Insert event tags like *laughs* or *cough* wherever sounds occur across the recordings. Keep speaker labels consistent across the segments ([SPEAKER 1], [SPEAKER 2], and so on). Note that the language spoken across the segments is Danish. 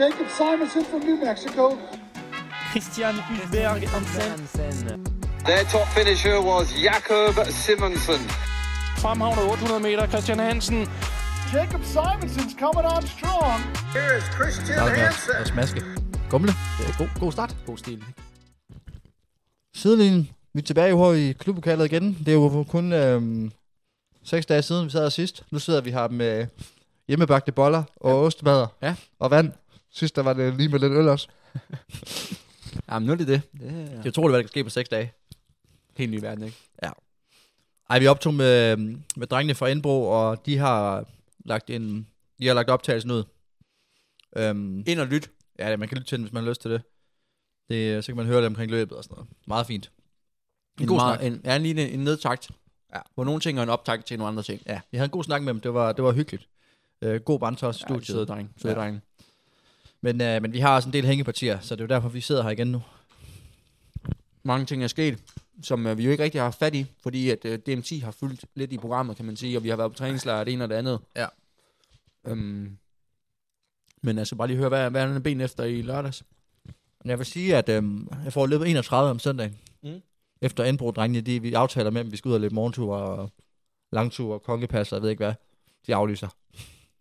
[SPEAKER 1] Jacob Simonson from New Mexico.
[SPEAKER 2] Christian Hulberg Hansen.
[SPEAKER 3] Their top finisher was Jakob Simonsen.
[SPEAKER 2] Fremhavner 800 meter, Christian Hansen.
[SPEAKER 1] Jacob Simonson's coming on strong.
[SPEAKER 3] Here is Christian
[SPEAKER 4] Der er noget smaske. Gumle. Det er god, god start. God stil.
[SPEAKER 5] Sidelinjen. Vi er tilbage over i klublokalet igen. Det er jo kun øhm, seks dage siden, vi sad her sidst. Nu sidder vi her med hjemmebagte boller og ja. ostemader
[SPEAKER 4] Ja.
[SPEAKER 5] og vand. Sidst der var det lige med lidt øl også.
[SPEAKER 4] Jamen, nu er det det. Det er,
[SPEAKER 5] Det er utroligt, hvad der kan ske på seks dage.
[SPEAKER 4] helt ny verden, ikke?
[SPEAKER 5] Ej, vi optog med, øhm, med drengene fra Indbro, og de har lagt, en, de har lagt optagelsen ud. Øhm,
[SPEAKER 4] Ind og lyt.
[SPEAKER 5] ja, det- man kan lytte til den, hvis man har lyst til det. det så kan man høre det omkring løbet og sådan noget. Meget fint.
[SPEAKER 4] En,
[SPEAKER 5] god
[SPEAKER 4] meget,
[SPEAKER 5] snak.
[SPEAKER 4] en, ja, lige en, en nedtakt.
[SPEAKER 5] Ja.
[SPEAKER 4] Hvor nogle ting er en optakt til nogle andre ting.
[SPEAKER 5] Ja, vi havde en god snak med dem. Det var, det var hyggeligt. Øh, god bantos
[SPEAKER 4] Ja,
[SPEAKER 5] studiet.
[SPEAKER 4] søde dreng. Søde
[SPEAKER 5] Ja.
[SPEAKER 4] ja. dreng.
[SPEAKER 5] Men, øh, men vi har også en del hængepartier, så det er jo derfor, vi sidder her igen nu.
[SPEAKER 4] Mange ting er sket, som øh, vi jo ikke rigtig har haft fat i, fordi at øh, DMT har fyldt lidt i programmet, kan man sige, og vi har været på træningslejr og det ene og det andet.
[SPEAKER 5] Ja.
[SPEAKER 4] Øhm, men altså, bare lige høre, hvad, hvad er den ben efter i lørdags?
[SPEAKER 5] Men jeg vil sige, at øh, jeg får løbet 31 om søndagen. Mm.
[SPEAKER 4] Mm.
[SPEAKER 5] Efter indbrud, drengene, de, vi aftaler med dem, vi skal ud og løbe morgentur og langtur og kongepas, og jeg ved ikke hvad. De aflyser.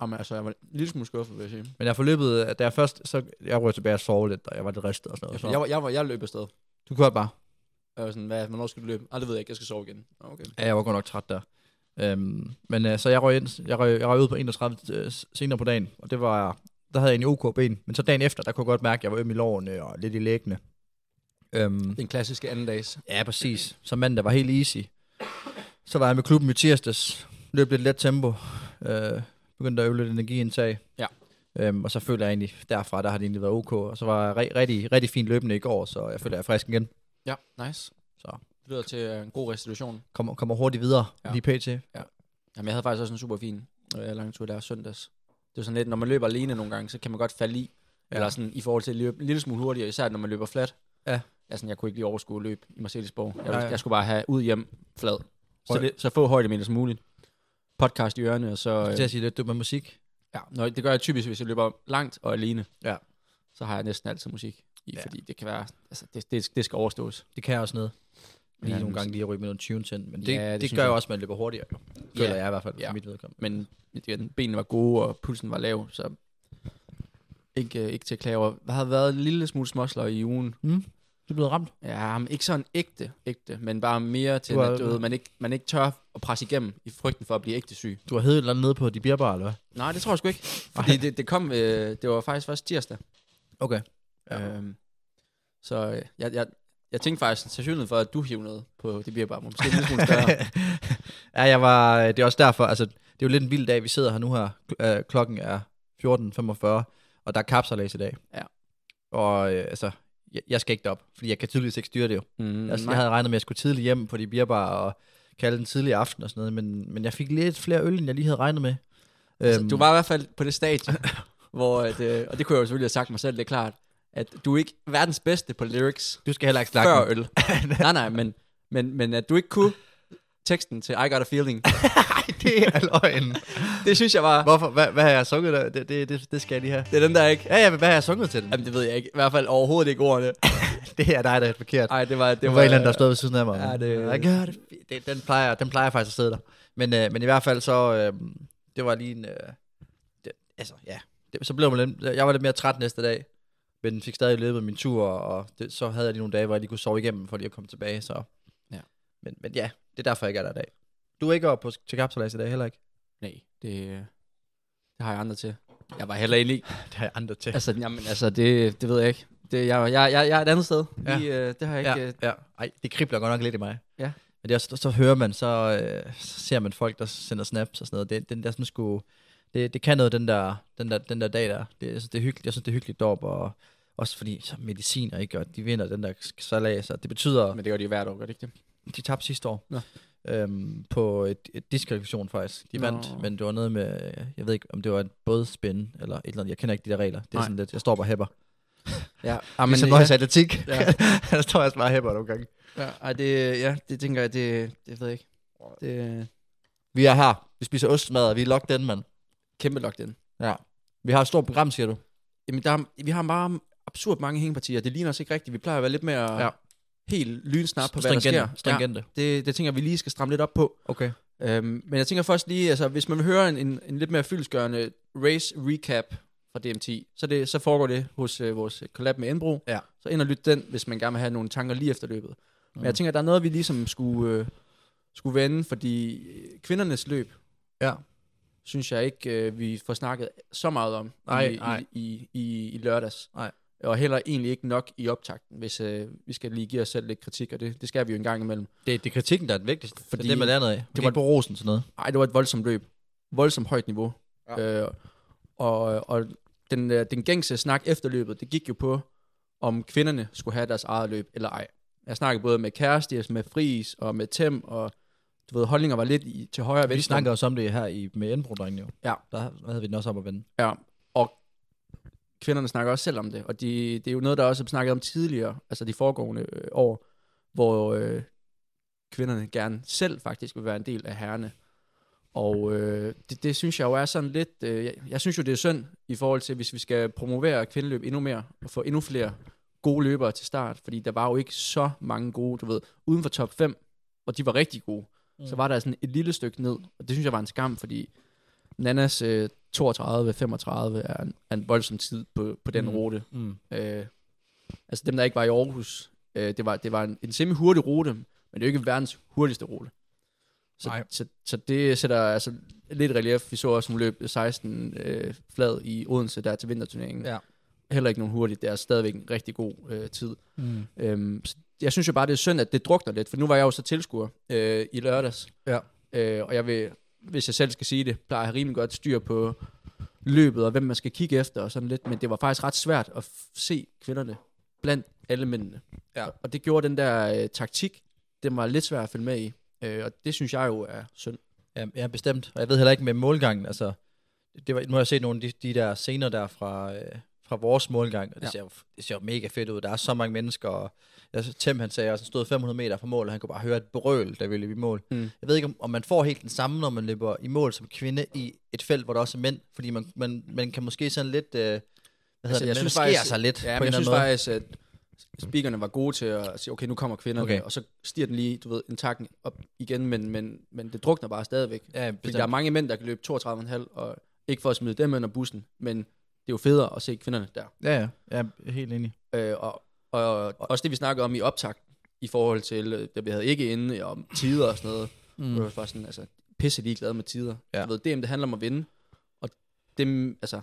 [SPEAKER 4] Jamen, altså, jeg var en lille smule skuffet, vil jeg sige.
[SPEAKER 5] Men jeg får løbet, øh, da jeg først, så jeg røg tilbage og sov lidt, og jeg var lidt ristet og sådan noget.
[SPEAKER 4] Jeg,
[SPEAKER 5] Så.
[SPEAKER 4] jeg, var, jeg, var, jeg løb afsted.
[SPEAKER 5] Du kørte bare.
[SPEAKER 4] Jeg var sådan, hvad, hvornår skal du løbe? Ah, det ved jeg ikke, jeg skal sove igen. Ah, Okay.
[SPEAKER 5] Ja, jeg var godt nok træt der. Øhm, men øh, så jeg røg, ind, jeg, røg, jeg røg ud på 31 øh, s- senere på dagen, og det var, der havde jeg en OK ben. Men så dagen efter, der kunne jeg godt mærke, at jeg var øm i lårene og lidt i læggene. Øhm,
[SPEAKER 4] Den klassiske anden dags.
[SPEAKER 5] Ja, præcis. Så mandag var helt easy. Så var jeg med klubben i tirsdags. Løb lidt let tempo. Øh, begyndte at øve lidt energiindtag.
[SPEAKER 4] Ja.
[SPEAKER 5] Øhm, og så føler jeg egentlig, derfra der har det egentlig været ok. Og så var jeg re- rigtig, rigtig fint løbende i går, så jeg føler, jeg er frisk igen.
[SPEAKER 4] Ja, nice.
[SPEAKER 5] Så.
[SPEAKER 4] Det lyder til øh, en god restitution.
[SPEAKER 5] Kommer, kommer hurtigt videre ja.
[SPEAKER 4] Ja.
[SPEAKER 5] lige pt.
[SPEAKER 4] Jamen, jeg havde faktisk også en super fin øh, langtur der søndags. Det er sådan lidt, når man løber alene nogle gange, så kan man godt falde i. Ja.
[SPEAKER 5] Ja.
[SPEAKER 4] Eller sådan i forhold til at løbe en lille smule hurtigere, især når man løber flat.
[SPEAKER 5] Ja.
[SPEAKER 4] Jeg, sådan, jeg kunne ikke lige overskue at løbe i Mercedesborg. Jeg,
[SPEAKER 5] Nej.
[SPEAKER 4] jeg skulle bare have ud hjem flad. Så,
[SPEAKER 5] Prøv-
[SPEAKER 4] det, så få højdemeter som muligt. Podcast i ørerne, og så...
[SPEAKER 5] Øh.
[SPEAKER 4] Øh,
[SPEAKER 5] Til at sige lidt du med musik.
[SPEAKER 4] ja, når, det gør jeg typisk, hvis jeg løber langt og alene.
[SPEAKER 5] Ja.
[SPEAKER 4] Så har jeg næsten altid musik i,
[SPEAKER 5] Ja.
[SPEAKER 4] ja. fordi det kan være... Altså, det, det, det skal overstås.
[SPEAKER 5] Det kan jeg også noget. Lige
[SPEAKER 4] Ja,
[SPEAKER 5] nogle
[SPEAKER 4] men-
[SPEAKER 5] gange lige at ryge med nogle tunes ind. Men det,
[SPEAKER 4] Ja,
[SPEAKER 5] ja,
[SPEAKER 4] det
[SPEAKER 5] det, det
[SPEAKER 4] synes
[SPEAKER 5] gør
[SPEAKER 4] jeg.
[SPEAKER 5] jo også, at man løber hurtigere. jo. Føler
[SPEAKER 4] Ja.
[SPEAKER 5] jeg i hvert fald, ja.
[SPEAKER 4] Ja.
[SPEAKER 5] for mit vedkommende.
[SPEAKER 4] men igen, benene var gode, og pulsen var lav, så ikke, øh, ikke til at klage over. Der havde været en lille smule småsløg i ugen.
[SPEAKER 5] Mm. Du er blevet ramt.
[SPEAKER 4] Ja, men ikke sådan ægte, ægte, men bare mere til,
[SPEAKER 5] Du har-
[SPEAKER 4] at du ved, man, ikke, man ikke tør at presse igennem i frygten for at blive ægte syg.
[SPEAKER 5] Du har heddet et eller andet nede på de bierbar, eller hvad?
[SPEAKER 4] Nej, det tror jeg sgu ikke. Fordi det, det kom, øh, det var faktisk først tirsdag.
[SPEAKER 5] Okay. Ja.
[SPEAKER 4] Ja. Øhm, så øh, jeg, jeg, jeg tænkte faktisk sandsynligheden for, at du hiv noget på det bliver bare måske en lille smule større.
[SPEAKER 5] ja, jeg var, det er også derfor, altså, det er jo lidt en vild dag, vi sidder her nu her, Kl- øh, klokken er 14.45, og der er kapsalæs i dag.
[SPEAKER 4] Ja.
[SPEAKER 5] Og øh, altså, jeg, jeg skal ikke derop, fordi jeg kan tydeligvis ikke styre det jo.
[SPEAKER 4] *laughs* Mm,
[SPEAKER 5] Altså,
[SPEAKER 4] nej.
[SPEAKER 5] jeg havde regnet med, at jeg skulle tidligt hjem på de bierbar og kalde den tidlig aften og sådan noget, men, men jeg fik lidt flere øl, end jeg lige havde regnet med. Øhm,
[SPEAKER 4] Altså, du var i hvert fald på det
[SPEAKER 5] *laughs*
[SPEAKER 4] stadie, hvor, at, øh, og det kunne jeg jo selvfølgelig have sagt mig selv, det er klart, at du er ikke verdens bedste på lyrics
[SPEAKER 5] du skal heller ikke snakke
[SPEAKER 4] før
[SPEAKER 5] med-
[SPEAKER 4] øl. nej, nej, men, men, men at du ikke kunne teksten til I Got A
[SPEAKER 5] *laughs*
[SPEAKER 4] Feeling,
[SPEAKER 5] *laughs* det er løgn.
[SPEAKER 4] det synes jeg var,
[SPEAKER 5] Hvorfor? Hvad, hvad har jeg sunget der? Det, det, det, det skal jeg lige have.
[SPEAKER 4] det er den der ikke.
[SPEAKER 5] Ja, ja, men hvad har jeg sunget til den?
[SPEAKER 4] Jamen, det ved jeg ikke. I hvert fald overhovedet ikke ordene.
[SPEAKER 5] Det er dig, der er forkert.
[SPEAKER 4] Nej, det var... Det
[SPEAKER 5] Det var,
[SPEAKER 4] var
[SPEAKER 5] en eller anden, der stod ved siden af mig.
[SPEAKER 4] Ja, det-
[SPEAKER 5] I got it. det, den, plejer, den plejer faktisk at sidde der. Men, øh, men i hvert fald så, øh, det var lige en, øh, det, altså ja, det, så blev man lidt, jeg var lidt mere træt næste dag, men fik stadig løbet min tur, og det, så havde jeg lige nogle dage, hvor jeg lige kunne sove igennem, for lige at komme tilbage, så.
[SPEAKER 4] Ja.
[SPEAKER 5] Men, men ja, det er derfor, jeg ikke er der i dag. Du er ikke oppe på, til kapsalas i dag heller ikke?
[SPEAKER 4] Nej, det, øh, det har jeg andre til. Jeg var heller ikke...
[SPEAKER 5] Det har jeg andre *laughs* til.
[SPEAKER 4] Altså, jamen, altså det, det ved jeg ikke. Det, jeg, jeg, jeg, jeg er et andet sted.
[SPEAKER 5] Ja.
[SPEAKER 4] Lige, øh, det har jeg ikke...
[SPEAKER 5] ja,
[SPEAKER 4] øh,
[SPEAKER 5] ja. Ej, det kribler godt nok lidt i mig.
[SPEAKER 4] Ja.
[SPEAKER 5] Men det er, også- så, så hører man, så, øh, så ser man folk, der sender snaps og sådan noget. Det, den der sådan sgu, det, det kan noget, den der, den der, den der dag der. Det, jeg synes, det er hyggeligt, jeg synes, det er hyggeligt deroppe, og også fordi så mediciner, ikke, og de vinder den der salas, og det betyder,
[SPEAKER 4] Men det gør de jo hvert år, gør det ikke det?
[SPEAKER 5] de tabte sidste år.
[SPEAKER 4] Nå.
[SPEAKER 5] Øhm, på et, et diskvalifikation faktisk. De
[SPEAKER 4] Nå.
[SPEAKER 5] vandt, men det var noget med, øh, jeg ved ikke, om det var et bådspin, eller et eller andet. Jeg kender ikke de der regler. Det er
[SPEAKER 4] Nej.
[SPEAKER 5] sådan lidt, jeg står bare og hæpper.
[SPEAKER 4] Ja,
[SPEAKER 5] Men, ligesom når jeg sagde atletik,
[SPEAKER 4] Ja.
[SPEAKER 5] *laughs* der står jeg også bare og hæpper nogle gange.
[SPEAKER 4] Ja, ej, det, ja, det tænker jeg, det, det ved jeg ikke. Det er
[SPEAKER 5] Vi er her. Vi spiser ostmad, og vi er locked in, mand.
[SPEAKER 4] kæmpe lockdown.
[SPEAKER 5] Ja. Vi har et stort program, siger du.
[SPEAKER 4] Jamen, der er, vi har bare absurd mange hængepartier. Det ligner os ikke rigtigt. Vi plejer at være lidt mere
[SPEAKER 5] Ja.
[SPEAKER 4] ja. helt lynsnap på, hvad der sker.
[SPEAKER 5] Stringente. Stringente.
[SPEAKER 4] Ja, det, det tænker jeg, vi lige skal stramme lidt op på.
[SPEAKER 5] Okay.
[SPEAKER 4] Øhm, men jeg tænker først lige, altså, hvis man vil høre en, en, en lidt mere fyldskørende race recap fra DMT, så, det, så foregår det hos øh, vores collab med Enbro.
[SPEAKER 5] Ja.
[SPEAKER 4] Så ind og lyt den, hvis man gerne vil have nogle tanker lige efter løbet. Mm. Men jeg tænker, der er noget, vi ligesom skulle, øh, skulle vende, fordi øh, kvindernes løb,
[SPEAKER 5] Ja.
[SPEAKER 4] synes jeg ikke, øh, vi får snakket så meget om
[SPEAKER 5] Nej,
[SPEAKER 4] i,
[SPEAKER 5] nej.
[SPEAKER 4] I, i, i, i lørdags.
[SPEAKER 5] Nej.
[SPEAKER 4] Og heller egentlig ikke nok i optakten, hvis øh, vi skal lige give os selv lidt kritik, og det, det skal vi jo en gang imellem.
[SPEAKER 5] Det, det er kritikken, der er den vigtigste. Fordi
[SPEAKER 4] Fordi-
[SPEAKER 5] det er det, man lander af. Det
[SPEAKER 4] kan
[SPEAKER 5] var
[SPEAKER 4] ikke
[SPEAKER 5] på rosen sådan noget.
[SPEAKER 4] Ej, det var et voldsomt løb. Voldsomt højt niveau. Ja. Øh, og og den, øh, den gængse snak efter løbet, det gik jo på, om kvinderne skulle have deres eget løb eller ej. Jeg snakkede både med Kæresti, med Fris og med Tem, og du ved, holdninger var lidt i, til højre og
[SPEAKER 5] Vi
[SPEAKER 4] venstre.
[SPEAKER 5] snakkede også om det her i, med indbrudringen jo.
[SPEAKER 4] Ja.
[SPEAKER 5] Der havde vi den også op at vende.
[SPEAKER 4] Ja, og kvinderne snakker også selv om det, og de, det er jo noget, der også er snakket om tidligere, altså de foregående øh, år, hvor øh, kvinderne gerne selv faktisk vil være en del af herrene. Og øh, det, det synes jeg jo er sådan lidt, øh, jeg, jeg synes jo det er synd i forhold til, hvis vi skal promovere kvindeløb endnu mere, og få endnu flere gode løbere til start, fordi der var jo ikke så mange gode, du ved, uden for top 5, og de var rigtig gode, mm. så var der sådan et lille stykke ned, og det synes jeg var en skam, fordi Nannas øh, 32-35 er en, er en voldsom tid på, på den
[SPEAKER 5] Mm.
[SPEAKER 4] mm. rute.
[SPEAKER 5] Mm.
[SPEAKER 4] Øh, altså dem, der ikke var i Aarhus, øh, det var, det var en, en semi-hurtig rute, men det er jo ikke verdens hurtigste rute. Så,
[SPEAKER 5] Nej.
[SPEAKER 4] så, så det sætter altså lidt relief. Vi så også, hun løb 16 øh, flad i Odense der til vinterturneringen.
[SPEAKER 5] Ja.
[SPEAKER 4] Heller ikke nogen hurtigt. Det er stadigvæk en rigtig god øh, tid.
[SPEAKER 5] Mm.
[SPEAKER 4] Øhm, så jeg synes jo bare, det er synd, at det drukner lidt, for nu var jeg jo så tilskuer øh, i lørdags.
[SPEAKER 5] Ja.
[SPEAKER 4] Øh, og jeg vil, hvis jeg selv skal sige det, plejer jeg at have rimelig godt styr på løbet og hvem man skal kigge efter og sådan lidt, men det var faktisk ret svært at f- se kvinderne blandt alle mændene.
[SPEAKER 5] Ja.
[SPEAKER 4] Og det gjorde den der øh, taktik, den var lidt svær at følge med i, øh, og det synes jeg jo er
[SPEAKER 5] Altså,
[SPEAKER 4] synd.
[SPEAKER 5] Ja, ja, bestemt. Og jeg ved heller ikke med målgangen, altså, det var, nu har jeg set nogle af de, de der scener der fra, øh, fra vores målgang, og det, ja.
[SPEAKER 4] Ja.
[SPEAKER 5] ser, jo f- det ser jo mega fedt ud. Der er så mange mennesker, og jeg, Tim han sagde også, han stod 500 meter fra mål, og han kunne bare høre et brøl, der ville løbe i mål.
[SPEAKER 4] Mm.
[SPEAKER 5] Jeg ved ikke, om, om man får helt den samme, når man løber i mål som kvinde i et felt, hvor der også er mænd, fordi man, man, man kan måske sådan lidt, øh, hvad
[SPEAKER 4] Altså,
[SPEAKER 5] hedder det, man maskerer sig lidt
[SPEAKER 4] ja,
[SPEAKER 5] på
[SPEAKER 4] men
[SPEAKER 5] en
[SPEAKER 4] jeg
[SPEAKER 5] eller
[SPEAKER 4] synes
[SPEAKER 5] anden måde.
[SPEAKER 4] faktisk, at speakerne var gode til at sige, okay, nu kommer kvinderne,
[SPEAKER 5] Okay.
[SPEAKER 4] okay. og så stiger den lige, du ved, en takken op igen, men, men, men det drukner bare stadigvæk.
[SPEAKER 5] Ja,
[SPEAKER 4] Fordi der er
[SPEAKER 5] bestemt.
[SPEAKER 4] mange mænd, der kan løbe 32,5, og ikke for at smide dem under bussen, men det er jo federe at se kvinderne der.
[SPEAKER 5] Ja, ja, jeg er helt enig.
[SPEAKER 4] Øh, og, og også det, vi snakkede om i optakt, i forhold til, øh, det vi havde ikke inde om tider og sådan noget. Mm. Jeg var bare sådan, altså, pisse ligeglad med tider.
[SPEAKER 5] Ja.
[SPEAKER 4] Ja. Du ved, DM, det handler om at vinde, og dem, altså,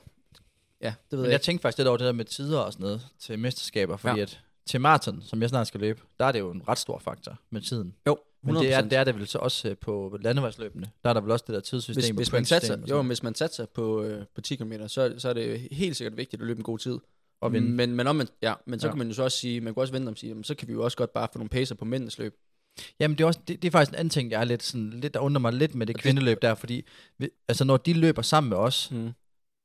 [SPEAKER 4] ja, det ved
[SPEAKER 5] Men
[SPEAKER 4] jeg
[SPEAKER 5] jeg
[SPEAKER 4] ikke.
[SPEAKER 5] tænkte faktisk lidt over det der med tider og sådan noget til mesterskaber, fordi ja.
[SPEAKER 4] Ja.
[SPEAKER 5] at til maraton, som jeg snart skal løbe, der er det jo en ret stor faktor med tiden.
[SPEAKER 4] Jo, 100%.
[SPEAKER 5] Men det er, det er det vel så også øh, på landevejsløbene. Der er der vel også det der tidssystem
[SPEAKER 4] hvis,
[SPEAKER 5] og
[SPEAKER 4] hvis man
[SPEAKER 5] pointsystem
[SPEAKER 4] satser,
[SPEAKER 5] og
[SPEAKER 4] jo,
[SPEAKER 5] sådan
[SPEAKER 4] men hvis man satser på, øh, på 10 km, så, så er det helt sikkert vigtigt at løbe en god tid.
[SPEAKER 5] Og
[SPEAKER 4] Og
[SPEAKER 5] vinde.
[SPEAKER 4] vinde. Men, men, om man, ja, men så
[SPEAKER 5] Ja.
[SPEAKER 4] ja. kan man jo så også sige, man kan også vente om at sige, jamen, så kan vi jo også godt bare få nogle pacer på mændenes løb.
[SPEAKER 5] noget. Jamen det er, også, det, det er faktisk en anden ting, jeg er lidt, sådan, lidt, der undrer mig lidt med det
[SPEAKER 4] det-
[SPEAKER 5] kvindeløb der, fordi vi, altså, når de løber sammen med os,
[SPEAKER 4] Mm.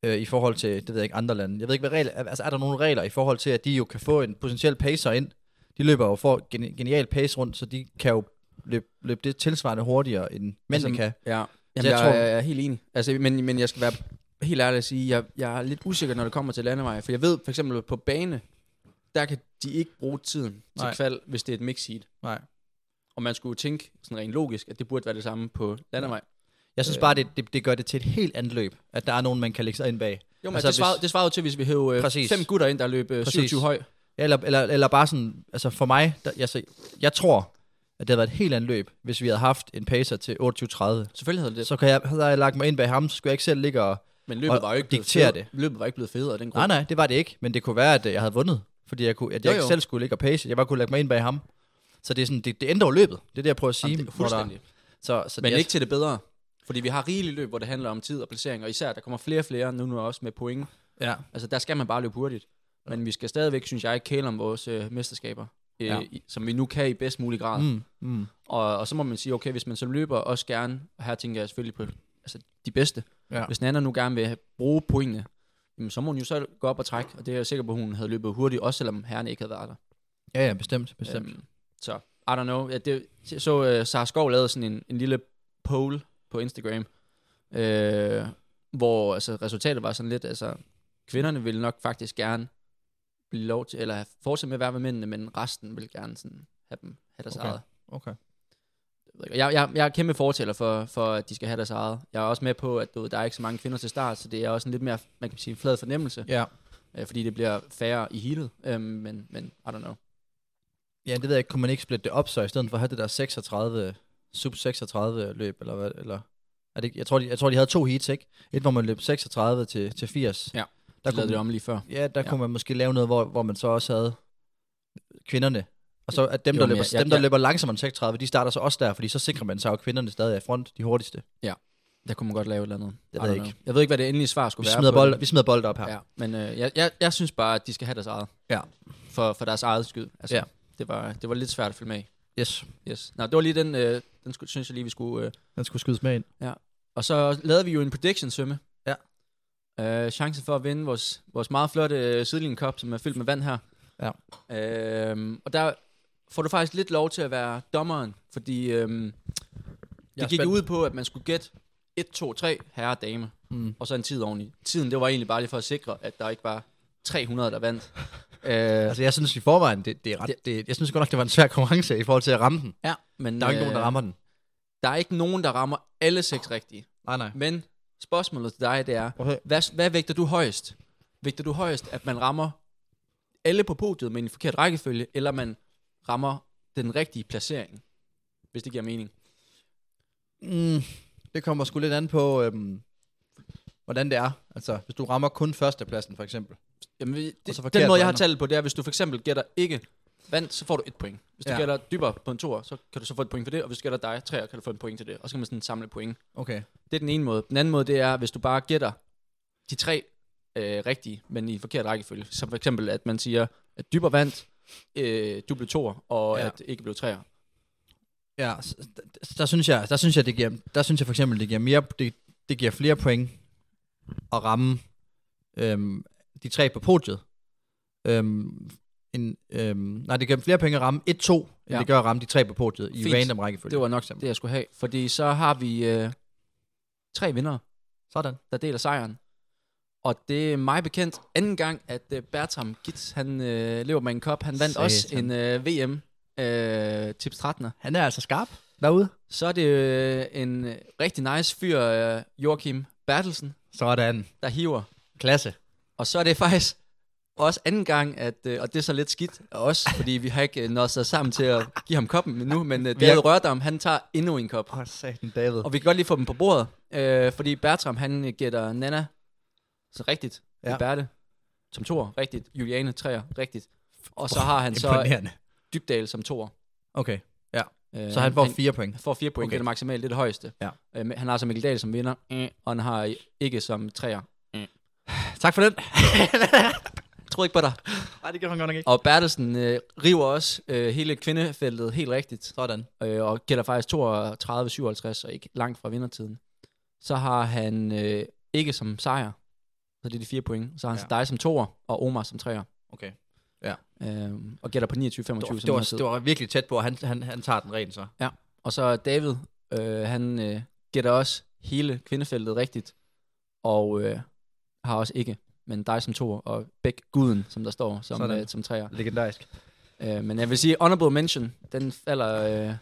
[SPEAKER 5] øh, i forhold til, det ved jeg ikke, andre lande, jeg ved ikke, hvad regler, altså er der nogle regler i forhold til, at de jo kan få en potentiel pacer ind, de løber jo for gen, genial pace rundt, så de kan jo løbe, løbe det tilsvarende hurtigere, end mændene
[SPEAKER 4] Altså,
[SPEAKER 5] kan.
[SPEAKER 4] Ja,
[SPEAKER 5] Så
[SPEAKER 4] Jamen,
[SPEAKER 5] jeg
[SPEAKER 4] jeg,
[SPEAKER 5] tror-
[SPEAKER 4] jeg, tror... jeg er helt enig. Altså, men, men jeg skal være helt ærlig at sige, jeg, jeg er lidt usikker, når det kommer til landevej. For jeg ved for eksempel på bane, der kan de ikke bruge tiden til
[SPEAKER 5] Nej.
[SPEAKER 4] kval, hvis det er et mix heat.
[SPEAKER 5] Nej.
[SPEAKER 4] Og man skulle jo tænke sådan rent logisk, at det burde være det samme på landevej.
[SPEAKER 5] Jeg
[SPEAKER 4] Øh.
[SPEAKER 5] synes bare, det, det, det gør det til et helt andet løb, at der er nogen, man kan lægge sig ind bag.
[SPEAKER 4] Jo, men altså,
[SPEAKER 5] Altså,
[SPEAKER 4] det, svarede,
[SPEAKER 5] hvis-
[SPEAKER 4] det svarede jo til, hvis vi hævde øh,
[SPEAKER 5] Præcis.
[SPEAKER 4] fem gutter ind, der løb øh,
[SPEAKER 5] Præcis.
[SPEAKER 4] 27 høj.
[SPEAKER 5] Eller, eller, eller bare sådan, altså for mig, der, altså, jeg tror, at det havde været et helt andet løb, hvis vi havde haft en pacer til 28.30.
[SPEAKER 4] Selvfølgelig havde det det.
[SPEAKER 5] Så kan jeg, havde jeg lagt mig ind bag ham, så skulle jeg ikke selv ligge og...
[SPEAKER 4] Men løbet
[SPEAKER 5] og
[SPEAKER 4] var jo ikke blevet
[SPEAKER 5] diktere
[SPEAKER 4] federe. Løbet var ikke blevet federe af den grund.
[SPEAKER 5] Nej, nej, det var det ikke, men det kunne være, at øh, jeg havde vundet, fordi jeg, kunne, at jeg
[SPEAKER 4] Jo,
[SPEAKER 5] ikke
[SPEAKER 4] jo.
[SPEAKER 5] selv skulle ligge og pace, jeg bare kunne lægge mig ind bag ham. Så det, er sådan, det, det ændrer jo løbet, det er det, jeg prøver at sige.
[SPEAKER 4] Jamen, det-
[SPEAKER 5] hvor der-
[SPEAKER 4] fuldstændig.
[SPEAKER 5] Så, så
[SPEAKER 4] Men
[SPEAKER 5] det, er-
[SPEAKER 4] ikke til det bedre. Fordi vi har rigeligt løb, hvor det handler om tid og placering, og især der kommer flere og flere, nu nu også med point.
[SPEAKER 5] Ja.
[SPEAKER 4] Altså der skal man bare løbe hurtigt. Men vi skal stadigvæk, synes jeg, kæle om vores øh, mesterskaber, øh,
[SPEAKER 5] Ja.
[SPEAKER 4] ja. i, som vi nu kan i bedst mulig grad. Mm.
[SPEAKER 5] Mm, mm,
[SPEAKER 4] Og, og så må man sige, okay, hvis man som løber også gerne, og her tænker jeg selvfølgelig på altså, de bedste,
[SPEAKER 5] Ja.
[SPEAKER 4] ja. hvis Nana nu gerne vil have- bruge pointene, jamen, så må hun jo så gå op og trække, og det er jeg sikker på, at hun havde løbet hurtigt, også selvom herren ikke havde været der.
[SPEAKER 5] ja, ja, bestemt, bestemt.
[SPEAKER 4] Øhm, så, I don't know. Ja, det, jeg så uh, Sara Skov lavede sådan en, en lille poll på Instagram, øh, hvor altså, resultatet var sådan lidt, altså, Kvinderne vil nok faktisk gerne blive lov til, eller fortsætte med at være med mændene, men resten vil gerne sådan have dem, have deres
[SPEAKER 5] Okay.
[SPEAKER 4] eget.
[SPEAKER 5] Okay.
[SPEAKER 4] Jeg ved ikke, Jeg, jeg, jeg er kæmpe fortæller for, for, at de skal have deres eget. Jeg er også med på, at du ved, der er ikke så mange kvinder til start, så det er også en lidt mere, man kan sige, en flad fornemmelse,
[SPEAKER 5] Ja.
[SPEAKER 4] øh, fordi det bliver færre i heatet, øh, men, men I don't know.
[SPEAKER 5] Ja, det ved jeg ikke. Kunne man ikke splitte det op så, i stedet for at have det der 36, sub 36 løb, eller hvad? Eller, er det, ikke- jeg, tror, de, jeg tror, de havde to heats, ikke? Et, hvor man løb 36 til, til 80.
[SPEAKER 4] Ja,
[SPEAKER 5] der
[SPEAKER 4] Der
[SPEAKER 5] kunne,
[SPEAKER 4] lavede det
[SPEAKER 5] det om.
[SPEAKER 4] om lige før.
[SPEAKER 5] Ja, der ja.
[SPEAKER 4] Ja.
[SPEAKER 5] kunne man måske lave noget, hvor, hvor man så også havde kvinderne. Og så at dem,
[SPEAKER 4] Jo,
[SPEAKER 5] der,
[SPEAKER 4] men
[SPEAKER 5] løber,
[SPEAKER 4] jeg-
[SPEAKER 5] dem, der
[SPEAKER 4] jeg-
[SPEAKER 5] løber langsommere end 36, de starter så også der, fordi så sikrer man sig, at kvinderne stadig er i front, de hurtigste.
[SPEAKER 4] Der kunne man godt lave et eller andet.
[SPEAKER 5] Det
[SPEAKER 4] I
[SPEAKER 5] ved jeg
[SPEAKER 4] don't
[SPEAKER 5] ikke.
[SPEAKER 4] know. Jeg ved ikke, hvad det endelige svar
[SPEAKER 5] Vi
[SPEAKER 4] skulle være.
[SPEAKER 5] smider,
[SPEAKER 4] på det.
[SPEAKER 5] bold, vi smider bold op her.
[SPEAKER 4] Ja, men øh, jeg, jeg, jeg synes bare, at de skal have deres eget.
[SPEAKER 5] Ja.
[SPEAKER 4] For, for deres eget skyld. Altså,
[SPEAKER 5] Ja.
[SPEAKER 4] det, var, det var lidt svært at følge med i.
[SPEAKER 5] Yes.
[SPEAKER 4] Yes. Nå, det var lige den, øh, den skulle, synes jeg lige, vi skulle... Øh.
[SPEAKER 5] Den skulle skydes med ind.
[SPEAKER 4] Og så lavede vi jo en prediction, Sømme.
[SPEAKER 5] Ja.
[SPEAKER 4] Øh, chancen for at vinde vores, vores meget flotte øh, sidelinjenkop, som er fyldt med vand her.
[SPEAKER 5] Ja.
[SPEAKER 4] Øh, og der får du faktisk lidt lov til at være dommeren, fordi øh,
[SPEAKER 5] er
[SPEAKER 4] det gik jo
[SPEAKER 5] spændt.
[SPEAKER 4] ud på, at man skulle gætte 1, 2, 3, herre og dame.
[SPEAKER 5] Mm.
[SPEAKER 4] og så en tid oveni. Tiden, det var egentlig bare lige for at sikre, at der ikke var 300, der
[SPEAKER 5] *laughs*
[SPEAKER 4] vandt. øh,
[SPEAKER 5] Altså, jeg synes i forvejen, det, det er ret, det, jeg synes godt nok, det var en svær konkurrence i forhold til at ramme den.
[SPEAKER 4] ja, men øh,
[SPEAKER 5] Der er jo ikke nogen, der rammer den.
[SPEAKER 4] Der er ikke nogen, der rammer alle seks rigtige.
[SPEAKER 5] Nej, nej.
[SPEAKER 4] Men spørgsmålet til dig, det er,
[SPEAKER 5] Okay.
[SPEAKER 4] hvad, hvad vægter du højst? Vægter du højst, at man rammer alle på podiet, men i en forkert rækkefølge, eller man rammer den rigtige placering? Hvis det giver mening.
[SPEAKER 5] Mm, det kommer sgu lidt an på, øhm, hvordan det er. Altså, hvis du rammer kun førstepladsen, for eksempel.
[SPEAKER 4] Jamen, vi-
[SPEAKER 5] Og så
[SPEAKER 4] det,
[SPEAKER 5] forkert
[SPEAKER 4] den måde, jeg har
[SPEAKER 5] brænder.
[SPEAKER 4] tallet på, det er, hvis du for eksempel gætter ikke vand, så får du et point. Hvis du
[SPEAKER 5] Ja.
[SPEAKER 4] ja. gætter dybere på en toer, så kan du så få et point for det, og hvis du gætter dig træer, kan du få et point til det, og så kan man sådan samle point.
[SPEAKER 5] Okay.
[SPEAKER 4] Det er den ene måde. Den anden måde, det er, hvis du bare gætter de tre øh, rigtige, men i en forkert rækkefølge. Som for eksempel, at man siger, at dyber vandt, øh, du blev toer, og
[SPEAKER 5] Ja.
[SPEAKER 4] ja. at ikke blev træer.
[SPEAKER 5] Ja, så, der, der, synes jeg, der synes jeg, det giver, der synes jeg for eksempel, det giver, mere, det, det giver flere point at ramme øhm, de tre på podiet. Øhm, en, øhm, nej, det giver flere penge at ramme 1-2, end ja.
[SPEAKER 4] Ja.
[SPEAKER 5] det gør at ramme de tre på podiet i
[SPEAKER 4] Fint.
[SPEAKER 5] random rækkefølge.
[SPEAKER 4] Det var nok det, jeg skulle have. Fordi så har vi øh, tre vinder,
[SPEAKER 5] Sådan.
[SPEAKER 4] der deler sejren. Og det er mig bekendt anden gang, at øh, Bertram Gitz, han øh, lever med en kop. Han vandt
[SPEAKER 5] Satan.
[SPEAKER 4] også en øh, VM øh, tips 13'er.
[SPEAKER 5] Han er altså skarp derude.
[SPEAKER 4] Så er det øh, en øh, rigtig nice fyr, øh, Joachim Bertelsen,
[SPEAKER 5] Sådan.
[SPEAKER 4] der hiver.
[SPEAKER 5] Klasse.
[SPEAKER 4] Og så er det *laughs* faktisk også anden gang, at, øh, og det er så lidt skidt af os, fordi vi har ikke øh, nået sig sammen til at give ham koppen endnu, men øh,
[SPEAKER 5] Vi har-
[SPEAKER 4] David Rørdam, han tager endnu en kop.
[SPEAKER 5] Åh, oh, satan David.
[SPEAKER 4] Og vi kan godt lige få dem på bordet, øh, fordi Bertram, han øh, gætter Nana så rigtigt.
[SPEAKER 5] Ja.
[SPEAKER 4] Ja. Berte som toer, rigtigt. Juliane træer, rigtigt. Og så har han så
[SPEAKER 5] Imponerende.
[SPEAKER 4] Dybdal som toer.
[SPEAKER 5] Okay,
[SPEAKER 4] Øh,
[SPEAKER 5] så han får
[SPEAKER 4] han
[SPEAKER 5] fire point.
[SPEAKER 4] får fire point,
[SPEAKER 5] Okay.
[SPEAKER 4] okay. det er maksimalt, det er det højeste.
[SPEAKER 5] Ja. Mm.
[SPEAKER 4] Øh, men han har så Mikkel Dahl som vinder, øh, og han har ikke som træer.
[SPEAKER 5] Tak *laughs* for den.
[SPEAKER 4] Jeg troede ikke på dig.
[SPEAKER 5] Nej, det gjorde han godt nok ikke.
[SPEAKER 4] Og Bertelsen øh, river også øh, hele kvindefeltet helt rigtigt,
[SPEAKER 5] Sådan.
[SPEAKER 4] øh, og gælder faktisk 32-57, og ikke langt fra vindertiden. Så har han øh, ikke som sejr, så det er de fire point. Så har han
[SPEAKER 5] Ja.
[SPEAKER 4] ja. dig som toer, og Omar som treer.
[SPEAKER 5] Okay.
[SPEAKER 4] Øh, og gætter på 29-25 som
[SPEAKER 5] Det var, det, var,
[SPEAKER 4] vindertid.
[SPEAKER 5] det var virkelig tæt på, og han, han, han tager den ren så.
[SPEAKER 4] Og så David, øh, han øh, gætter også hele kvindefeltet rigtigt, og øh, har også ikke, men dig som toer, og Bæk Guden, som der står, som,
[SPEAKER 5] Sådan.
[SPEAKER 4] øh, som træer.
[SPEAKER 5] Legendarisk.
[SPEAKER 4] Øh, men jeg vil sige, honorable mention, den falder øh,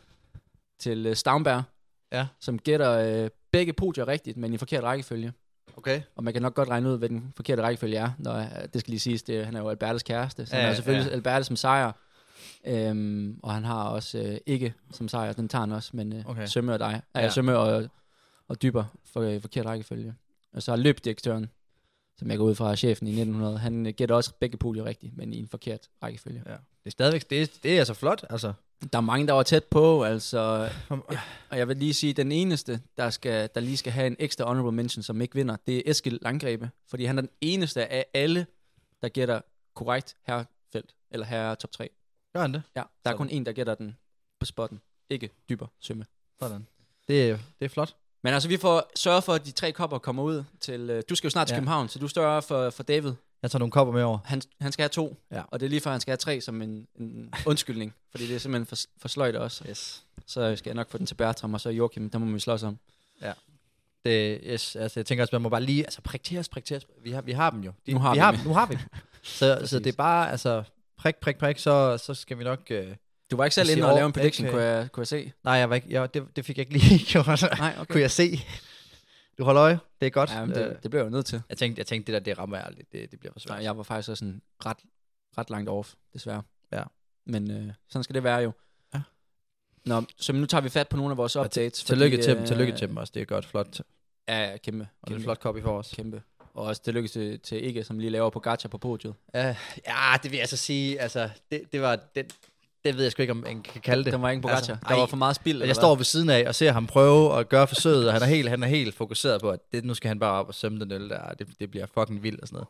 [SPEAKER 4] til øh, Stavnberg,
[SPEAKER 5] Ja.
[SPEAKER 4] som gætter øh, begge podier rigtigt, men i forkert rækkefølge.
[SPEAKER 5] Okay.
[SPEAKER 4] Og man kan nok godt regne ud, hvad den forkerte rækkefølge er, når øh, det skal lige siges, det, han er jo Albertes kæreste, så ja,
[SPEAKER 5] Ja,
[SPEAKER 4] han har selvfølgelig
[SPEAKER 5] ja.
[SPEAKER 4] ja. Alberte som sejr. Øhm, og han har også øh, ikke som sejr, den tager han også, men øh,
[SPEAKER 5] Okay.
[SPEAKER 4] okay. Sømme og dig, ja.
[SPEAKER 5] Ja.
[SPEAKER 4] Ja, Sømme og, og Dyber for øh, forkert rækkefølge. Og så har løbdirektøren, som jeg går ud fra er chefen i 1900, han øh, gætter også begge podier rigtigt, men i en forkert rækkefølge.
[SPEAKER 5] Det er stadigvæk, det, er- det er altså flot, altså.
[SPEAKER 4] Der er mange, der var tæt på, altså.
[SPEAKER 5] Kom-
[SPEAKER 4] Og jeg vil lige sige, at den eneste, der, skal, der lige skal have en ekstra honorable mention, som ikke vinder, det er Eskil Langgrebe. Fordi han er den eneste af alle, der gætter korrekt herrefelt, eller herre top 3.
[SPEAKER 5] Gør han det?
[SPEAKER 4] Ja, der er
[SPEAKER 5] Sådan.
[SPEAKER 4] kun en, der gætter den på spotten. Ikke dyber sømme.
[SPEAKER 5] Sådan. Det, er- det er flot.
[SPEAKER 4] Men altså, vi får sørget for, at de tre kopper kommer ud til... øh, Du skal jo snart til
[SPEAKER 5] Ja.
[SPEAKER 4] ja. København, så du står for, for David.
[SPEAKER 5] Jeg tager nogle kopper med over.
[SPEAKER 4] Han, han skal have to,
[SPEAKER 5] Ja.
[SPEAKER 4] og det er lige før, han skal have tre som en, en undskyldning. fordi det er simpelthen for, for sløjt også.
[SPEAKER 5] Yes.
[SPEAKER 4] Så skal jeg nok få den til Bertram, og så Joachim, der må vi slås om.
[SPEAKER 5] Ja. Det, yes, altså, jeg tænker også, man må bare lige, altså prakteres, prakteres. Vi har, vi har dem jo. De,
[SPEAKER 4] Nu har
[SPEAKER 5] vi
[SPEAKER 4] vi
[SPEAKER 5] har
[SPEAKER 4] dem.
[SPEAKER 5] dem. Nu har *laughs* vi dem. Så, så det er bare, altså, prik, prik, prik, så, så skal vi nok... Øh,
[SPEAKER 4] Du var ikke selv
[SPEAKER 5] Jeg
[SPEAKER 4] inde
[SPEAKER 5] siger,
[SPEAKER 4] og lave
[SPEAKER 5] åh,
[SPEAKER 4] en prediction,
[SPEAKER 5] okay.
[SPEAKER 4] kunne jeg, kunne jeg se.
[SPEAKER 5] nej, jeg var ikke, jeg, det, det fik jeg ikke lige *laughs* gjort.
[SPEAKER 4] Nej,
[SPEAKER 5] Kunne jeg se. Du holder øje. Det er godt. Øh.
[SPEAKER 4] Ja, men det, det blev jeg jo nødt til.
[SPEAKER 5] Jeg tænkte, jeg tænkte, det der, det rammer jeg aldrig. Det, det bliver for
[SPEAKER 4] Så
[SPEAKER 5] svært.
[SPEAKER 4] jeg var faktisk også sådan ret, ret langt off, desværre.
[SPEAKER 5] Ja.
[SPEAKER 4] Men øh, sådan skal det være jo.
[SPEAKER 5] Ja.
[SPEAKER 4] Nå, så nu tager vi fat på nogle af vores updates.
[SPEAKER 5] Tillykke
[SPEAKER 4] fordi,
[SPEAKER 5] til dem,
[SPEAKER 4] øh,
[SPEAKER 5] tillykke til dem også. Det er godt, flot.
[SPEAKER 4] Ja, ja, kæmpe.
[SPEAKER 5] Og det er
[SPEAKER 4] kæmpe,
[SPEAKER 5] en flot copy for os.
[SPEAKER 4] Kæmpe. Og også tillykke til, til Ikke, som lige laver på gacha på podiet.
[SPEAKER 5] Uh, ja, det vil jeg så sige, altså, det, det var, det, det ved jeg sgu ikke, om man kan kalde det.
[SPEAKER 4] Den var ikke på gacha. Altså, der
[SPEAKER 5] ej,
[SPEAKER 4] var for meget spild. eller
[SPEAKER 5] Jeg
[SPEAKER 4] hvad?
[SPEAKER 5] står ved siden af og ser ham prøve at gøre forsøget, og han er helt, han er helt fokuseret på, at det, nu skal han bare op og sømme den øl der, og det, det bliver fucking vildt og sådan noget.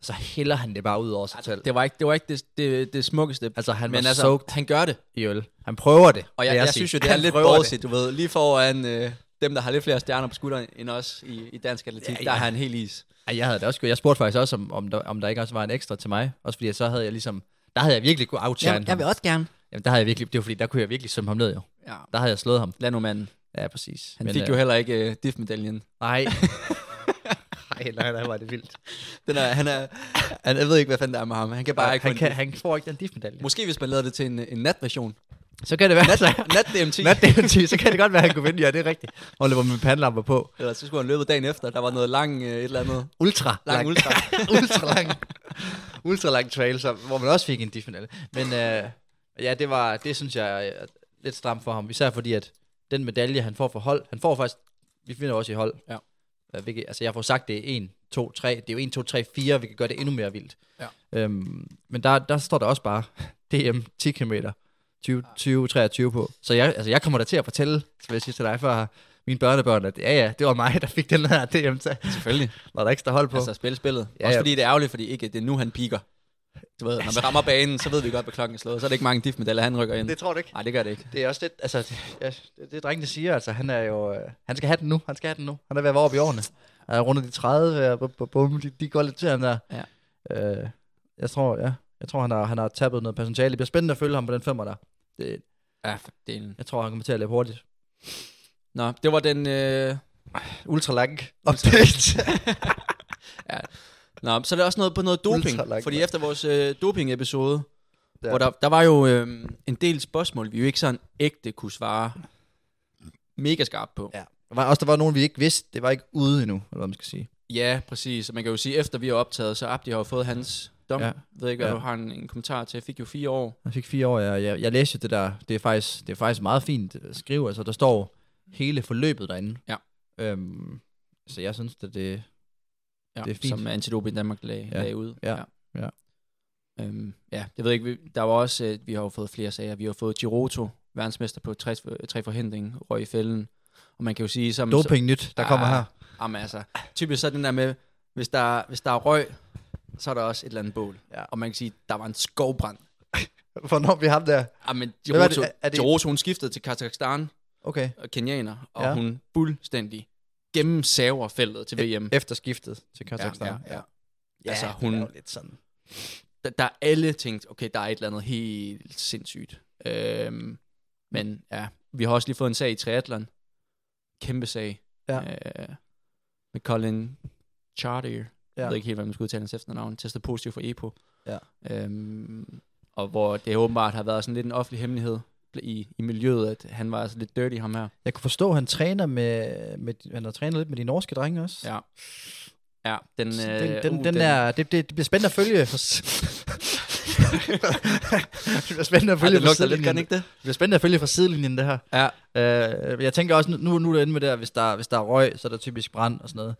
[SPEAKER 5] Så hælder han Altså, det bare ud over sig selv.
[SPEAKER 4] Altså, Det var ikke det, var ikke det, det, det smukkeste.
[SPEAKER 5] Altså, han
[SPEAKER 4] Men
[SPEAKER 5] var
[SPEAKER 4] altså,
[SPEAKER 5] soaked.
[SPEAKER 4] han gør det.
[SPEAKER 5] i øl. Han prøver det.
[SPEAKER 4] Og
[SPEAKER 5] vil
[SPEAKER 4] jeg, jeg, jeg
[SPEAKER 5] sige.
[SPEAKER 4] synes jo, det er
[SPEAKER 5] Han
[SPEAKER 4] lidt
[SPEAKER 5] prøver det.
[SPEAKER 4] bortset, du ved. Lige foran øh, dem, der har lidt flere stjerner på skulderen end os i, i dansk atletik,
[SPEAKER 5] Ja,
[SPEAKER 4] ja, ja. der
[SPEAKER 5] ja.
[SPEAKER 4] har han helt is.
[SPEAKER 5] Ej, jeg havde det også. gjort. Jeg spurgte faktisk også, om, om, der, om der ikke også var en ekstra til mig. Også fordi så havde jeg ligesom... Der havde jeg virkelig kunne outshine ham.
[SPEAKER 4] også gerne.
[SPEAKER 5] Jamen, der havde jeg virkelig... Det var fordi, der kunne jeg virkelig sømme ham ned, jo.
[SPEAKER 4] Ja.
[SPEAKER 5] Der havde jeg slået ham.
[SPEAKER 4] Lad nu manden.
[SPEAKER 5] Ja, præcis.
[SPEAKER 4] Han Men, fik øh, jo heller ikke øh, diff-medaljen.
[SPEAKER 5] *laughs* Nej. nej, nej, nej, var det vildt.
[SPEAKER 4] Den er, han er, han, jeg ved ikke, hvad fanden der er med ham. Han kan bare ja, ikke
[SPEAKER 5] han,
[SPEAKER 4] få en
[SPEAKER 5] kan, han får ikke den diff-medalje.
[SPEAKER 4] diff. Måske hvis man lavede det til en, en natversion.
[SPEAKER 5] Så kan det være. Nat, *laughs*
[SPEAKER 4] Nat-DMT.
[SPEAKER 5] nat DMT, så kan det godt være, han kunne vinde. Ja, det er rigtigt. Og løber med pandelamper på.
[SPEAKER 4] Eller så skulle han løbe dagen efter. Der var noget lang øh, et eller andet.
[SPEAKER 5] Ultra.
[SPEAKER 4] Lang ultra.
[SPEAKER 5] *laughs* ultra lang. ultra lang trail, så, hvor man også fik en diff-medalje. Men øh, ja, det var, det synes jeg er lidt stramt for ham. Især fordi, at den medalje, han får for hold, han får faktisk, vi finder også i hold.
[SPEAKER 4] Ja.
[SPEAKER 5] Øh, Hvilket, altså, jeg får sagt, det er 1, 2, 3. Det er jo 1, 2, 3, 4. Vi kan gøre det endnu mere vildt.
[SPEAKER 4] Ja.
[SPEAKER 5] Øhm, men der, der står der også bare *laughs* DM 10 km 20, 20, 23 på. Så jeg, altså, jeg kommer da til at fortælle, som jeg siger til dig, for mine børnebørn, at ja, ja, det var mig, der fik den her DM, så
[SPEAKER 4] Selvfølgelig.
[SPEAKER 5] var der ekstra hold på.
[SPEAKER 4] Altså spille spillet.
[SPEAKER 5] Ja,
[SPEAKER 4] Ja, Også
[SPEAKER 5] ja.
[SPEAKER 4] fordi det er ærgerligt, fordi ikke, det er nu, han piker. Du ved, når man rammer banen, så ved vi godt, hvad klokken er slået. Så er det ikke mange diff-medaljer, han rykker ind.
[SPEAKER 5] det tror du ikke?
[SPEAKER 4] Nej, det gør det ikke.
[SPEAKER 5] Det er også lidt, altså, det, ja, det, det drengene siger, altså, han er jo, øh, han skal have den nu, han skal have den nu. Han er ved at være oppe i årene. Han er rundt de 30, og bum, bum, bum, de, de går lidt til ham der.
[SPEAKER 4] Ja.
[SPEAKER 5] Øh, jeg tror, ja, jeg tror, han har, han har tabt noget potentiale. Det bliver spændende at følge ham på den femmer der. Det,
[SPEAKER 4] Ja, for delen.
[SPEAKER 5] jeg tror, han kommer til at løbe hurtigt.
[SPEAKER 4] Nå, det var den... Øh...
[SPEAKER 5] Ultra lang update.
[SPEAKER 4] Nå, så er der også noget på noget doping.
[SPEAKER 5] Ultralangt.
[SPEAKER 4] Fordi efter vores øh, doping-episode, ja.
[SPEAKER 5] Ja.
[SPEAKER 4] hvor der, der var jo øh, en del spørgsmål, vi jo ikke sådan ægte kunne svare mega skarpt på.
[SPEAKER 5] ja. Der var, også der var nogen, vi ikke vidste. Det var ikke ude endnu, eller hvad man skal sige.
[SPEAKER 4] Ja, præcis. Og man kan jo sige, efter vi har optaget, så Abdi har jo fået hans dom.
[SPEAKER 5] Ja.
[SPEAKER 4] Ja. Jeg ved ikke, hvad
[SPEAKER 5] Ja.
[SPEAKER 4] ja. du har en, en kommentar til. Jeg fik jo fire år.
[SPEAKER 5] Han fik fire år, jeg, jeg, jeg læste jo det der, det er faktisk, det er faktisk meget fint at skrive, altså der står hele forløbet derinde.
[SPEAKER 4] Ja.
[SPEAKER 5] Øhm, så jeg synes, at det,
[SPEAKER 4] Ja,
[SPEAKER 5] Det er fint.
[SPEAKER 4] Som Antidoping Danmark lag,
[SPEAKER 5] Ja.
[SPEAKER 4] ja. lagde ud.
[SPEAKER 5] Ja. Ja.
[SPEAKER 4] Øhm, ja, jeg ved ikke, vi, der var også, øh, vi har jo fået flere sager. Vi har fået Giroto, verdensmester på tre, tre forhindring, røg i fælden. Og man kan jo sige, som,
[SPEAKER 5] Doping nyt, der kommer
[SPEAKER 4] Ah.
[SPEAKER 5] her.
[SPEAKER 4] Jamen altså, typisk så er den der med, hvis der, hvis der er røg, så er der også et eller andet bål.
[SPEAKER 5] Ja.
[SPEAKER 4] Og man kan sige, der var en skovbrand.
[SPEAKER 5] Hvornår vi ham der?
[SPEAKER 4] Jamen,
[SPEAKER 5] Hvad var det?
[SPEAKER 4] Giroto,
[SPEAKER 5] Er- er det-
[SPEAKER 4] Giroto, hun skiftede til Kazakhstan
[SPEAKER 5] Okay.
[SPEAKER 4] og kenianer, og
[SPEAKER 5] Ja.
[SPEAKER 4] ja. hun fuldstændig gennemsaver feltet til VM.
[SPEAKER 5] Efter skiftet til Kazakhstan.
[SPEAKER 4] Mm. Ja, altså,
[SPEAKER 5] det
[SPEAKER 4] hun-
[SPEAKER 5] er jo lidt sådan.
[SPEAKER 4] Der, der er alle tænkt, okay, der er et eller andet helt sindssygt. Øhm, men ja, vi har også lige fået en sag i triathlon. Kæmpe sag.
[SPEAKER 5] Ja.
[SPEAKER 4] Øh, med Colin Chartier.
[SPEAKER 5] Ja.
[SPEAKER 4] Jeg ved ikke helt, hvad man skal udtale hans efternavn. Testet positiv for EPO.
[SPEAKER 5] Ja.
[SPEAKER 4] Øhm, og hvor det åbenbart har været sådan lidt en offentlig hemmelighed i, i miljøet, at han var altså lidt dirty, ham her.
[SPEAKER 5] Jeg kunne forstå, at han træner med, med, han har trænet lidt med de norske drenge også.
[SPEAKER 4] Ja. Ja, den,
[SPEAKER 5] Så
[SPEAKER 4] øh,
[SPEAKER 5] Den, den,
[SPEAKER 4] uh,
[SPEAKER 5] den, der, det, det, det bliver spændende at følge. For...
[SPEAKER 4] *laughs*
[SPEAKER 5] *laughs* det bliver spændende at
[SPEAKER 4] Ej,
[SPEAKER 5] følge
[SPEAKER 4] det lugter
[SPEAKER 5] fra
[SPEAKER 4] lidt,
[SPEAKER 5] sidelinjen.
[SPEAKER 4] gør den ikke det?
[SPEAKER 5] Det bliver spændende at følge fra sidelinjen, det her.
[SPEAKER 4] Ja,
[SPEAKER 5] Øh, jeg tænker også, nu, nu er det inde med det her, hvis der, hvis der er røg, så er der typisk brand og sådan noget.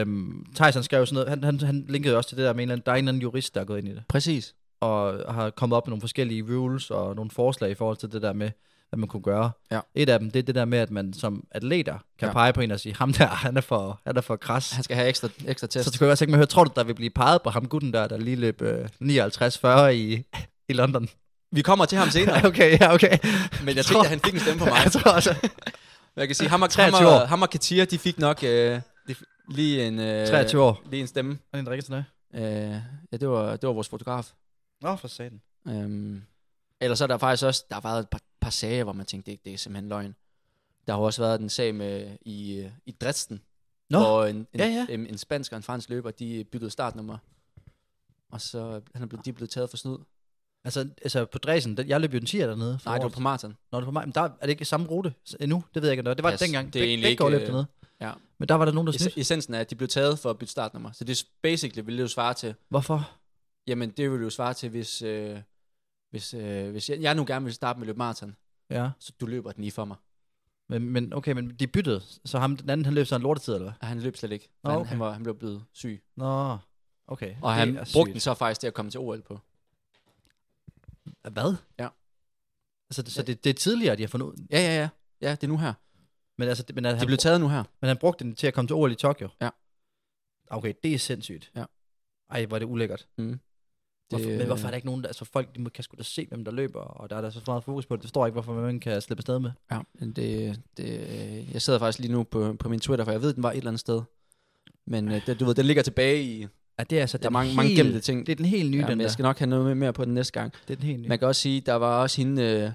[SPEAKER 5] Øhm, Tyson skrev jo sådan noget, han, han, han linkede jo også til det der med en eller anden, der er en eller anden jurist, der er gået ind i det,
[SPEAKER 4] præcis.
[SPEAKER 5] og har kommet op med nogle forskellige rules og nogle forslag i forhold til det der med, hvad man kunne gøre.
[SPEAKER 4] Ja.
[SPEAKER 5] Et af dem, det er det der med, at man som atleter kan ja.
[SPEAKER 4] Ja.
[SPEAKER 5] pege på en og sige, ham der, *laughs* han er for, han er for kras.
[SPEAKER 4] Han skal have ekstra, ekstra test.
[SPEAKER 5] Så skulle jeg godt tænke mig at høre, tror du, der vil blive peget på ham gutten der, der lige løb øh, 59-40 i, *laughs* i London?
[SPEAKER 4] Vi kommer
[SPEAKER 5] *laughs*
[SPEAKER 4] til ham senere,
[SPEAKER 5] okay, ja, okay.
[SPEAKER 4] men jeg tænkte, at han fik en stemme på mig.
[SPEAKER 5] *laughs* Jeg tror også,
[SPEAKER 4] Men Jeg kan sige, ham og,
[SPEAKER 5] 23
[SPEAKER 4] ham
[SPEAKER 5] år.
[SPEAKER 4] og, ham og Katia, de fik nok øh, de f- lige en... Øh,
[SPEAKER 5] 23 år.
[SPEAKER 4] Lige en stemme.
[SPEAKER 5] Han er en drikker sådan noget.
[SPEAKER 4] Øh, ja, det var, det var vores fotograf.
[SPEAKER 5] Nå, for satan.
[SPEAKER 4] Øhm, ellers så er der faktisk også, der har været et par, par sager, hvor man tænkte, det, det er simpelthen løgn. Der har jo også været en sag med i, øh, i Dresden,
[SPEAKER 5] Nå,
[SPEAKER 4] hvor en, en,
[SPEAKER 5] ja, ja.
[SPEAKER 4] En, en spansk og en fransk løber, de øh, byttede startnummer. Og så han er blevet, de er blevet taget for snyd.
[SPEAKER 5] Altså, altså på Dresden, den, jeg løb jo den 10'er dernede.
[SPEAKER 4] Nej, det var på maraton.
[SPEAKER 5] Når det var mig, men der er det ikke samme rute endnu. Det ved jeg ikke, om det var. Det var
[SPEAKER 4] Pas,
[SPEAKER 5] yes, dengang.
[SPEAKER 4] det er
[SPEAKER 5] Beg-
[SPEAKER 4] egentlig
[SPEAKER 5] begge
[SPEAKER 4] ikke,
[SPEAKER 5] år løb
[SPEAKER 4] øh,
[SPEAKER 5] dernede.
[SPEAKER 4] ja.
[SPEAKER 5] Men der var der nogen, der
[SPEAKER 4] Es,
[SPEAKER 5] snydte.
[SPEAKER 4] essensen er, at de blev taget for at bytte startnummer. Så det er s- basically, ville det jo svare til,
[SPEAKER 5] Hvorfor?
[SPEAKER 4] jamen det ville jo svare til, hvis, øh, hvis, øh, hvis jeg, jeg nu gerne vil starte med at løbe maraton,
[SPEAKER 5] Ja.
[SPEAKER 4] så du løber den lige for mig.
[SPEAKER 5] Men, men okay, men de byttede. Så ham, den anden, han løb så en lortetid, eller hvad?
[SPEAKER 4] Og han løb slet ikke, for
[SPEAKER 5] Nå,
[SPEAKER 4] han,
[SPEAKER 5] okay.
[SPEAKER 4] han, var, han blev blevet syg.
[SPEAKER 5] Nå, okay.
[SPEAKER 4] Og
[SPEAKER 5] Det
[SPEAKER 4] han
[SPEAKER 5] er
[SPEAKER 4] brugte den
[SPEAKER 5] sygt.
[SPEAKER 4] så faktisk til at komme til OL på.
[SPEAKER 5] Hvad?
[SPEAKER 4] Ja.
[SPEAKER 5] Altså, det- så det, det er tidligere, de har fundet ud.
[SPEAKER 4] Ja, ja, ja. Ja, det er nu her.
[SPEAKER 5] Men, altså, det, men, at
[SPEAKER 4] De
[SPEAKER 5] han,
[SPEAKER 4] blev taget nu her.
[SPEAKER 5] men han brugte den til at komme til OL i Tokyo.
[SPEAKER 4] Ja.
[SPEAKER 5] Okay, det er sindssygt.
[SPEAKER 4] Ja.
[SPEAKER 5] Ej, hvor er det ulækkert.
[SPEAKER 4] Det,
[SPEAKER 5] Hvorfor, men hvorfor er der ikke nogen, der, altså folk de må, kan sgu da se, hvem der løber, og der er der så meget fokus på det. Det står ikke, hvorfor man kan slippe afsted med.
[SPEAKER 4] Ja, men det, det, jeg sidder faktisk lige nu på, på min Twitter, for jeg ved, den var et eller andet sted. Men øh, det, du ved, den ligger tilbage i...
[SPEAKER 5] Ja, det er altså
[SPEAKER 4] Der er
[SPEAKER 5] den
[SPEAKER 4] mange- mange
[SPEAKER 5] helt-
[SPEAKER 4] gemte ting.
[SPEAKER 5] Det er den helt nye,
[SPEAKER 4] Ja,
[SPEAKER 5] ja, den
[SPEAKER 4] men
[SPEAKER 5] der.
[SPEAKER 4] jeg skal nok have noget med mere på den næste gang.
[SPEAKER 5] Det er den helt nye.
[SPEAKER 4] Man kan også sige, der var også hende, øh,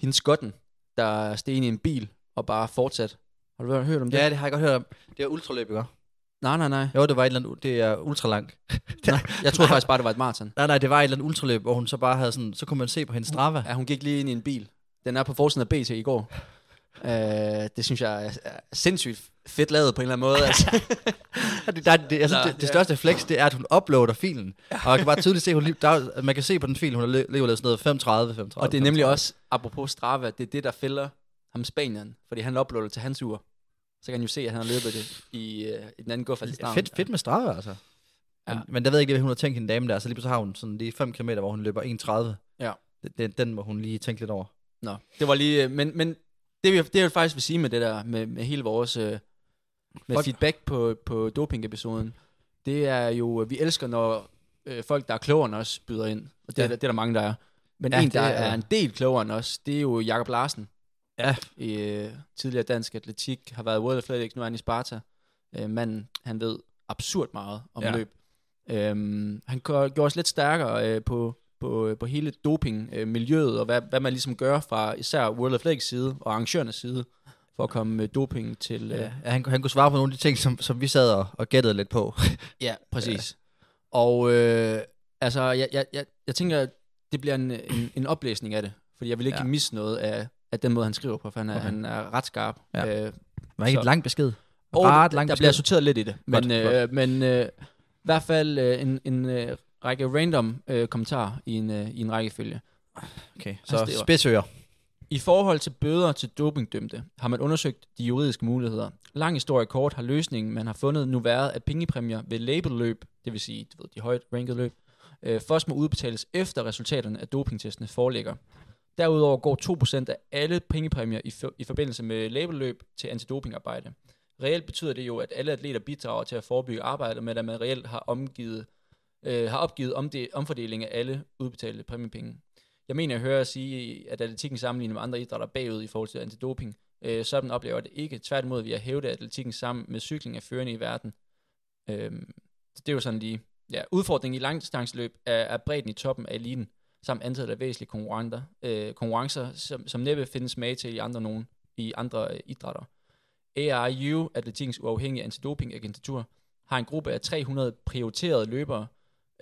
[SPEAKER 4] hende skotten, der steg ind i en bil og bare fortsat. Har du hørt- hørt om det?
[SPEAKER 5] Ja, det har jeg godt hørt om. Det er ultraløb, ikke?
[SPEAKER 4] Nej, nej, nej.
[SPEAKER 5] Jo, det var et eller andet, det er ultralangt. nej,
[SPEAKER 4] Jeg tror faktisk bare, det var et maraton.
[SPEAKER 5] nej, nej, det var et eller andet ultraløb, hvor hun så bare havde sådan, så kunne man se på hendes strava.
[SPEAKER 4] Ja, hun gik lige ind i en bil. Den er på forsiden af BT i går. Øh, det synes jeg er- er sindssygt fedt lavet på en eller anden måde. Altså.
[SPEAKER 5] *laughs* det, der, det, altså,
[SPEAKER 4] Nå,
[SPEAKER 5] det, det
[SPEAKER 4] ja.
[SPEAKER 5] største flex, det er, at hun uploader filen. Og jeg kan bare tydeligt se, hun, lige- der, er- man kan se på den fil, hun har le- levet sådan noget 35, 35.
[SPEAKER 4] Og det er nemlig også, apropos Strava, det er det, der fælder ham Spanien, fordi han uploader til hans ur. Så kan han jo se, at han har løbet det i, øh, i den anden guffald.
[SPEAKER 5] Fedt, fedt med straffe, altså. Ja. Men, men der ved jeg ikke, hvad hun har tænkt hende dame der, så lige pludselig har hun sådan lige 5 km, hvor hun løber 31.
[SPEAKER 4] Ja.
[SPEAKER 5] Det, det, den må hun lige tænke lidt over.
[SPEAKER 4] Nå, det var lige, øh, men, men det, vi, det jeg faktisk vil sige med det der, med, med hele vores øh, med
[SPEAKER 5] Folk-
[SPEAKER 4] feedback på, på doping-episoden, det er jo, øh, vi elsker, når øh, folk, der er klogere end os, byder ind. Og det, ja.
[SPEAKER 5] Ja.
[SPEAKER 4] det er der mange, der er. Men
[SPEAKER 5] Ja,
[SPEAKER 4] ja, en,
[SPEAKER 5] det
[SPEAKER 4] der
[SPEAKER 5] er-
[SPEAKER 4] er en del klogere end os, det er jo Jakob Larsen.
[SPEAKER 5] Ja.
[SPEAKER 4] Øh, tidligere dansk atletik, har været i World Athletics, nu er han i Sparta. Øh, manden, han ved absurd meget om
[SPEAKER 5] Ja.
[SPEAKER 4] ja. løb. Øhm, han gør- gjorde os lidt stærkere øh, på, på, på hele dopingmiljøet, og hvad, hvad man ligesom gør fra især World Athletics side og arrangørernes side, for at komme øh, doping til... Øh,
[SPEAKER 5] Ja. Han, han kunne svare på nogle af de ting, som, som vi sad og, og gættede lidt på.
[SPEAKER 4] Ja, præcis. Ja. Og øh, altså, jeg, jeg, jeg, jeg tænker, at det bliver en, en, en oplæsning af det, fordi jeg vil ikke
[SPEAKER 5] Ja.
[SPEAKER 4] ja. misse noget af, af den måde, han skriver på, for han er,
[SPEAKER 5] Okay.
[SPEAKER 4] okay. han er ret skarp.
[SPEAKER 5] Ja.
[SPEAKER 4] Øh,
[SPEAKER 5] Det var ikke
[SPEAKER 4] Så-
[SPEAKER 5] et langt besked.
[SPEAKER 4] og
[SPEAKER 5] Ret
[SPEAKER 4] der,
[SPEAKER 5] langt
[SPEAKER 4] der bliver
[SPEAKER 5] besked.
[SPEAKER 4] sorteret lidt i det,
[SPEAKER 5] Godt,
[SPEAKER 4] men, øh, men øh, i hvert fald øh, en, en øh, række random øh, kommentarer i en, øh, i en rækkefølge.
[SPEAKER 5] Okay,
[SPEAKER 4] Altså,
[SPEAKER 5] så
[SPEAKER 4] det
[SPEAKER 5] altså,
[SPEAKER 4] var-
[SPEAKER 5] spidsører.
[SPEAKER 4] I forhold til bøder til dopingdømte har man undersøgt de juridiske muligheder. Lang historie kort har løsningen, man har fundet nu været, at pengepræmier ved labelløb, det vil sige du ved, de højt rankede løb, øh, først må udbetales efter resultaterne af dopingtestene foreligger. Derudover går 2% af alle pengepræmier i, for, i forbindelse med labelløb til antidopingarbejde. Reelt betyder det jo, at alle atleter bidrager til at forebygge arbejdet med, at man reelt har, omgivet, øh, har opgivet omde, omfordeling af alle udbetalte præmiepenge. Jeg mener, jeg hører at sige, at atletikken sammenlignet med andre idrætter er bagud i forhold til antidoping. Øh, sådan oplever jeg det ikke. Tværtimod vil jeg hævde, at atletikken sammen med cykling er førende i verden. Øh, det er jo sådan lige... Ja, udfordringen i langdistanceløb er, er bredden i toppen af eliten, samt antallet af væsentlige konkurrenter, øh, konkurrencer, som, som næppe findes med til i andre, nogen, i andre øh, idrætter. ARU, atletikkens uafhængige antidopingagentur, har en gruppe af 300 prioriterede løbere,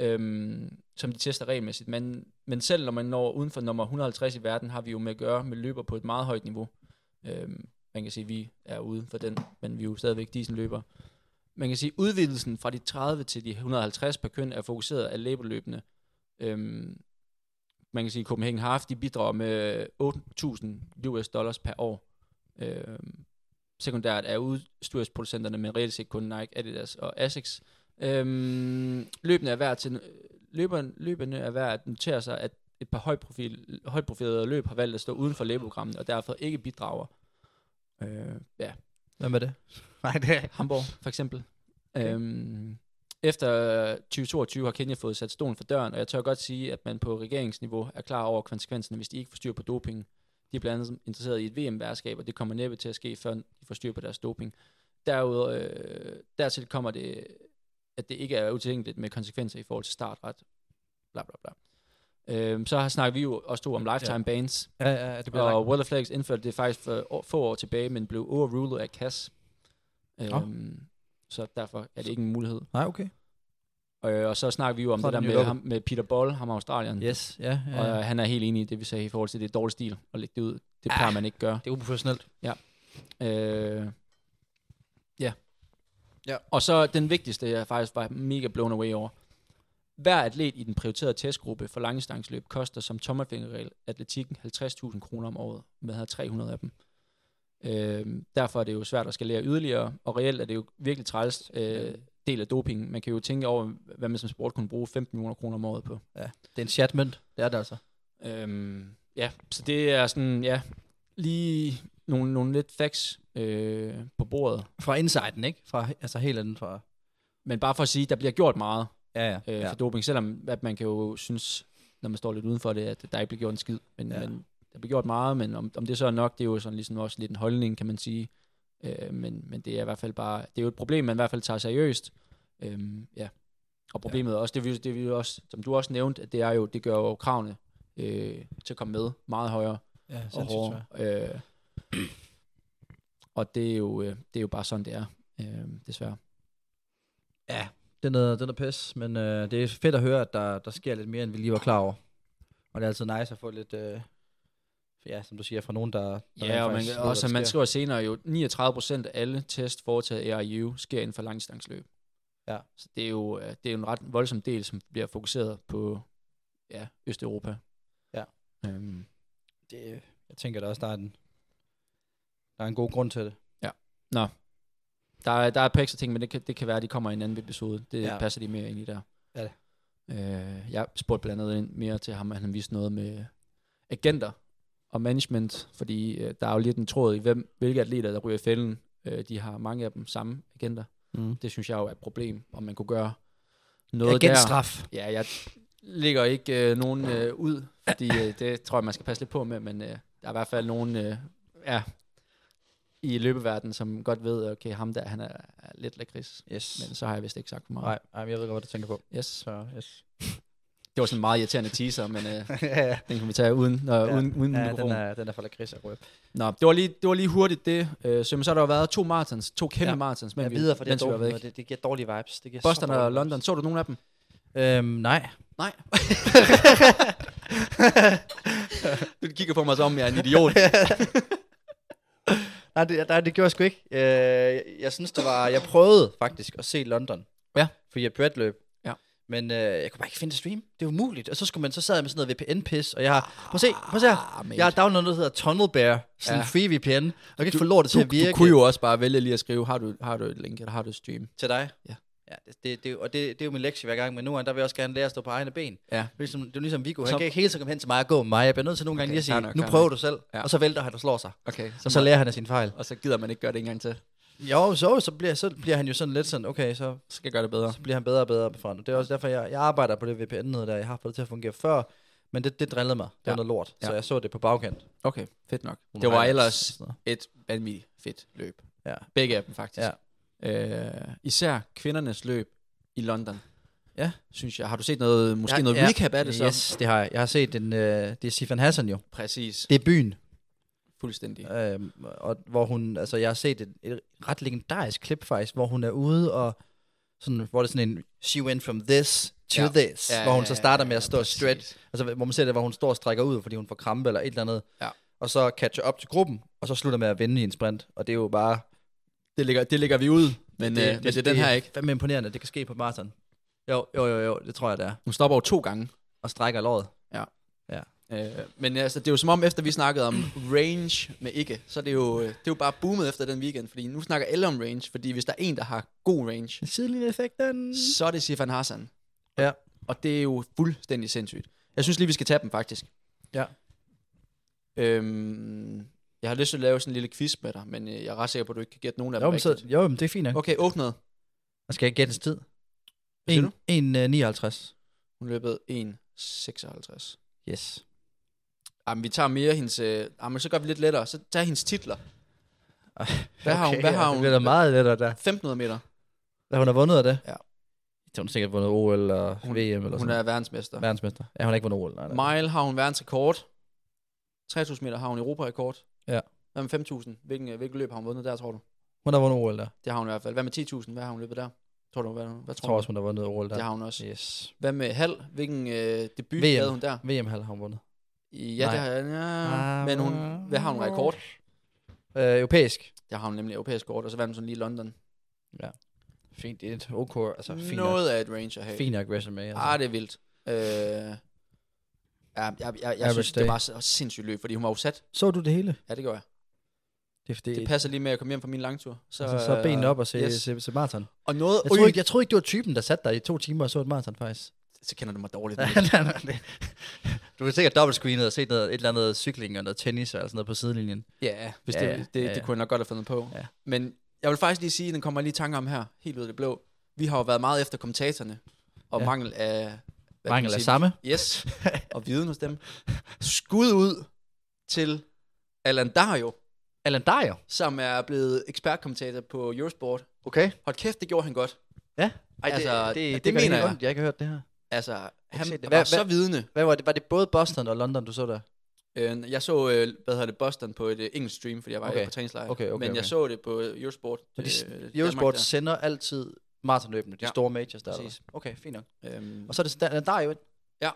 [SPEAKER 4] øhm, som de tester regelmæssigt. Men, men selv når man når uden for nummer 150 i verden, har vi jo med at gøre med løber på et meget højt niveau. Øhm, man kan sige, at vi er uden for den, men vi er jo stadigvæk dieselløbere. Man kan sige, at udvidelsen fra de 30 til de 150 per køn er fokuseret af labelløbende. Øhm, man kan sige, at Copenhagen Half de bidrager med 8.000 US dollars per år. Øhm, sekundært er udstyrsproducenterne, men reelt set kun Nike, Adidas og Asics. Øhm, løbende er værd til, løberne, løbende er værd at notere sig, at et par højprofil, højprofilerede løb har valgt at stå uden for læbeprogrammet, og derfor ikke bidrager. Øh, ja,
[SPEAKER 5] Hvem er det? Nej, det
[SPEAKER 4] *laughs*
[SPEAKER 5] er...
[SPEAKER 4] Hamburg for eksempel. Okay. Øhm, efter 2022 har Kenya fået sat stolen for døren, og jeg tør godt sige, at man på regeringsniveau er klar over konsekvenserne, hvis de ikke får styr på doping. De er blandt andet interesseret i et VM-værskab, og det kommer næppe til at ske, før de får styr på deres doping. Derudover, øh, dertil kommer det, at det ikke er utænkeligt med konsekvenser i forhold til startret. Bla, bla, bla. Øhm, så har snakket vi jo også to om lifetime ja. bans,
[SPEAKER 5] Ja, ja, det bliver
[SPEAKER 4] og World Athletics indførte det faktisk for år, få år tilbage, men blev overrulet af CAS. Øhm, så derfor er det ikke en mulighed.
[SPEAKER 5] Nej, okay.
[SPEAKER 4] Øh, og så snakker vi jo om
[SPEAKER 5] Så er
[SPEAKER 4] det der
[SPEAKER 5] den jo
[SPEAKER 4] med,
[SPEAKER 5] lukket.
[SPEAKER 4] ham, med Peter Boll, ham australien.
[SPEAKER 5] Yes, ja. ja.
[SPEAKER 4] Og øh, han er helt enig i det, vi sagde i forhold til, det er dårlig stil at lægge det ud. Det
[SPEAKER 5] Ah.
[SPEAKER 4] plejer man ikke gøre.
[SPEAKER 5] det er uprofessionelt.
[SPEAKER 4] Øh, ja.
[SPEAKER 5] Ja.
[SPEAKER 4] Og så den vigtigste, jeg faktisk var mega blown away over. Hver atlet i den prioriterede testgruppe for langdistansløb koster som tommelfingerregel atletikken 50.000 kroner om året. Man havde 300 af dem. Øh, derfor er det jo svært at skalere yderligere, og reelt er det jo virkelig træls øh, del af doping. Man kan jo tænke over, hvad man som sport kunne bruge 15 millioner kroner om året på.
[SPEAKER 5] Det er en chatmønt. Det er det altså.
[SPEAKER 4] Øhm, ja, så det er sådan, ja, lige nogle, nogle lidt facts øh, på bordet.
[SPEAKER 5] Fra insiden, ikke? Fra, altså helt anden fra...
[SPEAKER 4] Men bare for at sige, der bliver gjort meget
[SPEAKER 5] Ja, ja.
[SPEAKER 4] øh, ja. for doping, selvom at man kan jo synes, når man står lidt udenfor det, at der ikke bliver gjort en skid. Men,
[SPEAKER 5] Ja.
[SPEAKER 4] ja. men der bliver gjort meget, men om, om det så er nok, det er jo sådan ligesom også lidt en holdning, kan man sige. Øh, men, men det er i hvert fald bare, det er jo et problem, man i hvert fald tager seriøst. Øh, ja. Og problemet ja. er også, det, vi, det vi også, som du også nævnte, at det er jo, det gør jo kravene øh, til at komme med meget højere.
[SPEAKER 5] ja
[SPEAKER 4] og
[SPEAKER 5] sindssygt svært.
[SPEAKER 4] hårdere. Øh, og det er, jo, øh, det er jo bare sådan, det er, øh, desværre.
[SPEAKER 5] Ja, det er noget, det er noget pis, men øh, det er fedt at høre, at der, der sker lidt mere, end vi lige var klar over. Og det er altid nice at få lidt, øh, ja, som du siger, fra nogen, der... der rent
[SPEAKER 4] Ja, og man,
[SPEAKER 5] faktisk ved, hvad
[SPEAKER 4] og som
[SPEAKER 5] der
[SPEAKER 4] man
[SPEAKER 5] sker.
[SPEAKER 4] skriver senere jo, 39% af alle test foretaget af RIU sker inden for langdistansløb.
[SPEAKER 5] Ja.
[SPEAKER 4] Så det er jo øh, det er jo en ret voldsom del, som bliver fokuseret på ja, Østeuropa.
[SPEAKER 5] Ja.
[SPEAKER 4] Øhm,
[SPEAKER 5] Det, jeg tænker da også, der er, en, der er en god grund til det.
[SPEAKER 4] der, er, der er et par ekstra ting, men det kan, det kan være, at de kommer i en anden episode. Det
[SPEAKER 5] Ja.
[SPEAKER 4] ja. passer de mere ind i der.
[SPEAKER 5] Ja, det.
[SPEAKER 4] Øh, jeg spurgte blandt andet ind mere til ham, at han vidste noget med agenter og management, fordi øh, der er jo lidt en tråd i, hvem, hvilke atleter, der ryger i fælden. Øh, de har mange af dem samme agenter.
[SPEAKER 5] Mm.
[SPEAKER 4] Det synes jeg jo er et problem, om man kunne gøre noget der.
[SPEAKER 5] Agentstraf.
[SPEAKER 4] Ja, jeg ligger ikke øh, nogen øh, ud, fordi øh, det tror jeg, man skal passe lidt på med, men øh, der er i hvert fald nogen øh, ja, i løbeverdenen, som godt ved, okay, ham der, han er, er lidt lakrids.
[SPEAKER 5] Yes.
[SPEAKER 4] Men så har jeg vist ikke sagt for meget.
[SPEAKER 5] Nej, nej, men jeg ved godt, hvad du tænker på.
[SPEAKER 4] Yes.
[SPEAKER 5] Så, yes.
[SPEAKER 4] Det var sådan en meget irriterende teaser, men øh,
[SPEAKER 5] *laughs* ja, ja.
[SPEAKER 4] den kan vi tage uden, når, ja. uden, uden
[SPEAKER 5] ja,
[SPEAKER 4] mikrofon.
[SPEAKER 5] den er, den er for lakrids og røb.
[SPEAKER 4] Nå, det var, lige, det var lige hurtigt det. Øh, så, men så har der jo været to marathons, to kæmpe
[SPEAKER 5] Ja.
[SPEAKER 4] ja. marathons,
[SPEAKER 5] Men
[SPEAKER 4] men
[SPEAKER 5] jeg videre fra det,
[SPEAKER 4] mens vi var
[SPEAKER 5] dårlige,
[SPEAKER 4] væk.
[SPEAKER 5] noget. det, det giver dårlige vibes. Det giver så
[SPEAKER 4] Boston og
[SPEAKER 5] dårlige
[SPEAKER 4] London,
[SPEAKER 5] vibes.
[SPEAKER 4] så du nogen af dem?
[SPEAKER 5] Øhm, nej. *laughs*
[SPEAKER 4] Nej. *laughs* du kigger på mig som, jeg er en idiot.
[SPEAKER 5] Nej, det, nej, det gjorde jeg sgu ikke. Øh, jeg, jeg synes, det var... Jeg prøvede faktisk at se London.
[SPEAKER 4] Ja.
[SPEAKER 5] Fordi jeg bredt løb.
[SPEAKER 4] Ja.
[SPEAKER 5] Men øh, jeg kunne bare ikke finde det stream. Det er umuligt. Og så, skulle man, så sad jeg med sådan noget VPN-pis, og jeg har... Prøv at se, prøv at se her.
[SPEAKER 4] Ah, mate.
[SPEAKER 5] Jeg har downloadet noget, der hedder Tunnel Bear. Sådan en
[SPEAKER 4] Ja.
[SPEAKER 5] free VPN. Og jeg kan ikke få lortet til at virke
[SPEAKER 4] Du kunne jo også bare vælge lige at skrive, har du, har du et link, eller har du et stream?
[SPEAKER 5] til dig.
[SPEAKER 4] Ja.
[SPEAKER 5] Ja, det, det, det, og det, det er jo min lektie hver gang, men nu der vil jeg også gerne lære at stå på egne ben.
[SPEAKER 4] Ja.
[SPEAKER 5] Det er ligesom, det er ligesom Viggo, han
[SPEAKER 4] Så-
[SPEAKER 5] kan ikke hele tiden komme hen til mig og gå med mig. Jeg bliver nødt til nogle gange lige at sige,
[SPEAKER 4] fair nok,
[SPEAKER 5] nu
[SPEAKER 4] fair
[SPEAKER 5] prøver
[SPEAKER 4] nok."
[SPEAKER 5] du selv,
[SPEAKER 4] Ja.
[SPEAKER 5] og så vælter han og slår sig.
[SPEAKER 4] Okay, så,
[SPEAKER 5] Og så lærer han af sin fejl.
[SPEAKER 4] og så gider man ikke gøre det engang til.
[SPEAKER 5] Jo, så, så, bliver, så bliver han jo sådan lidt sådan, okay, så
[SPEAKER 4] Så skal jeg gøre det bedre.
[SPEAKER 5] så bliver han bedre og bedre på front. Og det er også derfor, jeg, jeg arbejder på det VPN noget der. Jeg har fået det til at fungere før, men det, det drillede mig. Det
[SPEAKER 4] Ja.
[SPEAKER 5] ja. var noget lort. Ja. Så
[SPEAKER 4] Ja.
[SPEAKER 5] jeg så det på bagkant.
[SPEAKER 4] Okay, fedt nok.
[SPEAKER 5] Nogle
[SPEAKER 4] Det var
[SPEAKER 5] highlights og
[SPEAKER 4] ellers
[SPEAKER 5] sådan noget.
[SPEAKER 4] et vanvittigt fedt løb.
[SPEAKER 5] Ja.
[SPEAKER 4] Begge af dem faktisk. Ja. Øh, især kvindernes løb i London.
[SPEAKER 5] Ja.
[SPEAKER 4] Synes jeg. Har du set noget, måske
[SPEAKER 5] Ja,
[SPEAKER 4] ja, noget
[SPEAKER 5] ja.
[SPEAKER 4] ja. recap af det så?
[SPEAKER 5] Yes, det har jeg. Jeg har set den, øh, det er Sifan Hassan jo.
[SPEAKER 4] Præcis.
[SPEAKER 5] Det er byen.
[SPEAKER 4] Fuldstændig.
[SPEAKER 5] Øhm, og hvor hun, altså jeg har set et, et ret legendarisk klip faktisk, hvor hun er ude og sådan, hvor det er sådan en, she went from this to ja.
[SPEAKER 4] Ja.
[SPEAKER 5] this, ja, hvor hun så starter med at stå og
[SPEAKER 4] præcis.
[SPEAKER 5] stretch, Altså, hvor man ser det, hvor hun står og strækker ud, fordi hun får krampe eller et eller andet.
[SPEAKER 4] Ja.
[SPEAKER 5] Og så catcher op til gruppen, og så slutter med at vinde i en sprint. Og det er jo bare...
[SPEAKER 4] Det ligger, det ligger vi ud, men det, øh, men det, det er den her ikke.
[SPEAKER 5] Det er fandme imponerende, det kan ske på et maraton. Jo, jo, jo, jo, det tror jeg, det er.
[SPEAKER 4] Hun stopper over to gange.
[SPEAKER 5] Og strækker låret.
[SPEAKER 4] Øh, men altså, det er jo som om, efter vi snakkede om range med ikke, så er det jo, øh, det er jo bare boomet efter den weekend, fordi nu snakker alle om range, fordi hvis der er en, der har god range,
[SPEAKER 5] Sidelinjeeffekten.
[SPEAKER 4] så er det Sifan Hassan.
[SPEAKER 5] Ja.
[SPEAKER 4] Og det er jo fuldstændig sindssygt. Jeg synes lige, vi skal tage dem faktisk.
[SPEAKER 5] Ja.
[SPEAKER 4] Øhm, jeg har lyst til at lave sådan en lille quiz med dig, men øh, jeg er ret sikker på, at du ikke kan gætte nogen af dem
[SPEAKER 5] Jo, men, så,
[SPEAKER 4] rigtigt.
[SPEAKER 5] jo, men det er fint nok.
[SPEAKER 4] Okay, 800.
[SPEAKER 5] Man skal ikke gætte hans tid.
[SPEAKER 4] siger du?
[SPEAKER 5] øh, 1,59.
[SPEAKER 4] Hun løbede 1,56.
[SPEAKER 5] Yes.
[SPEAKER 4] Jamen, vi tager mere hendes... Øh, jamen, så gør vi lidt lettere. Så tager hendes titler. Hvad har hun? Hvad
[SPEAKER 5] ja,
[SPEAKER 4] har
[SPEAKER 5] Det
[SPEAKER 4] hun?
[SPEAKER 5] bliver da meget lettere der.
[SPEAKER 4] 1500 meter.
[SPEAKER 5] Hvad hun har vundet af det?
[SPEAKER 4] Ja.
[SPEAKER 5] Det har hun sikkert vundet OL eller
[SPEAKER 4] Hun-
[SPEAKER 5] VM eller
[SPEAKER 4] Hun
[SPEAKER 5] sådan
[SPEAKER 4] er verdensmester.
[SPEAKER 5] Verdensmester. Ja, hun har ikke vundet OL. Nej, nej.
[SPEAKER 4] Mile har hun verdensrekord. 3000 meter har hun europarekord.
[SPEAKER 5] Ja.
[SPEAKER 4] øh, Hvad med 5000? Hvilken, hvilken løb har hun vundet der, tror du?
[SPEAKER 5] Hun har vundet OL der.
[SPEAKER 4] Det har hun i hvert fald. Hvad med 10.000? Hvad har hun løbet der? Tror du, hvad, hvad
[SPEAKER 5] Jeg tror også, hun har vundet OL der.
[SPEAKER 4] Det har hun også.
[SPEAKER 5] Yes.
[SPEAKER 4] Hvad med halv? Hvilken øh, debut
[SPEAKER 5] VM.
[SPEAKER 4] havde hun der?
[SPEAKER 5] VM har hun vundet.
[SPEAKER 4] Ja,
[SPEAKER 5] Nej.
[SPEAKER 4] det har jeg. Ja, Ah, men hun, hvad har hun rekord?
[SPEAKER 5] Øh, europæisk.
[SPEAKER 4] Der har hun nemlig europæisk kort, og så vandt hun sådan lige London.
[SPEAKER 5] Fint, det er et OK, altså fint nok.
[SPEAKER 4] Noget af et range at have.
[SPEAKER 5] Fint nok resume. Altså.
[SPEAKER 4] Ah, det er vildt. Øh, ja, jeg, jeg, jeg, jeg synes,
[SPEAKER 5] day.
[SPEAKER 4] det var så sindssygt løb, fordi hun var jo sat.
[SPEAKER 5] Så du det hele?
[SPEAKER 4] Ja, det gør jeg.
[SPEAKER 5] Det, er fordi,
[SPEAKER 4] Det passer lige med at komme hjem fra min langtur. Så, øh,
[SPEAKER 5] altså, så ben op og se, yes.
[SPEAKER 4] yes.
[SPEAKER 5] se, se maraton.
[SPEAKER 4] Og noget...
[SPEAKER 5] Jeg troede, ikke, jeg troede ikke, du var typen, der satte dig i to timer og så et maraton, *laughs* faktisk.
[SPEAKER 4] Så kender du mig dårligt.
[SPEAKER 5] du er sikkert dobbeltscreenet og set noget, et eller andet cykling og noget tennis og sådan noget på sidelinjen.
[SPEAKER 4] *laughs* Ja, hvis
[SPEAKER 5] Ja,
[SPEAKER 4] ja, det,
[SPEAKER 5] ja,
[SPEAKER 4] det,
[SPEAKER 5] ja,
[SPEAKER 4] det,
[SPEAKER 5] ja.
[SPEAKER 4] det kunne jeg nok godt have fundet på.
[SPEAKER 5] Ja.
[SPEAKER 4] Men jeg vil faktisk lige sige, den kommer jeg lige i tanke om her, helt ud af det blå. Vi har jo været meget efter kommentatorerne, og
[SPEAKER 5] Ja.
[SPEAKER 4] ja. mangel af... hvad kan man
[SPEAKER 5] Mangel af
[SPEAKER 4] sige?
[SPEAKER 5] samme.
[SPEAKER 4] Yes, og viden hos dem. Skud ud til Alan Dario,
[SPEAKER 5] Alan Dyer.
[SPEAKER 4] som er blevet ekspertkommentator på Eurosport.
[SPEAKER 5] Okay.
[SPEAKER 4] Hold kæft, det gjorde han godt.
[SPEAKER 5] Ja.
[SPEAKER 4] Ej, det, altså, det, det, det mener
[SPEAKER 5] gør helt
[SPEAKER 4] jeg.
[SPEAKER 5] ondt, Jeg har ikke hørt det her.
[SPEAKER 4] Altså, han
[SPEAKER 5] set det.
[SPEAKER 4] var
[SPEAKER 5] Hvad-
[SPEAKER 4] så
[SPEAKER 5] hvad-
[SPEAKER 4] vidende.
[SPEAKER 5] Hvad var det? Var det både Boston og London, du så der?
[SPEAKER 4] Øh, Jeg så, øh, hvad hedder det, Boston på et øh, engelsk stream, fordi jeg var
[SPEAKER 5] Okay.
[SPEAKER 4] på træningslejr.
[SPEAKER 5] Okay, okay,
[SPEAKER 4] Men
[SPEAKER 5] okay.
[SPEAKER 4] jeg så det på øh, Eurosport.
[SPEAKER 5] Men de,
[SPEAKER 4] øh, Danmark
[SPEAKER 5] Eurosport
[SPEAKER 4] der.
[SPEAKER 5] sender altid maratonløbende, de ja.
[SPEAKER 4] Ja,
[SPEAKER 5] store majors der.
[SPEAKER 4] præcis.
[SPEAKER 5] eller hvad? Okay, fint nok. *laughs*
[SPEAKER 4] Øhm,
[SPEAKER 5] Og så er det Sta- Alan Dyer. ikke?
[SPEAKER 4] Ja.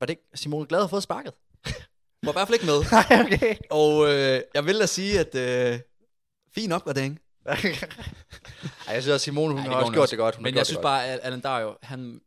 [SPEAKER 5] Var det ikke Simone Glad har fået sparket?
[SPEAKER 4] var i hvert fald ikke med.
[SPEAKER 5] *laughs* Nej, okay.
[SPEAKER 4] Og øh, jeg vil da sige, at øh, fint nok var det, ikke?
[SPEAKER 5] Ej, jeg synes også, Simone, hun
[SPEAKER 4] Ej,
[SPEAKER 5] Ej,
[SPEAKER 4] det
[SPEAKER 5] har
[SPEAKER 4] går
[SPEAKER 5] også
[SPEAKER 4] hun
[SPEAKER 5] gjort
[SPEAKER 4] også.
[SPEAKER 5] det godt. Hun har
[SPEAKER 4] Men
[SPEAKER 5] gjort
[SPEAKER 4] jeg
[SPEAKER 5] det
[SPEAKER 4] synes
[SPEAKER 5] godt.
[SPEAKER 4] bare, at Alan Dario, han,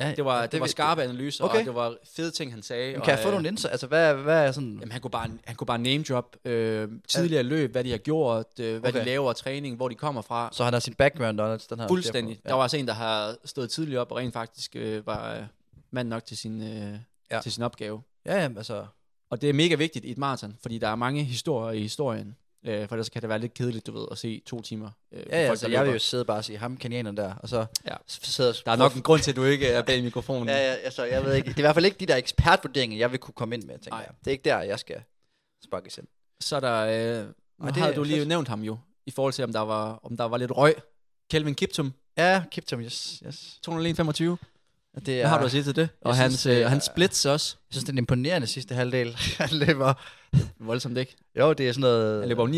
[SPEAKER 5] Ja,
[SPEAKER 4] det, var,
[SPEAKER 5] ja,
[SPEAKER 4] det,
[SPEAKER 5] det
[SPEAKER 4] var
[SPEAKER 5] vi-
[SPEAKER 4] skarpe analyser,
[SPEAKER 5] Okay.
[SPEAKER 4] og det var fede ting, han sagde.
[SPEAKER 5] Jamen,
[SPEAKER 4] og,
[SPEAKER 5] kan jeg få
[SPEAKER 4] øh,
[SPEAKER 5] nogle indsigt? Altså, hvad, hvad er sådan...
[SPEAKER 4] Jamen, han kunne bare, han kunne bare name drop øh, tidligere løb, hvad de har gjort, øh, hvad
[SPEAKER 5] Okay.
[SPEAKER 4] de laver af træning, hvor de kommer fra.
[SPEAKER 5] så han har sin background knowledge, den her.
[SPEAKER 4] Fuldstændig.
[SPEAKER 5] Ja.
[SPEAKER 4] Der var også en, der har stået tidligt op og rent faktisk øh, var øh, mand nok til sin, øh,
[SPEAKER 5] Ja.
[SPEAKER 4] ja. til sin opgave.
[SPEAKER 5] Ja, jamen, altså...
[SPEAKER 4] Og det er mega vigtigt i et maraton, fordi der er mange historier i historien. Øh, for ellers kan det være lidt kedeligt, du ved, at se to timer. Øh, på
[SPEAKER 5] Ja, ja,
[SPEAKER 4] folk,
[SPEAKER 5] altså,
[SPEAKER 4] der
[SPEAKER 5] jeg vil
[SPEAKER 4] løber.
[SPEAKER 5] jo sidde bare og sige, ham kanianeren der, og så
[SPEAKER 4] Ja.
[SPEAKER 5] sidder
[SPEAKER 4] Der er nok en grund til, at du ikke er bag mikrofonen.
[SPEAKER 5] Ja, ja, altså, jeg ved ikke. Det er i hvert fald ikke de der ekspertvurderinger, jeg vil kunne komme ind med, tænker
[SPEAKER 4] Nej.
[SPEAKER 5] jeg. Det er ikke der, jeg skal sparke ind.
[SPEAKER 4] Så er der... Øh, nu
[SPEAKER 5] det
[SPEAKER 4] det har
[SPEAKER 5] er
[SPEAKER 4] du lige
[SPEAKER 5] fedt.
[SPEAKER 4] nævnt ham jo, i forhold til, om der var, om der var lidt røg. Kelvin Kiptum,
[SPEAKER 5] Ja, keep to yes, yes.
[SPEAKER 4] 201.25. Ja.
[SPEAKER 5] Og Det er,
[SPEAKER 4] Hvad har du at sige til det? Og
[SPEAKER 5] Jeg
[SPEAKER 4] hans,
[SPEAKER 5] synes, det
[SPEAKER 4] øh, hans
[SPEAKER 5] er-
[SPEAKER 4] splits også.
[SPEAKER 5] Jeg synes, det er en imponerende sidste halvdel, *laughs* han løber.
[SPEAKER 4] Voldsomt ikke.
[SPEAKER 5] Jo, det er sådan noget...
[SPEAKER 4] Han løber om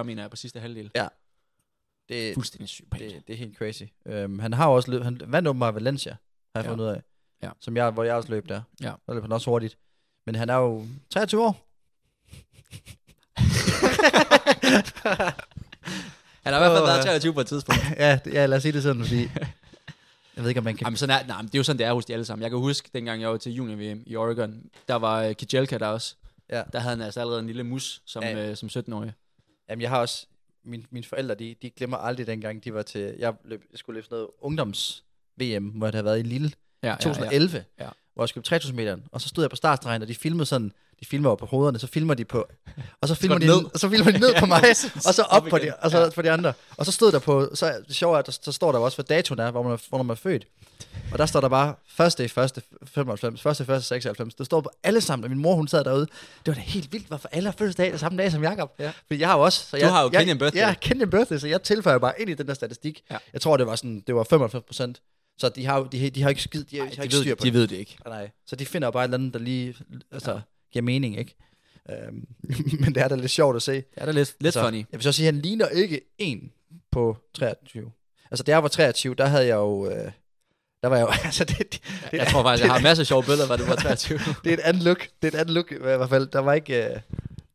[SPEAKER 4] 59-45, mener jeg, på sidste halvdel.
[SPEAKER 5] Det,
[SPEAKER 4] Fuldstændig psykopat.
[SPEAKER 5] det, det er helt crazy. Øhm, han har også løbet, han vandt åbenbart Valencia, har jeg
[SPEAKER 4] Ja.
[SPEAKER 5] fundet ud af.
[SPEAKER 4] Ja.
[SPEAKER 5] Som jeg, hvor jeg også løb der.
[SPEAKER 4] Ja.
[SPEAKER 5] Der løb han også hurtigt. Men han er jo 23 år. *laughs*
[SPEAKER 4] Han har i hvert fald
[SPEAKER 5] Åh,
[SPEAKER 4] været
[SPEAKER 5] ja.
[SPEAKER 4] 23 på et tidspunkt.
[SPEAKER 5] ja, det- ja, lad os sige det sådan, fordi... Jeg ved ikke, om man kan...
[SPEAKER 4] *laughs* Jamen, sådan er, nej, men det er jo sådan, det er hos de alle sammen. Jeg kan huske, dengang jeg var til junior-VM i Oregon, der var øh, Kijelka der også.
[SPEAKER 5] Ja.
[SPEAKER 4] Der havde han altså allerede en lille mus som,
[SPEAKER 5] Ja.
[SPEAKER 4] øh, som 17-årig.
[SPEAKER 5] Jamen, jeg har også... Min, mine forældre, de, de glemmer aldrig dengang, de var til... Jeg, løb, jeg skulle løbe sådan noget ungdoms-VM, hvor det havde været i Lille.
[SPEAKER 4] Ja,
[SPEAKER 5] 2011, ja,
[SPEAKER 4] Ja.
[SPEAKER 5] ja. hvor jeg skulle på 3000 meter, og så stod jeg på startstregen, og de filmede sådan, de filmer jo på hovederne, så filmer de på, og så filmer, de,
[SPEAKER 4] ned.
[SPEAKER 5] ned. Og så filmer de ned
[SPEAKER 4] *laughs*
[SPEAKER 5] på mig, og så op
[SPEAKER 4] Op
[SPEAKER 5] på
[SPEAKER 4] igen.
[SPEAKER 5] de, og så ja. på de andre. Og så stod der på, så er det sjovt, at der, så står der jo også, hvad datoen er, hvor man, er- hvornår man er født. Og der står der bare, første i første 95, første i første 96. Det står på alle sammen, og min mor, hun sad derude. Det var da helt vildt, hvorfor alle har fødselsdag den samme dag som Jakob. Ja. Fordi jeg har jo også... Så jeg,
[SPEAKER 4] har jo
[SPEAKER 5] jeg,
[SPEAKER 4] Kenyan birthday.
[SPEAKER 5] Ja, Kenyan birthday, så jeg tilføjer bare ind i den der statistik. Ja.
[SPEAKER 4] Ja.
[SPEAKER 5] Jeg tror, det var sådan, det var 95 procent. Så de har, jo- de, de har ikke skid, de, har- de har
[SPEAKER 4] de,
[SPEAKER 5] ikke styr
[SPEAKER 4] ved,
[SPEAKER 5] på
[SPEAKER 4] de ved det ikke.
[SPEAKER 5] Nej, Nej, så de finder jo bare et eller andet, der lige altså, ja. giver mening, ikke? Øhm, *laughs* men det er da lidt sjovt at se. Lidt
[SPEAKER 4] Ja, det er lidt, lidt
[SPEAKER 5] altså,
[SPEAKER 4] funny.
[SPEAKER 5] Jeg vil så sige, at han ligner ikke en på 23. Altså, da jeg var 23, der havde jeg jo... Øh, der var jeg jo... *laughs* Altså, det, det, *laughs* det,
[SPEAKER 4] Jeg tror faktisk, jeg har masser af sjove billeder, hvor du var 23. *laughs*
[SPEAKER 5] det er et andet look. Det er et andet look, i hvert fald. Der var ikke... Øh,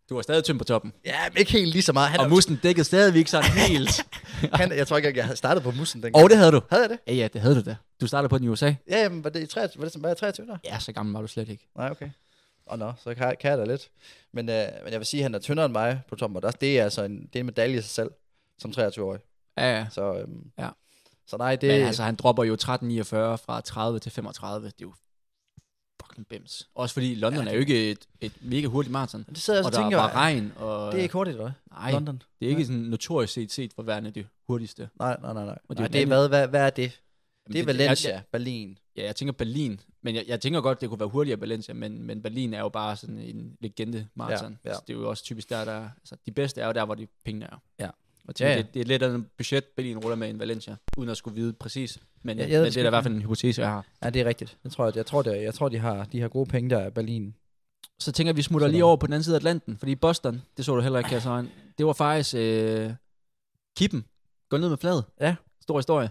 [SPEAKER 4] Du var stadig tynd på toppen.
[SPEAKER 5] ja, men ikke helt lige så meget. Han,
[SPEAKER 4] Og
[SPEAKER 5] er-
[SPEAKER 4] musen dækkede stadigvæk sådan *laughs* helt.
[SPEAKER 5] han, jeg tror ikke, at jeg havde startet på mussen dengang.
[SPEAKER 4] Og det havde du.
[SPEAKER 5] Havde jeg det?
[SPEAKER 4] Ja, ja, det havde du da. Du startede på den i USA.
[SPEAKER 5] Ja, jamen, var det i 23? Var, det, var jeg 23 der?
[SPEAKER 4] Ja, så gammel var du slet ikke.
[SPEAKER 5] Nej, okay. Åh oh, nå, no, så kan, jeg- kan jeg da lidt. Men, øh, men jeg vil sige, at han er tyndere end mig på toppen, og der, det er altså en, det er en medalje i sig selv, som 23-årig.
[SPEAKER 4] Ja, ja.
[SPEAKER 5] Så, øhm,
[SPEAKER 4] Ja.
[SPEAKER 5] så nej, det...
[SPEAKER 4] Men altså, han dropper jo 13,49 fra 30 til 35. Det er jo fucking bims. Også fordi London
[SPEAKER 5] Ja,
[SPEAKER 4] er jo ikke et, et mega hurtigt maraton.
[SPEAKER 5] det sidder jeg
[SPEAKER 4] Og
[SPEAKER 5] altså
[SPEAKER 4] der
[SPEAKER 5] og tænker,
[SPEAKER 4] var
[SPEAKER 5] var
[SPEAKER 4] regn, og
[SPEAKER 5] det er ikke hurtigt, eller hvad?
[SPEAKER 4] nej,
[SPEAKER 5] London.
[SPEAKER 4] det er ikke sådan notorisk set, set for værende det hurtigste.
[SPEAKER 5] Nej, nej, nej. nej.
[SPEAKER 4] Og det er
[SPEAKER 5] nej
[SPEAKER 4] jo
[SPEAKER 5] det er
[SPEAKER 4] den
[SPEAKER 5] hvad, hvad, hvad er det? Det er
[SPEAKER 4] Jamen,
[SPEAKER 5] Valencia,
[SPEAKER 4] Jeg,
[SPEAKER 5] Berlin.
[SPEAKER 4] ja, jeg tænker Berlin, men jeg, jeg tænker godt, det kunne være hurtigere Valencia, men, men Berlin er jo bare sådan en legende maraton.
[SPEAKER 5] Ja, ja.
[SPEAKER 4] Så det er jo også typisk der, der altså, de bedste er jo der, hvor de pengene er.
[SPEAKER 5] Ja.
[SPEAKER 4] Og tænker,
[SPEAKER 5] Ja, ja.
[SPEAKER 4] Det, det, er lidt af en budget, Berlin ruller med en Valencia, uden at skulle vide præcis. Men,
[SPEAKER 5] Ja,
[SPEAKER 4] ja,
[SPEAKER 5] jeg
[SPEAKER 4] men
[SPEAKER 5] ved det
[SPEAKER 4] det er da i hvert fald en hypotese, jeg har.
[SPEAKER 5] Ja, det er rigtigt. Jeg tror, at, jeg tror, det, jeg tror de, har, de har gode penge der i Berlin.
[SPEAKER 4] Så tænker jeg, vi smutter
[SPEAKER 5] Sådan.
[SPEAKER 4] lige over på den anden side af Atlanten, fordi Boston, det så du heller ikke, Kasser. Det var faktisk øh, Kippen. Gå ned med fladet.
[SPEAKER 5] Ja.
[SPEAKER 4] Stor historie.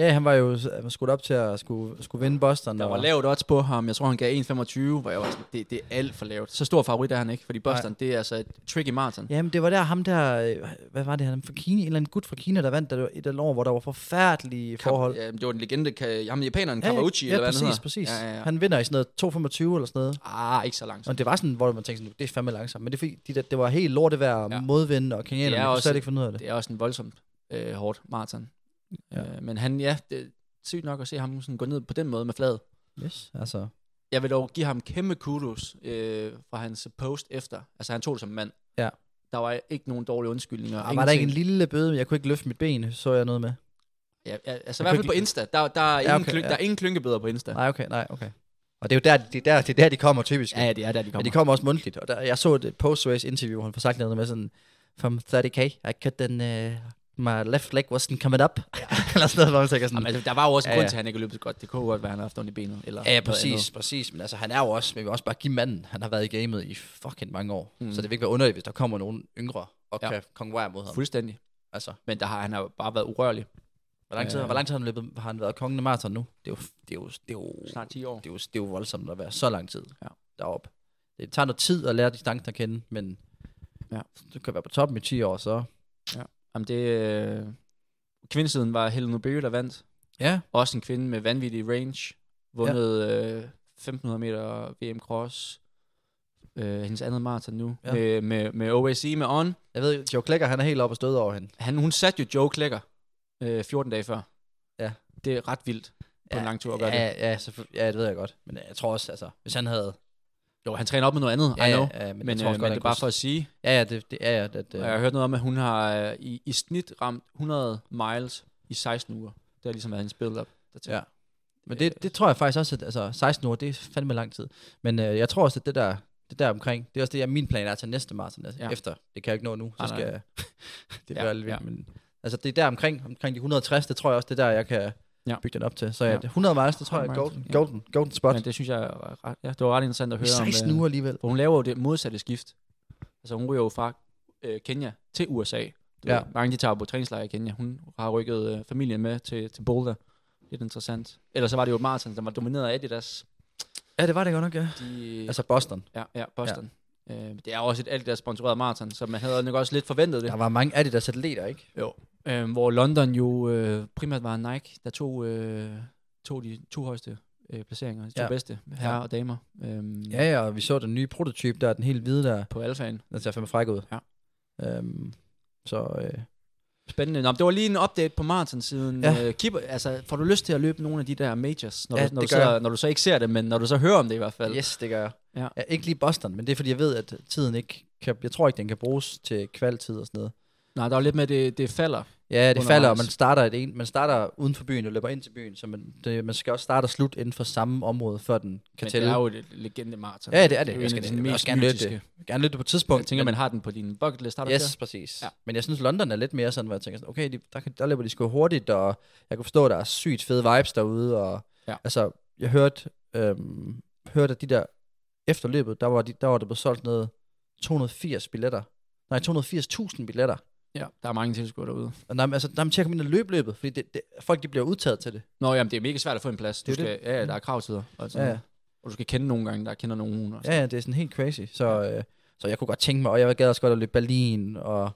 [SPEAKER 5] Ja, han var jo s- han var skudt op til at skulle, skulle vinde Boston.
[SPEAKER 4] Der
[SPEAKER 5] og-
[SPEAKER 4] var lavt odds på ham. Jeg tror, han gav 1,25, hvor jeg var sådan, det, det er alt for lavt. Så stor favorit er han ikke, fordi Boston, det er altså et tricky marathon.
[SPEAKER 5] Jamen, det var der ham der, øh, hvad var det, han fra Kina, en eller anden gut fra Kina, der vandt der, et eller andet år, hvor der var forfærdelige
[SPEAKER 4] Kam-
[SPEAKER 5] forhold.
[SPEAKER 4] Ja, det var den legende, ka- ham japaneren,
[SPEAKER 5] ja,
[SPEAKER 4] Kawauchi,
[SPEAKER 5] ja,
[SPEAKER 4] eller hvad
[SPEAKER 5] præcis,
[SPEAKER 4] han hedder.
[SPEAKER 5] præcis.
[SPEAKER 4] Ja, ja, ja.
[SPEAKER 5] Han vinder i sådan noget 2,25 eller sådan noget.
[SPEAKER 4] Ah, ikke så langt.
[SPEAKER 5] Og det var sådan, hvor man tænkte, sådan, det er fandme langsomt. Men det, er fordi, de der, det var helt lortet vejr,
[SPEAKER 4] Ja.
[SPEAKER 5] ja. modvind og
[SPEAKER 4] Det er
[SPEAKER 5] kenianerne kunne
[SPEAKER 4] også-
[SPEAKER 5] slet ikke finde ud af det.
[SPEAKER 4] Det er også en voldsomt øh, hårdt maraton. Ja.
[SPEAKER 5] Ja.
[SPEAKER 4] Øh, men han, ja, det er sygt nok at se ham sådan gå ned på den måde med fladet.
[SPEAKER 5] Yes, altså.
[SPEAKER 4] Jeg vil dog give ham kæmpe kudos øh, fra hans post efter. Altså, han tog det som mand.
[SPEAKER 5] Ja.
[SPEAKER 4] Der var ikke nogen dårlige undskyldninger.
[SPEAKER 5] Og var der ikke en
[SPEAKER 4] ingenting.
[SPEAKER 5] lille bøde, men jeg kunne ikke løfte mit ben, så jeg noget med.
[SPEAKER 4] Ja, ja, altså, i
[SPEAKER 5] kunne
[SPEAKER 4] hvert fald
[SPEAKER 5] ikke-
[SPEAKER 4] på Insta. Der, der, er,
[SPEAKER 5] Ja,
[SPEAKER 4] ingen
[SPEAKER 5] okay,
[SPEAKER 4] klyn,
[SPEAKER 5] ja.
[SPEAKER 4] der er ingen klynkebøder på Insta.
[SPEAKER 5] Nej, okay, nej, okay. Og det er jo der, det er der, det er der de kommer typisk.
[SPEAKER 4] Ja, ja, det er der, de kommer.
[SPEAKER 5] Men de kommer også mundtligt. Og der, jeg så et post-race interview, hvor han får sagt noget med sådan, from 30k, I cut den, uh, my left leg wasn't coming up. *laughs* eller sådan noget, hvor man tænker sådan,
[SPEAKER 4] Jamen, altså, der var jo også en
[SPEAKER 5] Ja,
[SPEAKER 4] grund
[SPEAKER 5] ja.
[SPEAKER 4] til, at han ikke løb så godt. Det kunne jo godt være, at han har haft ondt i benet. Eller
[SPEAKER 5] Ja,
[SPEAKER 4] noget
[SPEAKER 5] præcis,
[SPEAKER 4] andet.
[SPEAKER 5] præcis. Men altså, han er jo også, men vi vil også bare give manden, han har været i gamet i fucking mange år. Mm. Så det vil ikke være underligt, hvis der kommer nogen yngre og
[SPEAKER 4] Ja.
[SPEAKER 5] ja. kan konkurrere mod ham.
[SPEAKER 4] Fuldstændig.
[SPEAKER 5] Altså,
[SPEAKER 4] Men der har, han har jo bare været urørlig.
[SPEAKER 5] hvor lang tid,
[SPEAKER 4] Ja.
[SPEAKER 5] hvor lang tid har han, løbet, har han været kongen af maraton nu? Det er jo, det er jo, det er jo,
[SPEAKER 4] Snart 10 år.
[SPEAKER 5] det er jo, det er jo voldsomt at være så lang tid
[SPEAKER 4] Ja.
[SPEAKER 5] deroppe. Det tager noget tid at lære distancen at kende, men
[SPEAKER 4] Ja.
[SPEAKER 5] du kan være på toppen i 10 år, så...
[SPEAKER 4] Jamen, det... Øh... Kvindesiden var Helen Obey, der vandt.
[SPEAKER 5] Ja,
[SPEAKER 4] Også en kvinde med vanvittig range. Vundet øh, 1500 meter VM Cross. Øh, hendes andet maraton nu. Ja.
[SPEAKER 5] Ja.
[SPEAKER 4] Med, med, med OSI med On.
[SPEAKER 5] jeg ved, Joe Klækker, han er helt oppe og støde over hende.
[SPEAKER 4] Han, hun satte jo Joe Klækker øh, 14 dage før.
[SPEAKER 5] Ja.
[SPEAKER 4] Det er ret vildt på ja. en lang tur at gøre
[SPEAKER 5] ja,
[SPEAKER 4] det.
[SPEAKER 5] Ja, selvfølgelig. ja, det ved jeg godt. Men jeg tror også, altså, hvis han havde...
[SPEAKER 4] Jo, han træner op med noget andet,
[SPEAKER 5] Ja,
[SPEAKER 4] I know.
[SPEAKER 5] ja, ja, men,
[SPEAKER 4] Men,
[SPEAKER 5] jeg tror
[SPEAKER 4] øh,
[SPEAKER 5] også
[SPEAKER 4] men
[SPEAKER 5] godt,
[SPEAKER 4] det
[SPEAKER 5] han
[SPEAKER 4] er bare
[SPEAKER 5] kunne-
[SPEAKER 4] for at sige,
[SPEAKER 5] Ja, ja, det, det er ja, det, det,
[SPEAKER 4] Og jeg har hørt noget om, at hun har øh, i, i snit ramt 100 miles i 16 uger. Det har ligesom været hendes build-up. dertil.
[SPEAKER 5] Ja. Men det, det tror jeg faktisk også, at altså, 16 uger, det er fandme lang tid. Men øh, jeg tror også, at det der, det der omkring, det er også det, jeg, min plan er til næste maraton altså,
[SPEAKER 4] Ja.
[SPEAKER 5] ja. efter. Det kan jeg ikke nå nu, så
[SPEAKER 4] Nej, nej.
[SPEAKER 5] skal jeg, *laughs* det
[SPEAKER 4] Ja,
[SPEAKER 5] bliver lidt
[SPEAKER 4] ja.
[SPEAKER 5] vildt. Men, altså det er der omkring, omkring de 160, det tror jeg også, det er der, jeg kan
[SPEAKER 4] Ja.
[SPEAKER 5] ja. bygge den op til. Så
[SPEAKER 4] Ja.
[SPEAKER 5] ja. 100 miles, det tror jeg er
[SPEAKER 4] 100 miles,
[SPEAKER 5] golden,
[SPEAKER 4] ja.
[SPEAKER 5] golden, golden spot.
[SPEAKER 4] Men det synes jeg var ret, ja, det var ret interessant at
[SPEAKER 5] I
[SPEAKER 4] høre om.
[SPEAKER 5] 16
[SPEAKER 4] øh,
[SPEAKER 5] uger alligevel.
[SPEAKER 4] For hun laver jo det modsatte skift. Altså hun ryger jo fra øh, Kenya til USA. Du
[SPEAKER 5] Ja.
[SPEAKER 4] ved, mange de tager på træningslejr i Kenya. Hun har rykket øh, familien med til, til Boulder. Lidt interessant. Ellers så var det jo Martin, der var domineret af Adidas.
[SPEAKER 5] Ja, det var det godt nok, ja.
[SPEAKER 4] De,
[SPEAKER 5] Altså Boston.
[SPEAKER 4] ja, ja, Boston. Øh, det er jo også et Adidas sponsoreret maraton, så man havde nok også lidt forventet det.
[SPEAKER 5] Der var mange Adidas atleter, ikke?
[SPEAKER 4] Jo. Øhm, hvor London jo øh, primært var Nike, der tog, øh, tog de to højeste øh, placeringer, de to ja.
[SPEAKER 5] Ja.
[SPEAKER 4] bedste, herrer ja. og damer, øhm, ja.
[SPEAKER 5] Ja, ja, og vi så den nye prototype der, den helt hvide der,
[SPEAKER 4] på alfaen.
[SPEAKER 5] den ser fandme fræk ud.
[SPEAKER 4] Ja.
[SPEAKER 5] Øhm, så øh,
[SPEAKER 4] Spændende. Nå, men det var lige en update på maraton-siden. Ja.
[SPEAKER 5] Ja.
[SPEAKER 4] Øh, keeper, altså, får du lyst til at løbe nogle af de der majors, når,
[SPEAKER 5] Ja,
[SPEAKER 4] du, når, du
[SPEAKER 5] det gør
[SPEAKER 4] så,
[SPEAKER 5] jeg.
[SPEAKER 4] når du så ikke ser det, men når du så hører om det i hvert fald?
[SPEAKER 5] Yes, det gør jeg.
[SPEAKER 4] Ja.
[SPEAKER 5] Ja. Ja, ikke lige Boston, men det er fordi, jeg ved, at tiden ikke kan... Jeg tror ikke, den kan bruges til kvaltid og sådan noget.
[SPEAKER 4] Nej, der er jo lidt med, at det, det falder.
[SPEAKER 5] Ja, det falder, og
[SPEAKER 4] Undervejs.
[SPEAKER 5] man starter, et en, man starter uden for byen og løber ind til byen, så man, det, man skal også starte og slutte inden for samme område, før den kan
[SPEAKER 4] Men det
[SPEAKER 5] tælle.
[SPEAKER 4] er jo et legende maraton.
[SPEAKER 5] Ja, det er det.
[SPEAKER 4] jo
[SPEAKER 5] Jeg
[SPEAKER 4] en
[SPEAKER 5] skal-
[SPEAKER 4] af de
[SPEAKER 5] jeg vil
[SPEAKER 4] mest
[SPEAKER 5] også gerne løbe det.
[SPEAKER 4] mytiske.
[SPEAKER 5] gerne lidt på et
[SPEAKER 4] Jeg
[SPEAKER 5] tidspunkt.
[SPEAKER 4] tænker,
[SPEAKER 5] men-
[SPEAKER 4] man har den på din bucket list. Har du
[SPEAKER 5] Yes,
[SPEAKER 4] ikke
[SPEAKER 5] præcis.
[SPEAKER 4] Ja.
[SPEAKER 5] Ja. Men jeg synes, London er lidt mere sådan, hvor jeg tænker sådan, okay, de, der, kan- der løber de sgu hurtigt, og jeg kunne forstå, at der er sygt fede vibes derude, og
[SPEAKER 4] Ja.
[SPEAKER 5] altså, jeg hørte, øhm, hørte, at de der efter løbet, der var, de, der var der blevet solgt noget 280 billetter. Nej, 280.000 billetter.
[SPEAKER 4] det? Ja, der er mange tilskuere derude.
[SPEAKER 5] Og nej, men altså, nej, men til at komme ind og løbe løbet, fordi det, det, folk de bliver udtaget til det.
[SPEAKER 4] Nå, jamen, det er mega svært at få en plads. Du
[SPEAKER 5] Det er
[SPEAKER 4] skal,
[SPEAKER 5] jo
[SPEAKER 4] ja, ja, der er kravtider. Og sådan
[SPEAKER 5] Ja,
[SPEAKER 4] noget.
[SPEAKER 5] ja.
[SPEAKER 4] Og du skal kende nogen gange, der kender nogen. Og sådan.
[SPEAKER 5] ja, ja, det er sådan helt crazy. Så, øh, så jeg kunne godt tænke mig, og jeg gad også godt at løbe Berlin, og,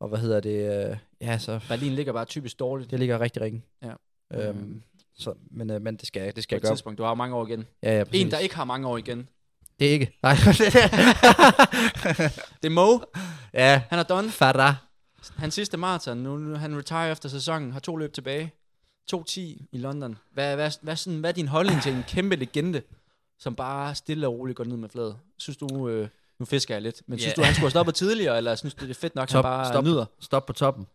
[SPEAKER 5] og hvad hedder det, øh, ja, så
[SPEAKER 4] Berlin ligger bare typisk dårligt.
[SPEAKER 5] det ligger rigtig ringen.
[SPEAKER 4] Ja.
[SPEAKER 5] Øhm,
[SPEAKER 4] Øhm,
[SPEAKER 5] Så, men, øh, men det skal jeg, det
[SPEAKER 4] på
[SPEAKER 5] skal
[SPEAKER 4] et
[SPEAKER 5] jeg gøre.
[SPEAKER 4] tidspunkt. Du har jo mange år igen.
[SPEAKER 5] Ja, ja, præcis.
[SPEAKER 4] En, der ikke har mange år igen.
[SPEAKER 5] Det er ikke. Nej. *laughs*
[SPEAKER 4] Det er Mo.
[SPEAKER 5] ja.
[SPEAKER 4] Han er done.
[SPEAKER 5] Farah.
[SPEAKER 4] Hans sidste maraton. Nu, nu han retire efter sæsonen. Har to løb tilbage. 2.10 i London. Hvad, hvad, hvad, sådan, hvad er din holdning til en kæmpe legende, som bare stille og roligt går ned med fladet? Synes du... Øh, nu fisker jeg lidt. Men synes
[SPEAKER 5] Ja.
[SPEAKER 4] du, han skulle have stoppet tidligere, eller synes du, det er fedt nok, at han
[SPEAKER 5] Top,
[SPEAKER 4] bare
[SPEAKER 5] stop.
[SPEAKER 4] nyder?
[SPEAKER 5] Stop på toppen.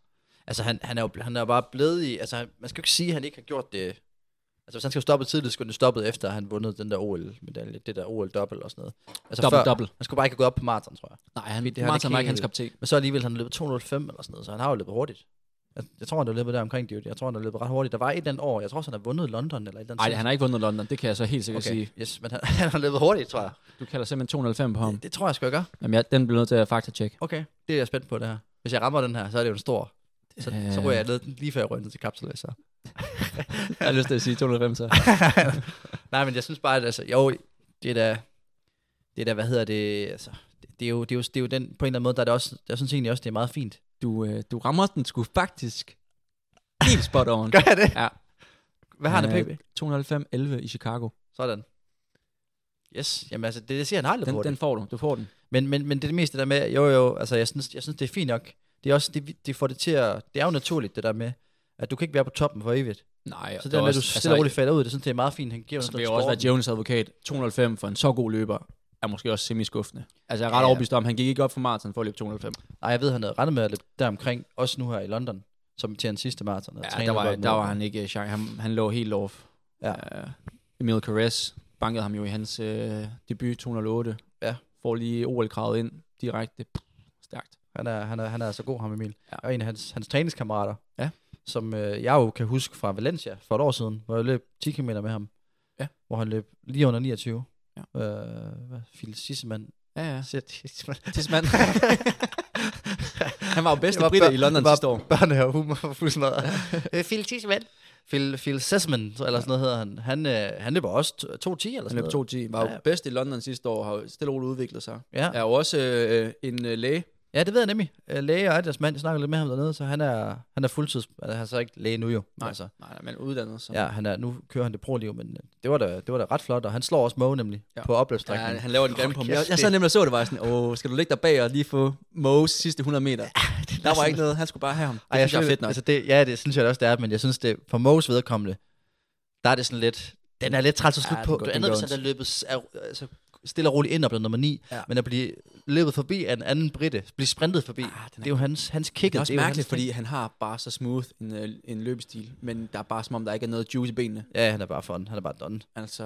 [SPEAKER 5] Altså, han, han, er jo, bl- han er jo bare blevet i... Altså, han, man skal jo ikke sige, at han ikke har gjort det... Altså, hvis han skulle stoppe tidligt, skulle han stoppe efter, at han vundet den der OL-medalje, det der OL-dobbel og sådan noget. Altså,
[SPEAKER 4] Dobbelt,
[SPEAKER 5] før-
[SPEAKER 4] dobbelt.
[SPEAKER 5] Han skulle bare ikke have gået op på maraton, tror jeg.
[SPEAKER 4] Nej, han,
[SPEAKER 5] det har han
[SPEAKER 4] maraton
[SPEAKER 5] ikke
[SPEAKER 4] var ikke hans
[SPEAKER 5] helt-
[SPEAKER 4] kop te.
[SPEAKER 5] Men så alligevel, han har løbet 205 eller sådan noget, så han har jo løbet hurtigt. Jeg, jeg tror, han har løbet der omkring, dude. Jeg tror, han har løbet ret hurtigt. Der var et eller andet år, jeg tror, også, han har vundet London eller et eller andet.
[SPEAKER 4] Nej, han har ikke vundet London. Det kan jeg så helt sikkert okay.
[SPEAKER 5] okay.
[SPEAKER 4] sige.
[SPEAKER 5] Yes, men han, *laughs* han, har løbet hurtigt, tror jeg.
[SPEAKER 4] Du kalder simpelthen 290 på ham.
[SPEAKER 5] Det, det tror jeg, skal jeg gøre.
[SPEAKER 4] Jamen, jeg, den bliver nødt til at faktatjekke.
[SPEAKER 5] Okay, det er jeg spændt på, det her. Hvis jeg rammer den her, så er det jo en stor. Så, øh. så
[SPEAKER 4] Øh.
[SPEAKER 5] ryger jeg ned, lige før jeg ryger ned til kapsel,
[SPEAKER 4] *laughs*
[SPEAKER 5] så.
[SPEAKER 4] *laughs* Jeg har lyst til at sige 205, så.
[SPEAKER 5] Nej, men jeg synes bare, at altså, jo, det er da, det er da, hvad hedder det, altså, det, det, er jo, det, er jo, det er jo den, på en eller anden måde, der er det også, jeg synes egentlig også, det er meget fint.
[SPEAKER 4] Du, øh, du rammer den sgu faktisk helt spot on.
[SPEAKER 5] jeg det?
[SPEAKER 4] Ja.
[SPEAKER 5] Hvad har han af
[SPEAKER 4] Øh, 290-11
[SPEAKER 5] PB?
[SPEAKER 4] i Chicago.
[SPEAKER 5] Sådan. Yes, jamen altså, det, det siger han aldrig
[SPEAKER 4] Den,
[SPEAKER 5] på
[SPEAKER 4] den
[SPEAKER 5] den.
[SPEAKER 4] får du. Du får den.
[SPEAKER 5] Men, men, men det er det meste der med, jo jo, altså jeg synes, jeg synes det er fint nok. Det er også, det, det får det til at, det er jo naturligt det der med, at du kan ikke være på toppen for evigt.
[SPEAKER 4] Nej,
[SPEAKER 5] Så det der med, at du stille og roligt falder ud, det synes det er meget fint. Han giver
[SPEAKER 4] Så
[SPEAKER 5] sådan
[SPEAKER 4] vil jeg
[SPEAKER 5] noget
[SPEAKER 4] også altså, være
[SPEAKER 5] sporten.
[SPEAKER 4] Jones advokat. 205 for en så god løber er måske også semi-skuffende. Altså, jeg er ret
[SPEAKER 5] Ja.
[SPEAKER 4] ja. overbevist om, han gik ikke op for maraton for at løbe 205.
[SPEAKER 5] Nej, jeg ved, han havde regnet med at løbe deromkring, også nu her i London, som til hans sidste maraton. og
[SPEAKER 4] Ja,
[SPEAKER 5] trænede
[SPEAKER 4] der var,
[SPEAKER 5] godt med
[SPEAKER 4] der
[SPEAKER 5] det.
[SPEAKER 4] var han ikke chance. Han, han lå helt off.
[SPEAKER 5] Ja.
[SPEAKER 4] Uh, Emil Carrez bankede ham jo i hans øh, debut 208.
[SPEAKER 5] Ja.
[SPEAKER 4] Får lige OL-kravet ind direkte. Pff, Stærkt.
[SPEAKER 5] Han er, han er, han er altså god, ham Emil. Ja.
[SPEAKER 4] Ja.
[SPEAKER 5] Og en af hans, hans træningskammerater,
[SPEAKER 4] Ja.
[SPEAKER 5] som øh, jeg jo kan huske fra Valencia for et år siden, hvor jeg løb 10 km med ham.
[SPEAKER 4] Ja.
[SPEAKER 5] Hvor han løb lige under 29.
[SPEAKER 4] Ja.
[SPEAKER 5] Øh, hvad? Phil Sissemann.
[SPEAKER 4] Ja, *laughs* ja.
[SPEAKER 5] Sissemann. *laughs*
[SPEAKER 4] Tismand. *laughs* han var jo bedste
[SPEAKER 5] var
[SPEAKER 4] britter
[SPEAKER 5] bør-
[SPEAKER 4] i London
[SPEAKER 5] det var
[SPEAKER 4] sidste år.
[SPEAKER 5] Børnehave humor for fuldstændig *laughs* noget. Øh, Phil Sissemann. Phil, Phil Sissemann, eller sådan noget hedder han. Han, øh, han løber også t- 2.10 eller
[SPEAKER 4] Han
[SPEAKER 5] sådan
[SPEAKER 4] løb
[SPEAKER 5] noget.
[SPEAKER 4] 2.10. Var jo
[SPEAKER 5] Ja.
[SPEAKER 4] bedst i London sidste år. Har jo stille og roligt udviklet sig.
[SPEAKER 5] Ja.
[SPEAKER 4] Er jo også øh, en øh, læge.
[SPEAKER 5] Ja, det ved jeg nemlig. Øh, Læge og Adidas mand, jeg snakkede lidt med ham dernede, så han er, han er fuldtids... Altså, han er så ikke læge nu jo.
[SPEAKER 4] Nej,
[SPEAKER 5] Altså,
[SPEAKER 4] nej, nej, men uddannet. Så.
[SPEAKER 5] ja, han er, nu kører han det pro-liv, men øh, det var, da, det var da ret flot, og han slår også Moe nemlig ja.
[SPEAKER 4] Ja.
[SPEAKER 5] på
[SPEAKER 4] Ja,
[SPEAKER 5] opløbsstrækningen.
[SPEAKER 4] han, han laver den grimme
[SPEAKER 5] Fuck,
[SPEAKER 4] på mig.
[SPEAKER 5] yes,
[SPEAKER 4] Jeg, jeg
[SPEAKER 5] det-
[SPEAKER 4] sad nemlig og så det, var jeg sådan, åh, skal du ligge der bag og lige få Moes sidste 100 meter? Der var ikke noget, han skulle bare have ham. Det
[SPEAKER 5] Ej,
[SPEAKER 4] Ej,
[SPEAKER 5] jeg
[SPEAKER 4] synes jeg er
[SPEAKER 5] synes,
[SPEAKER 4] fedt nok.
[SPEAKER 5] altså det, ja, det synes jeg også, det er, men jeg synes, det for Moes vedkommende, der er det sådan lidt, den er lidt træls at
[SPEAKER 4] Ja,
[SPEAKER 5] slutte
[SPEAKER 4] den
[SPEAKER 5] på.
[SPEAKER 4] går-
[SPEAKER 5] Det
[SPEAKER 4] den
[SPEAKER 5] andet,
[SPEAKER 4] går
[SPEAKER 5] hvis han
[SPEAKER 4] ondt.
[SPEAKER 5] er løbet s- er, altså, stille og roligt ind og blevet nummer 9, ja.
[SPEAKER 4] Ja.
[SPEAKER 5] men at blive løbet forbi af en anden britte, blive sprintet forbi, ah,
[SPEAKER 4] Ah, den
[SPEAKER 5] det
[SPEAKER 4] er-
[SPEAKER 5] er jo hans, hans kick.
[SPEAKER 4] det er også
[SPEAKER 5] jo hans
[SPEAKER 4] mærkeligt,
[SPEAKER 5] ting.
[SPEAKER 4] fordi han har bare så smooth en, øh, en løbestil, men der er bare som om, der ikke er noget juice i benene.
[SPEAKER 5] Ja, han er bare fun, han er bare done.
[SPEAKER 4] Altså,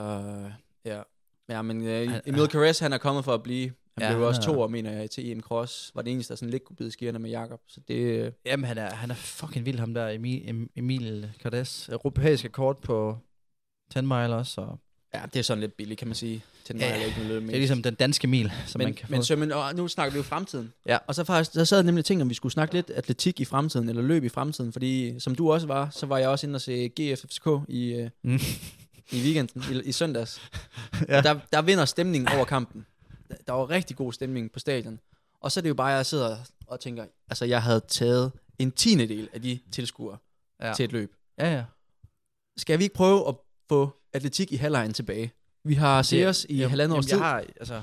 [SPEAKER 4] ja. Ja, men
[SPEAKER 5] Han-
[SPEAKER 4] øh, Emil Carrez, han er kommet for at blive. Han
[SPEAKER 5] Ja,
[SPEAKER 4] ja, blev
[SPEAKER 5] han
[SPEAKER 4] også
[SPEAKER 5] er-
[SPEAKER 4] to år, mener jeg, til EM Cross. Var det eneste, der sådan lidt kunne bide skierne med Jakob. Så det, øh,
[SPEAKER 5] Jamen, han er, han er fucking vild, ham der Emil, Em- Emil Cardes. Europæisk kort på 10 mile også. Og
[SPEAKER 4] ja, det er sådan lidt billigt, kan man sige. Til den
[SPEAKER 5] Ja,
[SPEAKER 4] ja, ikke med løb
[SPEAKER 5] det er ligesom den danske mil, som
[SPEAKER 4] men,
[SPEAKER 5] man kan få.
[SPEAKER 4] men Sømmen, og nu snakker vi jo fremtiden.
[SPEAKER 5] Ja.
[SPEAKER 4] Og så faktisk, der sad jeg nemlig ting, om vi skulle snakke lidt atletik i fremtiden, eller løb i fremtiden, fordi som du også var, så var jeg også inde og se GFFSK i, øh,
[SPEAKER 5] Mm.
[SPEAKER 4] i weekenden, i, i søndags.
[SPEAKER 5] *laughs* Ja.
[SPEAKER 4] ja. der, der vinder stemningen over kampen. Der- Der var rigtig god stemning på stadion. Og så er det jo bare, at jeg sidder og tænker, altså jeg havde taget en tiende del af de tilskuere
[SPEAKER 5] Ja.
[SPEAKER 4] ja. til et løb.
[SPEAKER 5] Ja, ja.
[SPEAKER 4] Skal vi ikke prøve at få atletik i halvlejen tilbage? Vi har set os i
[SPEAKER 5] Jamen,
[SPEAKER 4] halvandet års
[SPEAKER 5] jamen,
[SPEAKER 4] tid.
[SPEAKER 5] Jeg har, altså,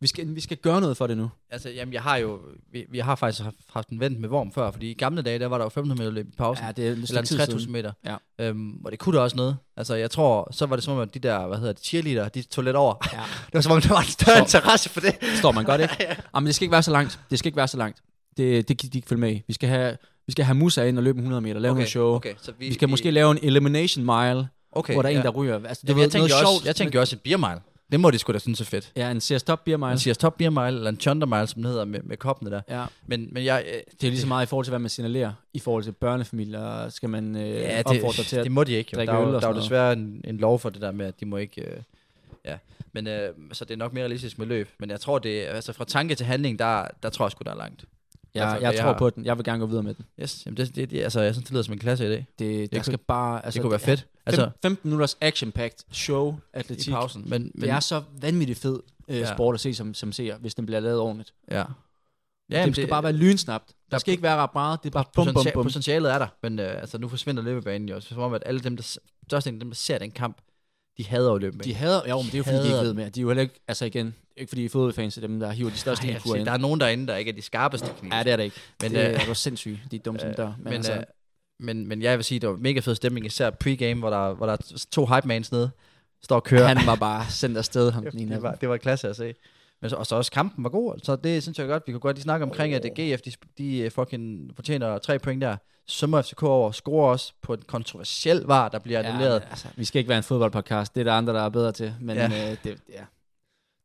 [SPEAKER 4] Vi, skal, vi skal gøre noget for det nu.
[SPEAKER 5] Altså, jamen, jeg har jo, vi, vi har faktisk haft- haft en vent med Vorm før, fordi i gamle dage, der var der jo 500 meter løb i pausen, ja,
[SPEAKER 4] det er en
[SPEAKER 5] eller
[SPEAKER 4] stykke
[SPEAKER 5] en
[SPEAKER 4] tid
[SPEAKER 5] 3000
[SPEAKER 4] siden.
[SPEAKER 5] meter,
[SPEAKER 4] Ja.
[SPEAKER 5] øhm, og det kunne da også noget. Altså, jeg tror, så var det som om, at de der, hvad hedder det, cheerleader, de tog lidt over.
[SPEAKER 4] Ja.
[SPEAKER 5] *laughs* det var som om, der var en større
[SPEAKER 4] Så-
[SPEAKER 5] interesse for det.
[SPEAKER 4] Forstår man godt,
[SPEAKER 5] *laughs*
[SPEAKER 4] ikke? ja. men det skal ikke være så langt. Det skal ikke være så langt. Det, det kan de ikke følge med i. Vi skal have, vi skal have Musa ind og løbe en 100 meter, lave okay, noget show. Okay.
[SPEAKER 5] så vi,
[SPEAKER 4] Vi, vi skal måske lave en elimination mile,
[SPEAKER 5] okay,
[SPEAKER 4] hvor der er en,
[SPEAKER 5] ja.
[SPEAKER 4] der ryger. Altså, du
[SPEAKER 5] Jamen,
[SPEAKER 4] ved,
[SPEAKER 5] jeg tænkte
[SPEAKER 4] noget
[SPEAKER 5] jo også,
[SPEAKER 4] sjovt.
[SPEAKER 5] jeg tænkte jo også en beer mile. Det må de sgu da synes er fedt.
[SPEAKER 4] Ja, en ser stop beer
[SPEAKER 5] Man
[SPEAKER 4] mile.
[SPEAKER 5] siger top beer mile, eller en chunder mile, som den hedder med, med koppene der.
[SPEAKER 4] Ja,
[SPEAKER 5] Men, men jeg, øh,
[SPEAKER 4] det er ligesom lige så meget i forhold til, hvad man signalerer. I forhold til børnefamilier skal man øh, ja,
[SPEAKER 5] det,
[SPEAKER 4] opfordre til at...
[SPEAKER 5] *laughs* det må de ikke. Jo. Der
[SPEAKER 4] drikke
[SPEAKER 5] er
[SPEAKER 4] øl
[SPEAKER 5] jo,
[SPEAKER 4] og
[SPEAKER 5] der er
[SPEAKER 4] sådan
[SPEAKER 5] jo
[SPEAKER 4] noget.
[SPEAKER 5] desværre en, en lov for det der med, at de må ikke... Øh, ja, men øh, så det er nok mere realistisk med løb. Men jeg tror, det er- altså fra tanke til handling, der, der tror jeg sgu, der er langt.
[SPEAKER 4] jeg,
[SPEAKER 5] derfor,
[SPEAKER 4] jeg
[SPEAKER 5] jeg
[SPEAKER 4] tror
[SPEAKER 5] har-
[SPEAKER 4] på den. Jeg vil gerne gå videre med den.
[SPEAKER 5] Yes, jamen det, det, det, altså, jeg synes, det lyder som en klasse i dag. Det
[SPEAKER 4] Det, der
[SPEAKER 5] kunne-
[SPEAKER 4] skal bare... Altså,
[SPEAKER 5] kunne være fedt. Altså,
[SPEAKER 4] Altså, 15 minutters action-packed show, atletik.
[SPEAKER 5] i pausen. Men, men
[SPEAKER 4] Det er så vanvittigt fed øh,
[SPEAKER 5] Ja.
[SPEAKER 4] sport at se som, som seer, hvis den bliver lavet ordentligt.
[SPEAKER 5] Ja.
[SPEAKER 4] Ja, det, det skal bare være lynsnapt. Der,
[SPEAKER 5] der
[SPEAKER 4] der skal ikke være ret meget. Det er bare bum,
[SPEAKER 5] Bum,
[SPEAKER 4] bum, bum.
[SPEAKER 5] Potentialet er der, men øh, altså, nu forsvinder løbebanen jo. Som om, at alle dem, der, s- størstedelen af dem, der ser den kamp, de hader jo løbebanen.
[SPEAKER 4] De hader, jo, men det er jo fordi, de
[SPEAKER 5] Hader
[SPEAKER 4] ikke ved mere. De er jo heller ikke, altså igen, det er ikke fordi fodboldfans er dem, der hiver de største
[SPEAKER 5] Ej,
[SPEAKER 4] Ej,
[SPEAKER 5] jeg vil sige,
[SPEAKER 4] ind.
[SPEAKER 5] der er nogen derinde, der ikke er de skarpeste knive.
[SPEAKER 4] Ja, det er det ikke.
[SPEAKER 5] Men,
[SPEAKER 4] Men, det
[SPEAKER 5] øh,
[SPEAKER 4] er jo sindssygt, de er dumme som
[SPEAKER 5] øh,
[SPEAKER 4] dør.
[SPEAKER 5] Men, men, altså. øh, men, men jeg vil sige, det var mega fed stemning, især pregame, hvor der, hvor der er to hype mans nede, står og kører.
[SPEAKER 4] han var bare sendt afsted, ham den ene af
[SPEAKER 5] det, var,
[SPEAKER 4] dem.
[SPEAKER 5] det var klasse at se. Men så, og så også kampen var god, altså. så det synes jeg godt. Vi kunne godt lige snakke omkring, oh. at øh, GF, de, sp- de øh, fucking fortjener tre point der. Sømmer FCK over, scorer også på et kontroversiel var, der bliver
[SPEAKER 4] Ja,
[SPEAKER 5] annulleret.
[SPEAKER 4] men altså, vi skal ikke være en fodboldpodcast. Det er der andre, der er bedre til. Men
[SPEAKER 5] Ja.
[SPEAKER 4] ja. øh, det, ja.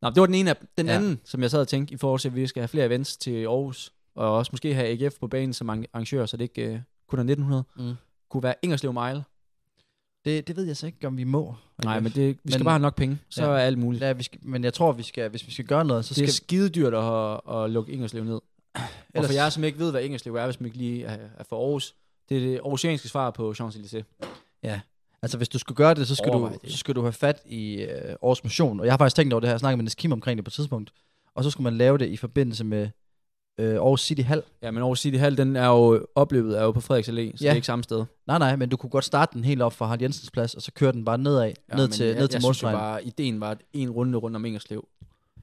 [SPEAKER 4] Nå, det var den ene af dem. Den
[SPEAKER 5] Ja.
[SPEAKER 4] ja. anden, som jeg sad og tænkte, i forhold til, at vi skal have flere events til Aarhus, og også måske have AGF på banen som arrang- arrangør, så det ikke øh, kun er 1900,
[SPEAKER 5] Mm.
[SPEAKER 4] mm. kunne være Ingerslev Mile.
[SPEAKER 5] Det, det ved jeg så ikke, om vi må.
[SPEAKER 4] Nej,
[SPEAKER 5] Okay.
[SPEAKER 4] men det, vi skal
[SPEAKER 5] Men-
[SPEAKER 4] men, bare have nok penge, så
[SPEAKER 5] Ja.
[SPEAKER 4] ja. er alt muligt.
[SPEAKER 5] Ja, vi skal, men jeg tror, vi skal, hvis vi skal gøre noget, så
[SPEAKER 4] Det
[SPEAKER 5] skal...
[SPEAKER 4] *clears throat* er skide dyrt at, at lukke Ingerslev ned. Og for jer, som ikke ved, hvad Ingerslev er, hvis man ikke lige er, er fra Aarhus, det er det aarhusianske svar på Champs-Élysées.
[SPEAKER 5] Ja. Altså, hvis du skulle gøre det, så skal, du,
[SPEAKER 4] Overvej det.
[SPEAKER 5] så skal du have fat i øh, Aarhus Motion. Og jeg har faktisk tænkt over det her. Jeg snakkede med Niels Kim omkring det på et tidspunkt. Og så skulle man lave det i forbindelse med øh, Aarhus City Hall.
[SPEAKER 4] Ja, men Aarhus City Hall, den er jo opløbet er jo på Frederiks Allé, så ja. det er ikke samme sted.
[SPEAKER 5] Nej, nej, men du kunne godt starte den helt op fra Harald Jensens plads, og så køre den bare nedad, ja, ned
[SPEAKER 4] men
[SPEAKER 5] til,
[SPEAKER 4] jeg,
[SPEAKER 5] ned til
[SPEAKER 4] jeg synes jo
[SPEAKER 5] motorvejen.
[SPEAKER 4] bare, ideen var at en runde rundt om Ingerslev.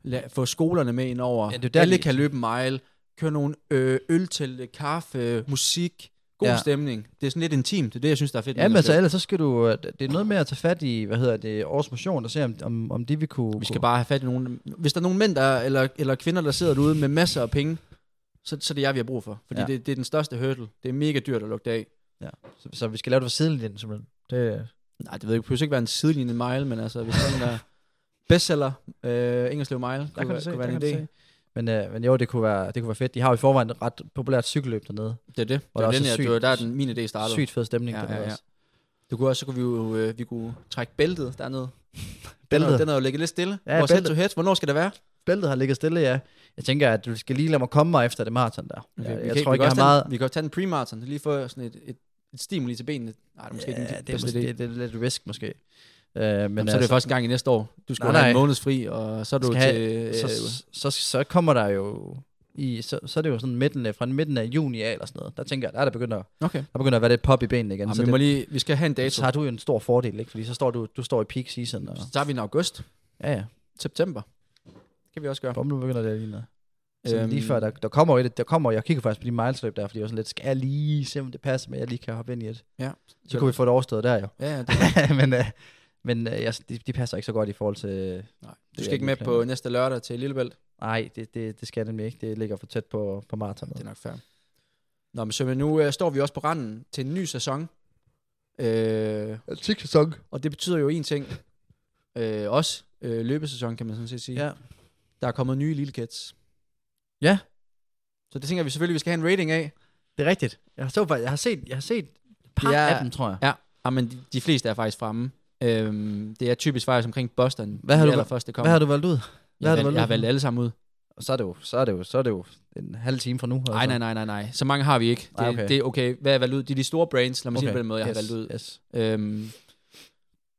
[SPEAKER 4] Lad, få skolerne med ind over.
[SPEAKER 5] Ja, det er der,
[SPEAKER 4] Alle
[SPEAKER 5] vi-
[SPEAKER 4] kan løbe en mile. Køre nogle øh, øltelte, kaffe, musik. God
[SPEAKER 5] Ja.
[SPEAKER 4] ja. stemning. Det er sådan lidt intimt. Det er det, jeg synes, der er fedt. med
[SPEAKER 5] Ja, men altså
[SPEAKER 4] Ingerslev.
[SPEAKER 5] ellers så skal du, øh, det er noget med at tage fat i, hvad hedder det, Aarhus Motion, og se om, om, om de vil kunne...
[SPEAKER 4] Vi skal bare have fat i nogen. Hvis der er nogen mænd, der, eller, eller kvinder, der sidder derude med masser af penge, så, så det er jeg, vi har brug for. Fordi
[SPEAKER 5] Ja.
[SPEAKER 4] ja. det, det er den største hurdle. Det er mega dyrt at lukke det af.
[SPEAKER 5] Så, så vi skal lave det fra sidelinjen, simpelthen. Det,
[SPEAKER 4] Nej, det ved jeg ikke. Det behøver ikke være en sidelinje mile, men altså, hvis der er en, der bestseller, øh, Ingerslev Mile, kunne,
[SPEAKER 5] der kan
[SPEAKER 4] være-
[SPEAKER 5] du se,
[SPEAKER 4] kunne
[SPEAKER 5] der
[SPEAKER 4] være
[SPEAKER 5] kan
[SPEAKER 4] en idé.
[SPEAKER 5] du se. Men, øh, men jo, det kunne, være, det kunne være fedt. De har jo i forvejen et ret populært cykelløb dernede.
[SPEAKER 4] Det er det. det
[SPEAKER 5] Og der er
[SPEAKER 4] er
[SPEAKER 5] også
[SPEAKER 4] den, jeg,
[SPEAKER 5] sygt-
[SPEAKER 4] det var der, den, min idé startede.
[SPEAKER 5] Sygt fed stemning.
[SPEAKER 4] Ja,
[SPEAKER 5] dernede
[SPEAKER 4] ja, ja.
[SPEAKER 5] også.
[SPEAKER 4] Du kunne også, så kunne vi jo øh, vi kunne trække bæltet dernede. Den,
[SPEAKER 5] Bæltet.
[SPEAKER 4] er- den er jo ligget lidt stille.
[SPEAKER 5] Ja,
[SPEAKER 4] Ja, Vores head to
[SPEAKER 5] bæltet.
[SPEAKER 4] head, hvornår skal det være?
[SPEAKER 5] Bæltet har ligget stille, ja. Jeg tænker, at du skal lige lade mig komme mig efter det maraton der.
[SPEAKER 4] Vi-
[SPEAKER 5] Ja,
[SPEAKER 4] vi
[SPEAKER 5] jeg,
[SPEAKER 4] kan vi
[SPEAKER 5] tror ikke,
[SPEAKER 4] kan
[SPEAKER 5] jeg
[SPEAKER 4] også
[SPEAKER 5] har
[SPEAKER 4] tage
[SPEAKER 5] meget...
[SPEAKER 4] Den, vi kan også tage en pre-marathon, lige få sådan et, et, et stimuli til benene. Nej, det er måske
[SPEAKER 5] Ja,
[SPEAKER 4] ikke den
[SPEAKER 5] det, er
[SPEAKER 4] bedste
[SPEAKER 5] måske,
[SPEAKER 4] idé.
[SPEAKER 5] det, det er lidt risk, måske. Øh, men
[SPEAKER 4] Men Jamen, så er det jo først en gang i næste år. Du skal
[SPEAKER 5] Nej,
[SPEAKER 4] nej, have en
[SPEAKER 5] nej.
[SPEAKER 4] måneds fri, og så er du
[SPEAKER 5] Skal
[SPEAKER 4] til...
[SPEAKER 5] have-
[SPEAKER 4] Have, øh,
[SPEAKER 5] så, så, så kommer der jo i, så, så er det jo sådan midten, af- fra midten af juni af, eller sådan noget. Der tænker jeg, der, er der begynder,
[SPEAKER 4] okay.
[SPEAKER 5] der begynder at være lidt pop i benene igen.
[SPEAKER 4] Jamen,
[SPEAKER 5] så
[SPEAKER 4] vi,
[SPEAKER 5] det,
[SPEAKER 4] må lige, vi skal have en dato.
[SPEAKER 5] så har du jo en stor fordel, ikke? Fordi så står du, du står i peak season. Og,
[SPEAKER 4] Så tager vi den i august,
[SPEAKER 5] ja, ja.
[SPEAKER 4] september. Det kan vi også gøre.
[SPEAKER 5] Bom, nu begynder det lige noget. Så
[SPEAKER 4] Øhm,
[SPEAKER 5] lige før, der, der kommer jo et, der kommer, jeg kigger faktisk på de milesløb der, fordi jeg var sådan lidt, skal jeg lige se, om det passer, men jeg lige kan hoppe ind i et.
[SPEAKER 4] Ja.
[SPEAKER 5] Så kunne vi få det overstået der jo.
[SPEAKER 4] Ja, ja, *laughs* det,
[SPEAKER 5] *laughs* men øh, men øh, jeg, de, de, passer ikke så godt i forhold til... øh,
[SPEAKER 4] nej, du
[SPEAKER 5] Det er
[SPEAKER 4] skal ikke med
[SPEAKER 5] min plan.
[SPEAKER 4] på næste lørdag til Lillebælt.
[SPEAKER 5] Nej, det, det, det skal jeg nemlig ikke. Det ligger for tæt på, på maraton.
[SPEAKER 4] Det er nok fair. Nå, men så men nu øh, står vi også på randen til en ny sæson. Øh,
[SPEAKER 5] Tik sæson.
[SPEAKER 4] og det betyder jo en ting. Øh, også øh, løbesæson, kan man sådan set sige.
[SPEAKER 5] Ja.
[SPEAKER 4] Der er kommet nye Lille Cats.
[SPEAKER 5] Ja.
[SPEAKER 4] Så det tænker vi selvfølgelig, vi skal have en rating af.
[SPEAKER 5] Det er rigtigt. Jeg, så, faktisk- jeg har set, jeg har set et par
[SPEAKER 4] Ja.
[SPEAKER 5] af dem, tror jeg.
[SPEAKER 4] Ja, ja Ah, men de, de fleste er faktisk fremme. Øhm, det er typisk faktisk omkring Boston.
[SPEAKER 5] Hvad har
[SPEAKER 4] de
[SPEAKER 5] du-
[SPEAKER 4] allerførste kommer.
[SPEAKER 5] Hvad har du valgt ud?
[SPEAKER 4] jeg, har
[SPEAKER 5] har du
[SPEAKER 4] valgt,
[SPEAKER 5] valgt
[SPEAKER 4] jeg
[SPEAKER 5] ud
[SPEAKER 4] har valgt
[SPEAKER 5] for?
[SPEAKER 4] alle sammen ud.
[SPEAKER 5] Og så er det jo, så er det jo, så er det jo en halv time fra nu. altså.
[SPEAKER 4] Nej, nej, nej, nej, nej. Så mange har vi ikke. Det,
[SPEAKER 5] Ej, okay.
[SPEAKER 4] okay. det er okay. Hvad er valgt ud? Det er de store brains, lad mig okay. sige det på den måde, jeg yes. har valgt ud.
[SPEAKER 5] Yes.
[SPEAKER 4] Øhm,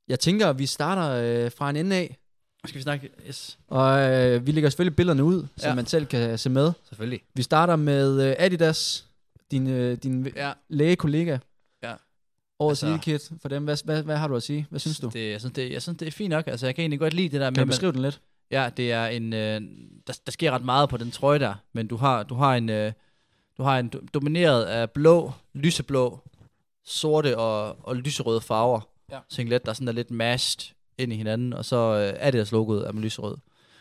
[SPEAKER 4] jeg tænker, vi starter øh, fra en ende af,
[SPEAKER 5] Skal vi snakke? Yes.
[SPEAKER 4] og øh, vi lægger selvfølgelig billederne ud, så
[SPEAKER 5] Ja.
[SPEAKER 4] man selv kan se med.
[SPEAKER 5] Selvfølgelig.
[SPEAKER 4] Vi starter med øh, Adidas, din, øh, din ja.
[SPEAKER 5] Ja.
[SPEAKER 4] lægekollega.
[SPEAKER 5] Ja.
[SPEAKER 4] Årets
[SPEAKER 5] Altså-
[SPEAKER 4] altså, lillekid for dem. Hvad, hvad, hvad har du at sige? Hvad synes du?
[SPEAKER 5] Det, jeg, synes, det, jeg synes, det er fint nok. Altså, jeg kan egentlig godt lide det der
[SPEAKER 4] Kan du
[SPEAKER 5] med...
[SPEAKER 4] beskrive den lidt?
[SPEAKER 5] Ja, det er en... Øh, der, der sker ret meget på den trøje der, men du har, du har en... Øh, du har en do- domineret af blå, lyseblå, sorte og, og lyserøde farver.
[SPEAKER 4] Ja.
[SPEAKER 5] Singlet, der sådan er lidt mashed ind i hinanden, og så øh, er det deres logoet er med lyserød.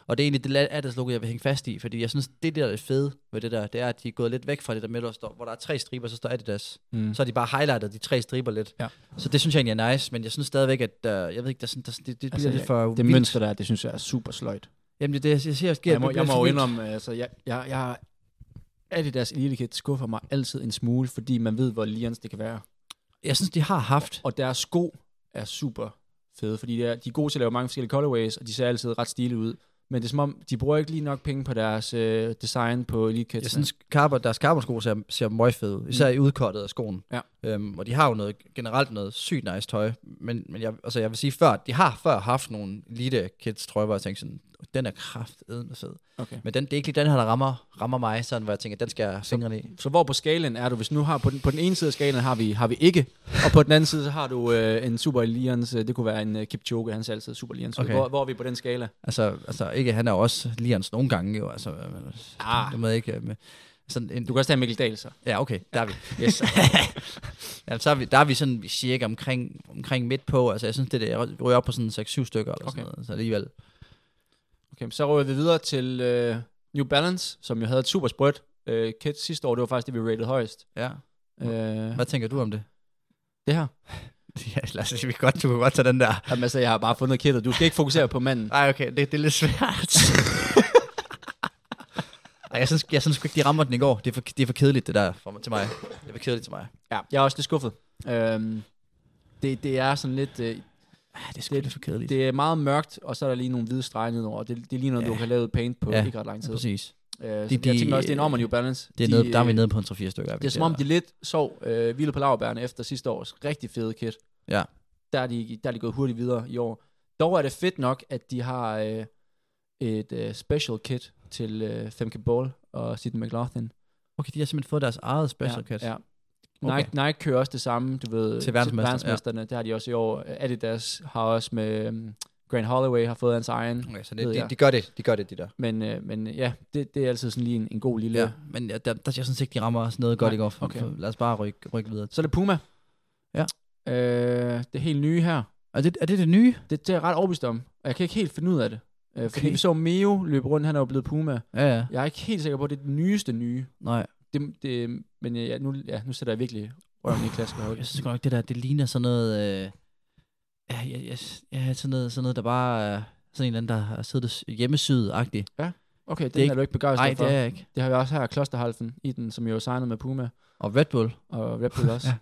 [SPEAKER 5] Og det er egentlig det la- er deres logo, jeg vil hænge fast i, fordi jeg synes, det der er fede ved det der, det er, at de er gået lidt væk fra det der med, der står, hvor der er tre striber, så står Adidas.
[SPEAKER 4] Mm.
[SPEAKER 5] Så har de bare highlightet de tre striber lidt.
[SPEAKER 4] Ja.
[SPEAKER 5] Så det synes jeg egentlig er nice, men jeg synes stadigvæk, at uh, jeg ved ikke, der, er sådan, der, det, det bliver altså, lidt for
[SPEAKER 4] det
[SPEAKER 5] vildt.
[SPEAKER 4] mønster der, det synes jeg er super sløjt.
[SPEAKER 5] Jamen det er det, jeg siger, jeg,
[SPEAKER 4] Jeg må, jeg må jo indrømme, altså, jeg, jeg, jeg, Adidas lillekid skuffer mig altid en smule, fordi man ved, hvor lians det kan være.
[SPEAKER 5] Jeg synes, de har haft.
[SPEAKER 4] Og deres sko er super fede, fordi de er, de er gode til at lave mange forskellige colorways, og de ser altid ret stilige ud. Men det er som om, de bruger ikke lige nok penge på deres øh, design på Elite Kids.
[SPEAKER 5] Jeg synes, carbon, deres carbonsko ser, ser møgfede, især i udkottet af skoen.
[SPEAKER 4] Ja.
[SPEAKER 5] Øhm, og de har jo noget, generelt noget sygt nice tøj, men, men jeg, altså, jeg vil sige før, de har før haft nogle lille kids trøjer, hvor jeg tænkte sådan, den er kraftedme fed.
[SPEAKER 4] Okay.
[SPEAKER 5] Men den, det er ikke lige den her, der rammer, rammer mig, sådan, hvor jeg tænker, den skal jeg have fingrene i.
[SPEAKER 4] Så hvor på skalen er du? Hvis nu har på den, på den ene side af skalen har vi, har vi ikke, og på den anden side så har du øh, en super lians, øh, det kunne være en øh, Kipchoge, han ser altid super lians.
[SPEAKER 5] Okay.
[SPEAKER 4] Okay. Hvor, hvor er vi på den skala?
[SPEAKER 5] Altså, altså ikke, han er jo også Lians nogle gange, jo, altså, ah.
[SPEAKER 4] Ah.
[SPEAKER 5] det må jeg ikke, øh, med, sådan en,
[SPEAKER 4] Du kan også tage Mikkel Dahl så.
[SPEAKER 5] ja, okay, der er *laughs* vi.
[SPEAKER 4] Yes.
[SPEAKER 5] Jamen, så er vi, der er vi sådan cirka omkring, omkring midt på. Altså, jeg synes, det der, jeg ryger op på sådan 6-7 stykker eller okay. sådan
[SPEAKER 4] Okay.
[SPEAKER 5] noget. Så alligevel.
[SPEAKER 4] Okay, så rører vi videre til øh, New Balance, som jo havde et super sprødt øh, kit sidste år. Det var faktisk det, vi rated højst.
[SPEAKER 5] Ja.
[SPEAKER 4] Øh,
[SPEAKER 5] Hvad tænker du om det?
[SPEAKER 4] det her?
[SPEAKER 5] *laughs* Ja, lad os vi godt, du kan godt tage den der.
[SPEAKER 4] Jamen altså, jeg har bare fundet kittet. Du skal ikke fokusere på manden.
[SPEAKER 5] Nej, okay, det, det er lidt svært. *laughs* Ej, jeg synes, jeg synes sgu ikke, de rammer den i går. Det er for, det er for kedeligt, det der for, til mig. Det er for kedeligt til mig.
[SPEAKER 4] *laughs* Ja, jeg er også lidt skuffet. Øhm, det, det er sådan lidt... Øh,
[SPEAKER 5] Ej, det er sgu
[SPEAKER 4] Det-
[SPEAKER 5] lidt for kedeligt. Det,
[SPEAKER 4] det er meget mørkt, og så er der lige nogle hvide streger nedover. Det, det er lige noget,
[SPEAKER 5] Ja.
[SPEAKER 4] du kan lave paint på
[SPEAKER 5] Ja,
[SPEAKER 4] ja. ikke ret lang tid.
[SPEAKER 5] Præcis.
[SPEAKER 4] Øh, de, de, jeg
[SPEAKER 5] de-
[SPEAKER 4] tænker også, det er en om New Balance.
[SPEAKER 5] Det er nede, der er vi
[SPEAKER 4] øh,
[SPEAKER 5] nede på en 3-4 stykker. er vi
[SPEAKER 4] Det er
[SPEAKER 5] ikke
[SPEAKER 4] som om, de
[SPEAKER 5] der?
[SPEAKER 4] lidt sov øh, hvile på lavbærne efter sidste års rigtig fede kit.
[SPEAKER 5] Ja.
[SPEAKER 4] Der er, de, der er de gået hurtigt videre i år. Dog er det fedt nok, at de har øh, et øh, special kit til øh, Femke Ball og Sidney McLaughlin.
[SPEAKER 5] Okay, de har simpelthen fået deres eget special ja,
[SPEAKER 4] Ja.
[SPEAKER 5] Okay.
[SPEAKER 4] Okay. Nike, Nike kører også det samme, du ved,
[SPEAKER 5] Til verdensmester-
[SPEAKER 4] verdensmesterne. Det har de også i år. Adidas har også med um, Grant Holloway har fået hans egen.
[SPEAKER 5] Okay, så
[SPEAKER 4] Ved
[SPEAKER 5] det, de,
[SPEAKER 4] jeg.
[SPEAKER 5] de, gør det, de gør det, de der.
[SPEAKER 4] Men, øh, men øh, ja, det, det er altid sådan lige en, en god lille...
[SPEAKER 5] Ja, men ja, der, der, jeg synes ikke, de rammer os noget godt
[SPEAKER 4] Nej,
[SPEAKER 5] i går. For,
[SPEAKER 4] okay.
[SPEAKER 5] okay. for, lad os bare rykke, rykke videre.
[SPEAKER 4] Så er det Puma.
[SPEAKER 5] Ja.
[SPEAKER 4] Øh, det helt nye her.
[SPEAKER 5] Er det, er det det nye?
[SPEAKER 4] Det, det er jeg ret overbevist om, og jeg kan ikke helt finde ud af det. Okay. Fordi
[SPEAKER 5] Okay.
[SPEAKER 4] vi så Meo løbe rundt, han er jo blevet Puma.
[SPEAKER 5] Ja, ja.
[SPEAKER 4] Jeg er ikke helt sikker på, at det er det nyeste nye.
[SPEAKER 5] Nej,
[SPEAKER 4] Det, det, men ja, nu, ja, nu sætter jeg virkelig røven i klassen.
[SPEAKER 5] jeg synes godt nok, det der, det ligner sådan noget... Øh, ja, ja, ja, ja, sådan noget, sådan noget, der bare er sådan en eller anden, der har siddet hjemmesyet-agtigt.
[SPEAKER 4] Okay, den
[SPEAKER 5] er
[SPEAKER 4] det er,
[SPEAKER 5] ikke-
[SPEAKER 4] er du ikke begejstret
[SPEAKER 5] Nej,
[SPEAKER 4] for.
[SPEAKER 5] det er jeg ikke.
[SPEAKER 4] Det har vi også her, Klosterhalfen, i den, som jo er signet med Puma
[SPEAKER 5] Og Red Bull.
[SPEAKER 4] og Red
[SPEAKER 5] *laughs*
[SPEAKER 4] Bull også.
[SPEAKER 5] Ja.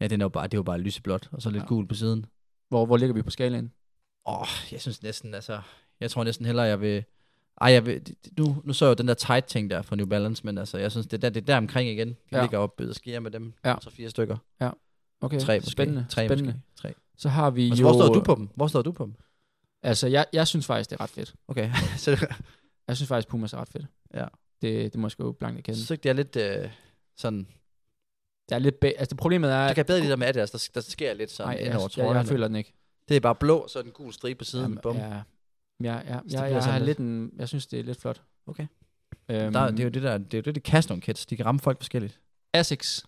[SPEAKER 5] Ja, den er jo bare, det er jo bare lyseblåt, og så lidt
[SPEAKER 4] Ja.
[SPEAKER 5] ja. gul på siden.
[SPEAKER 4] hvor, hvor ligger vi på skalaen?
[SPEAKER 5] Åh, oh, jeg synes næsten, altså... Jeg tror næsten hellere, jeg vil... Ej, jeg vil, nu, nu så jeg jo den der tight ting der fra New Balance, men altså, jeg synes, det er der, det er der omkring igen. Vi
[SPEAKER 4] Ja.
[SPEAKER 5] ja. ligger op og skier med dem.
[SPEAKER 4] Ja.
[SPEAKER 5] Ja. Så fire stykker.
[SPEAKER 4] Okay,
[SPEAKER 5] Tre måske.
[SPEAKER 4] spændende.
[SPEAKER 5] Tre
[SPEAKER 4] spændende.
[SPEAKER 5] Måske. Tre.
[SPEAKER 4] Så har vi
[SPEAKER 5] Altså,
[SPEAKER 4] jo...
[SPEAKER 5] hvor står du på dem? Hvor står du på dem?
[SPEAKER 4] Altså, jeg, jeg synes faktisk, det er ret fedt. *laughs*
[SPEAKER 5] Okay. så
[SPEAKER 4] Jeg synes faktisk, Pumas er ret fedt.
[SPEAKER 5] Ja.
[SPEAKER 4] Det, det må jeg sgu blankt
[SPEAKER 5] jeg
[SPEAKER 4] erkende.
[SPEAKER 5] synes ikke, det er lidt øh, sådan...
[SPEAKER 4] Der er lidt bag... Altså, det problemet er...
[SPEAKER 5] Jeg kan bedre lide det der med Adidas, der, der sker lidt sådan
[SPEAKER 4] Nej,
[SPEAKER 5] Ej,
[SPEAKER 4] jeg,
[SPEAKER 5] indover,
[SPEAKER 4] jeg,
[SPEAKER 5] tror
[SPEAKER 4] jeg,
[SPEAKER 5] jeg,
[SPEAKER 4] jeg, føler den ikke.
[SPEAKER 5] Det er bare blå, og så en gul stribe på siden. bum.
[SPEAKER 4] Ja, ja, ja,
[SPEAKER 5] Så det
[SPEAKER 4] ja,
[SPEAKER 5] bliver
[SPEAKER 4] jeg,
[SPEAKER 5] sådan
[SPEAKER 4] har lidt
[SPEAKER 5] lidt-
[SPEAKER 4] en, jeg synes, det er lidt flot.
[SPEAKER 5] Okay.
[SPEAKER 4] Øhm,
[SPEAKER 5] Der, det er jo det der, det er jo det, det kaster nogle kids. De kan ramme folk forskelligt.
[SPEAKER 4] Asics.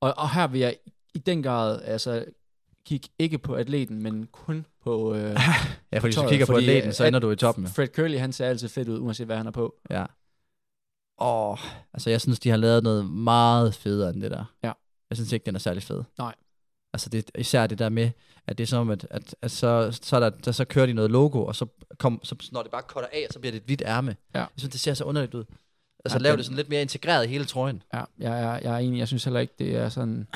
[SPEAKER 4] Og, og her vil jeg i den grad altså, kigge ikke på atleten, men kun *laughs* på... Øh,
[SPEAKER 5] Ja, fordi hvis du
[SPEAKER 4] tøjet,
[SPEAKER 5] kigger på
[SPEAKER 4] fordi,
[SPEAKER 5] atleten,
[SPEAKER 4] øh,
[SPEAKER 5] så
[SPEAKER 4] at-
[SPEAKER 5] ender du i toppen. jo.
[SPEAKER 4] Fred Curly, han ser altid fedt ud, uanset hvad han er på.
[SPEAKER 5] Ja. Og altså, jeg synes, de har lavet noget meget federe end det der.
[SPEAKER 4] Ja.
[SPEAKER 5] Jeg synes ikke, den er særlig fed.
[SPEAKER 4] Nej.
[SPEAKER 5] Altså, det, især det der med, at det er som om, at, at, at så, så, er der, der, så kører de noget logo, og så, kom, så når det bare cutter af, så bliver det et hvidt ærme.
[SPEAKER 4] Ja.
[SPEAKER 5] Jeg synes, det ser så underligt ud.
[SPEAKER 4] Ja,
[SPEAKER 5] Altså, ja, lav
[SPEAKER 4] den-
[SPEAKER 5] det sådan lidt mere integreret i hele trøjen.
[SPEAKER 4] Ja, jeg, er, jeg er enig. Jeg synes heller ikke, det er sådan...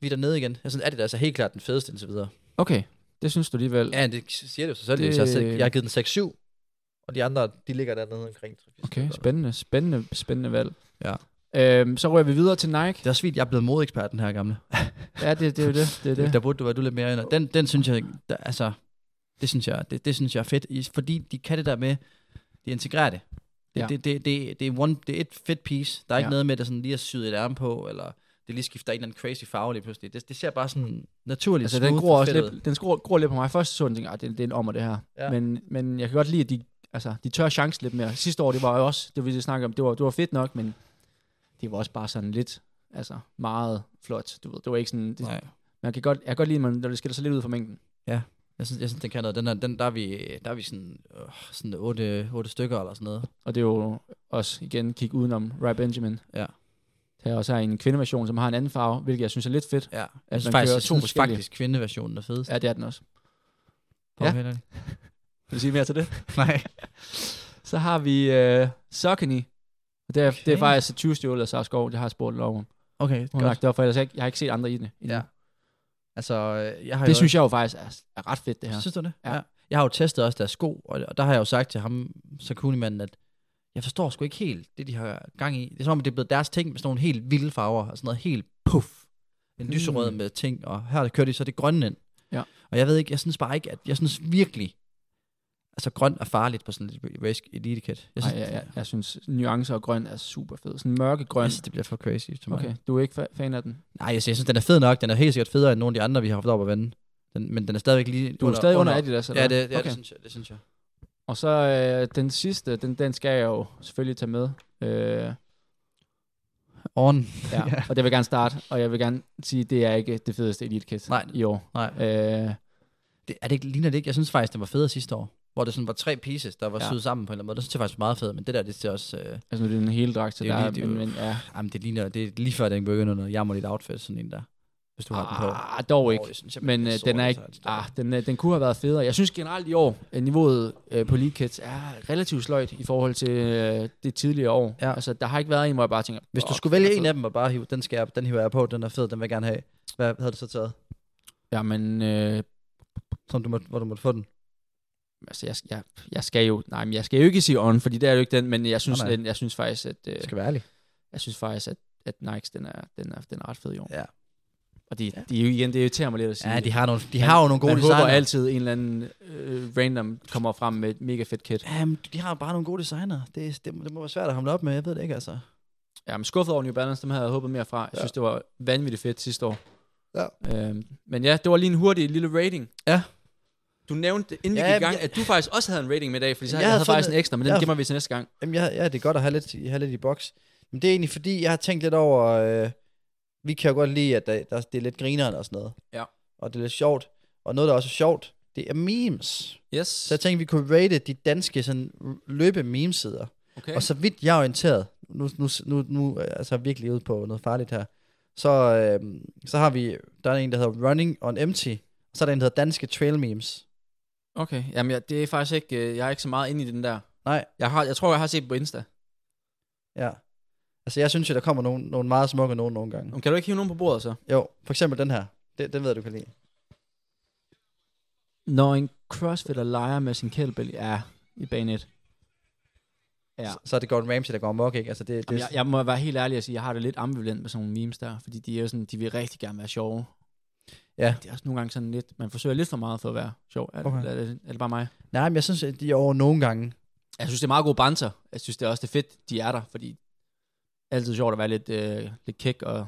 [SPEAKER 5] Vi er dernede igen. Jeg synes, at det er altså helt klart den fedeste indtil videre.
[SPEAKER 4] Okay, det synes du alligevel.
[SPEAKER 5] Ja, det siger det jo sig selv.
[SPEAKER 4] Det-
[SPEAKER 5] Det... Jeg, har selv- jeg har givet den 6-7, og de andre, de ligger dernede omkring.
[SPEAKER 4] Okay, spændende, spændende, spændende valg.
[SPEAKER 5] Ja.
[SPEAKER 4] Øhm, så rører vi videre til Nike.
[SPEAKER 5] Det er også fint, jeg er blevet modekspert, den her gamle.
[SPEAKER 4] Ja, det, det er jo det. *laughs* det, er det.
[SPEAKER 5] Der burde du være du lidt mere ind. Den, den synes jeg, der, altså, det synes jeg, det, det synes jeg er fedt, is- fordi de kan det der med, de integrerer det. Det,
[SPEAKER 4] Ja.
[SPEAKER 5] ja. det, det, det, det, er, one, det er et fedt piece. Der er ikke
[SPEAKER 4] Ja.
[SPEAKER 5] ja. noget med, at der sådan lige er syet et ærme på, eller det lige skifter en eller anden crazy farve lige pludselig. Det, det ser bare sådan naturligt
[SPEAKER 4] Altså, den
[SPEAKER 5] smooth
[SPEAKER 4] gror
[SPEAKER 5] og
[SPEAKER 4] også
[SPEAKER 5] fedt ud.
[SPEAKER 4] lidt, den gror, gror lidt på mig. Først så den tænkte, jeg, "Ah, det, det er en ommer, det her. Ja.
[SPEAKER 5] Ja.
[SPEAKER 4] Men, men jeg kan godt lide, at de, altså, de tør chance lidt mere. Sidste år, det var jo også, det vi snakke om, det var, det var fedt nok, men det var også bare sådan lidt, altså meget flot. Du ved, det var ikke sådan, det,
[SPEAKER 5] Nej.
[SPEAKER 4] man kan godt, jeg kan godt lide, at man, når det skiller sig lidt ud fra mængden.
[SPEAKER 5] Jeg synes, jeg synes, den kan noget. Den er, den, der, er vi, der er vi sådan, øh, sådan otte, otte stykker eller sådan noget.
[SPEAKER 4] Og det er jo også igen kigge udenom Ry Benjamin.
[SPEAKER 5] Ja.
[SPEAKER 4] Der er også her en kvindeversion, som har en anden farve, hvilket jeg synes er lidt fedt.
[SPEAKER 5] Ja. Jeg
[SPEAKER 4] man
[SPEAKER 5] synes faktisk,
[SPEAKER 4] kører
[SPEAKER 5] jeg
[SPEAKER 4] to
[SPEAKER 5] synes
[SPEAKER 4] forskellige.
[SPEAKER 5] faktisk kvindeversionen er fedest.
[SPEAKER 4] Ja, det er den også.
[SPEAKER 5] Prøv
[SPEAKER 4] Ja.
[SPEAKER 5] at hælde den.
[SPEAKER 4] Vil du sige mere til det?
[SPEAKER 5] Nej.
[SPEAKER 4] Så har vi øh, Sokony. Og Det er, okay. det er
[SPEAKER 5] Okay.
[SPEAKER 4] faktisk et 20-stjålet af Sara Skov, det har jeg spurgt lov om.
[SPEAKER 5] Okay,
[SPEAKER 4] Hun har lagt det op, for ellers har jeg, ikke, jeg har ikke set andre i det. endnu.
[SPEAKER 5] Ja. Altså, øh, jeg har jo-
[SPEAKER 4] Det synes jeg jo faktisk er, er ret fedt, det her.
[SPEAKER 5] Synes du det?
[SPEAKER 4] Ja.
[SPEAKER 5] Ja. ja. Jeg har jo testet også deres sko, og, og der har jeg jo sagt til ham, Sakuni-manden, at jeg forstår sgu ikke helt det, de har gang i. Det er som om, det er blevet deres ting med sådan nogle helt vilde farver, og sådan noget helt puff. En
[SPEAKER 4] Hmm.
[SPEAKER 5] lyserød med ting, og her kører de så det grønne ind.
[SPEAKER 4] Ja.
[SPEAKER 5] Og jeg ved ikke, jeg synes bare ikke, at jeg synes virkelig, altså grøn er farligt på sådan et race elite kit. Jeg
[SPEAKER 4] Jeg
[SPEAKER 5] synes,
[SPEAKER 4] synes, Ej, jeg, jeg, jeg synes, nuancer og grøn er super fed. Sådan mørke grøn.
[SPEAKER 5] jeg synes, det bliver for crazy til mig.
[SPEAKER 4] Okay, du er ikke fa- fan af den.
[SPEAKER 5] Nej, jeg synes, jeg synes, den er fed nok. Den er helt sikkert federe end nogle af de andre, vi har haft op at vende. Den, men den er stadigvæk lige
[SPEAKER 4] Du er stadig under Adidas, eller
[SPEAKER 5] Ja,
[SPEAKER 4] hvad?
[SPEAKER 5] det, ja
[SPEAKER 4] okay.
[SPEAKER 5] det, synes jeg, det synes jeg.
[SPEAKER 4] Og så øh, den sidste, den, den skal jeg jo selvfølgelig tage med. Øh,
[SPEAKER 5] On. *laughs*
[SPEAKER 4] ja. Og det vil jeg gerne starte, og jeg vil gerne sige, det er ikke det fedeste Elite Kit
[SPEAKER 5] Nej.
[SPEAKER 4] i år.
[SPEAKER 5] Nej.
[SPEAKER 4] Øh,
[SPEAKER 5] Det, er det ikke, ligner det ikke? Jeg synes faktisk, den var federe sidste år. Hvor det sådan var tre pieces, der var
[SPEAKER 4] Ja.
[SPEAKER 5] ja. syet sammen på en eller anden måde. Det synes jeg faktisk var meget fedt, men det der, det ser også... Øh,
[SPEAKER 4] altså, nu er det en hel dragt, så
[SPEAKER 5] Det er
[SPEAKER 4] der
[SPEAKER 5] jo
[SPEAKER 4] er,
[SPEAKER 5] lige- det er
[SPEAKER 4] men,
[SPEAKER 5] jo-
[SPEAKER 4] men ja.
[SPEAKER 5] jamen, det ligner, det er lige før, den begynder noget jammerligt outfit, sådan en der. Hvis du har den på.
[SPEAKER 4] Ah, dog ikke.
[SPEAKER 5] Åh, det synes jeg,
[SPEAKER 4] Men
[SPEAKER 5] det
[SPEAKER 4] øh,
[SPEAKER 5] er
[SPEAKER 4] den er ikke...
[SPEAKER 5] sort, altså.
[SPEAKER 4] Ah, den, øh, den kunne have været federe. Jeg synes generelt i år, at niveauet øh, på League Kids er relativt sløjt i forhold til øh, det tidligere år. Ja.
[SPEAKER 5] Ja.
[SPEAKER 4] Altså, der har ikke været en, hvor jeg bare tænker...
[SPEAKER 5] Hvis du
[SPEAKER 4] "Åh, altså,
[SPEAKER 5] skulle
[SPEAKER 4] den er
[SPEAKER 5] vælge en
[SPEAKER 4] fed."
[SPEAKER 5] af dem og bare hive, den skal jeg, den hiver jeg på, den er fed, den vil jeg gerne have. Hvad havde du så taget?
[SPEAKER 4] Jamen, øh,
[SPEAKER 5] Som du måtte, hvor du måtte få den?
[SPEAKER 4] altså, jeg, jeg, jeg skal jo, nej, men jeg skal jo ikke sige on, fordi det er jo ikke den, men jeg synes,
[SPEAKER 5] Nej, nej.
[SPEAKER 4] den, jeg synes faktisk, at, øh,
[SPEAKER 5] skal være ærlig.
[SPEAKER 4] jeg synes faktisk, at, at Nikes, den er, den er, den er ret fed i år.
[SPEAKER 5] Ja.
[SPEAKER 4] Og de, ja. de, er jo igen, det irriterer mig lidt at sige.
[SPEAKER 5] Ja,
[SPEAKER 4] det.
[SPEAKER 5] de har, nogle, de har jo nogle gode
[SPEAKER 4] man håber
[SPEAKER 5] designer.
[SPEAKER 4] altid, en eller anden øh, random kommer frem med et mega fedt kit.
[SPEAKER 5] Jamen, de har bare nogle gode designer. Det, det, det må være svært at hamle op med, jeg ved det ikke, altså.
[SPEAKER 4] Ja, men skuffet over New Balance, dem havde jeg håbet mere fra. Jeg
[SPEAKER 5] Ja.
[SPEAKER 4] synes, det var vanvittigt fedt sidste år.
[SPEAKER 5] Ja.
[SPEAKER 4] Øhm, men ja, det var lige en hurtig lille rating.
[SPEAKER 5] Ja.
[SPEAKER 4] Du nævnte, inden vi
[SPEAKER 5] Ja,
[SPEAKER 4] gik i
[SPEAKER 5] men
[SPEAKER 4] gang,
[SPEAKER 5] jeg-
[SPEAKER 4] at du faktisk også havde en rating med i dag, fordi så
[SPEAKER 5] Jeg
[SPEAKER 4] jeg, jeg
[SPEAKER 5] havde
[SPEAKER 4] havde faktisk en
[SPEAKER 5] fundet-
[SPEAKER 4] ekstra, men den
[SPEAKER 5] jeg-
[SPEAKER 4] gemmer vi til næste gang.
[SPEAKER 5] Jamen, jeg, ja, det er godt at have lidt, I har lidt i boks. Men det er egentlig fordi, jeg har tænkt lidt over, øh, vi kan jo godt lide, at der, der, det er lidt grineren og sådan noget.
[SPEAKER 4] Ja.
[SPEAKER 5] Og det er lidt sjovt. Og noget, der også er sjovt, det er memes.
[SPEAKER 4] Yes.
[SPEAKER 5] Så jeg tænkte, vi kunne rate de danske sådan, løbe memesider.
[SPEAKER 4] Okay.
[SPEAKER 5] Og så vidt jeg er orienteret, nu, nu, nu, nu er jeg så virkelig ude på noget farligt her, så, øh, så har vi, der er en, der hedder Running on Empty, og så er der en, der hedder Danske Trail Memes.
[SPEAKER 4] Okay, jamen jeg, det er faktisk ikke, øh, jeg er ikke så meget inde i den der.
[SPEAKER 5] Nej.
[SPEAKER 4] Jeg, har, jeg tror, jeg har set på Insta.
[SPEAKER 5] Ja. Altså, jeg synes jo, der kommer nogle, nogle meget smukke nogen nogle gange.
[SPEAKER 4] Men Kan du ikke hive nogen på bordet så?
[SPEAKER 5] Jo, for eksempel den her. Det, den ved jeg, du kan lide.
[SPEAKER 4] Når en crossfitter leger med sin kettlebell, ja, i banet. Ja.
[SPEAKER 5] Ja. Så, så er det Gordon Ramsay, der går amok, ikke? Altså, det, det,
[SPEAKER 4] Jamen, jeg, jeg, må være helt ærlig og sige, jeg har det lidt ambivalent med sådan nogle memes der, fordi de er jo sådan, de vil rigtig gerne være sjove.
[SPEAKER 5] Ja.
[SPEAKER 4] Det er også nogle gange sådan lidt, man forsøger lidt for meget for at være sjov. Er,
[SPEAKER 5] Okay.
[SPEAKER 4] okay. er, det, er det bare mig?
[SPEAKER 5] Nej, men jeg synes, at de er over nogle gange.
[SPEAKER 4] Jeg synes, det er meget gode banter. Jeg synes, det er også det er fedt, de er der, fordi altid sjovt at være lidt, øh, lidt kæk og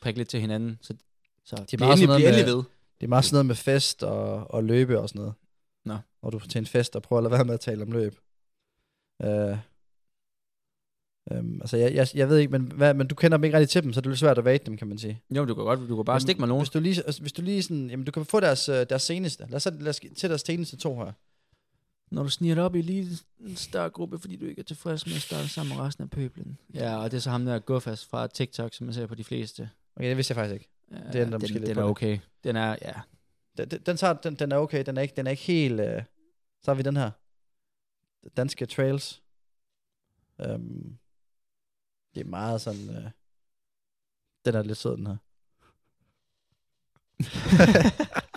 [SPEAKER 4] prikke lidt til hinanden. Så, så de
[SPEAKER 5] meget sådan noget med-
[SPEAKER 4] endelig ved.
[SPEAKER 5] Det er meget sådan noget med fest og, og løbe og sådan noget.
[SPEAKER 4] Mm. Nå.
[SPEAKER 5] Når du er til en fest og prøver at lade være med at tale om løb. Øh, øhm, altså, jeg, jeg, jeg ved ikke, men, hvad, men du kender dem ikke rigtig til dem, så det er lidt svært at rate dem, kan man sige.
[SPEAKER 4] Jo, men du kan godt, du kan bare
[SPEAKER 5] Jamen,
[SPEAKER 4] stikke mig nogen.
[SPEAKER 5] Hvis du lige, altså, hvis du lige sådan, jamen, du kan få deres, øh, deres seneste. Lad os, så- lad os til deres seneste to her.
[SPEAKER 4] Når du sniger dig op i lige en større gruppe, fordi du ikke er tilfreds med at starte sammen med resten af pøblen. Ja, og det er så ham der Gufas fra TikTok, som man ser på de fleste.
[SPEAKER 5] Okay, det vidste jeg faktisk ikke.
[SPEAKER 4] Ja,
[SPEAKER 5] ændrer
[SPEAKER 4] Øh, den,
[SPEAKER 5] måske lidt
[SPEAKER 4] den
[SPEAKER 5] på
[SPEAKER 4] er
[SPEAKER 5] det.
[SPEAKER 4] okay. Den er, ja.
[SPEAKER 5] Den, den- den, tager, den, den er okay, den er ikke, den er ikke helt... Øh, så har vi den her. Danske Trails. Øhm, det er meget sådan... Øh, den er lidt sød, den her. *laughs*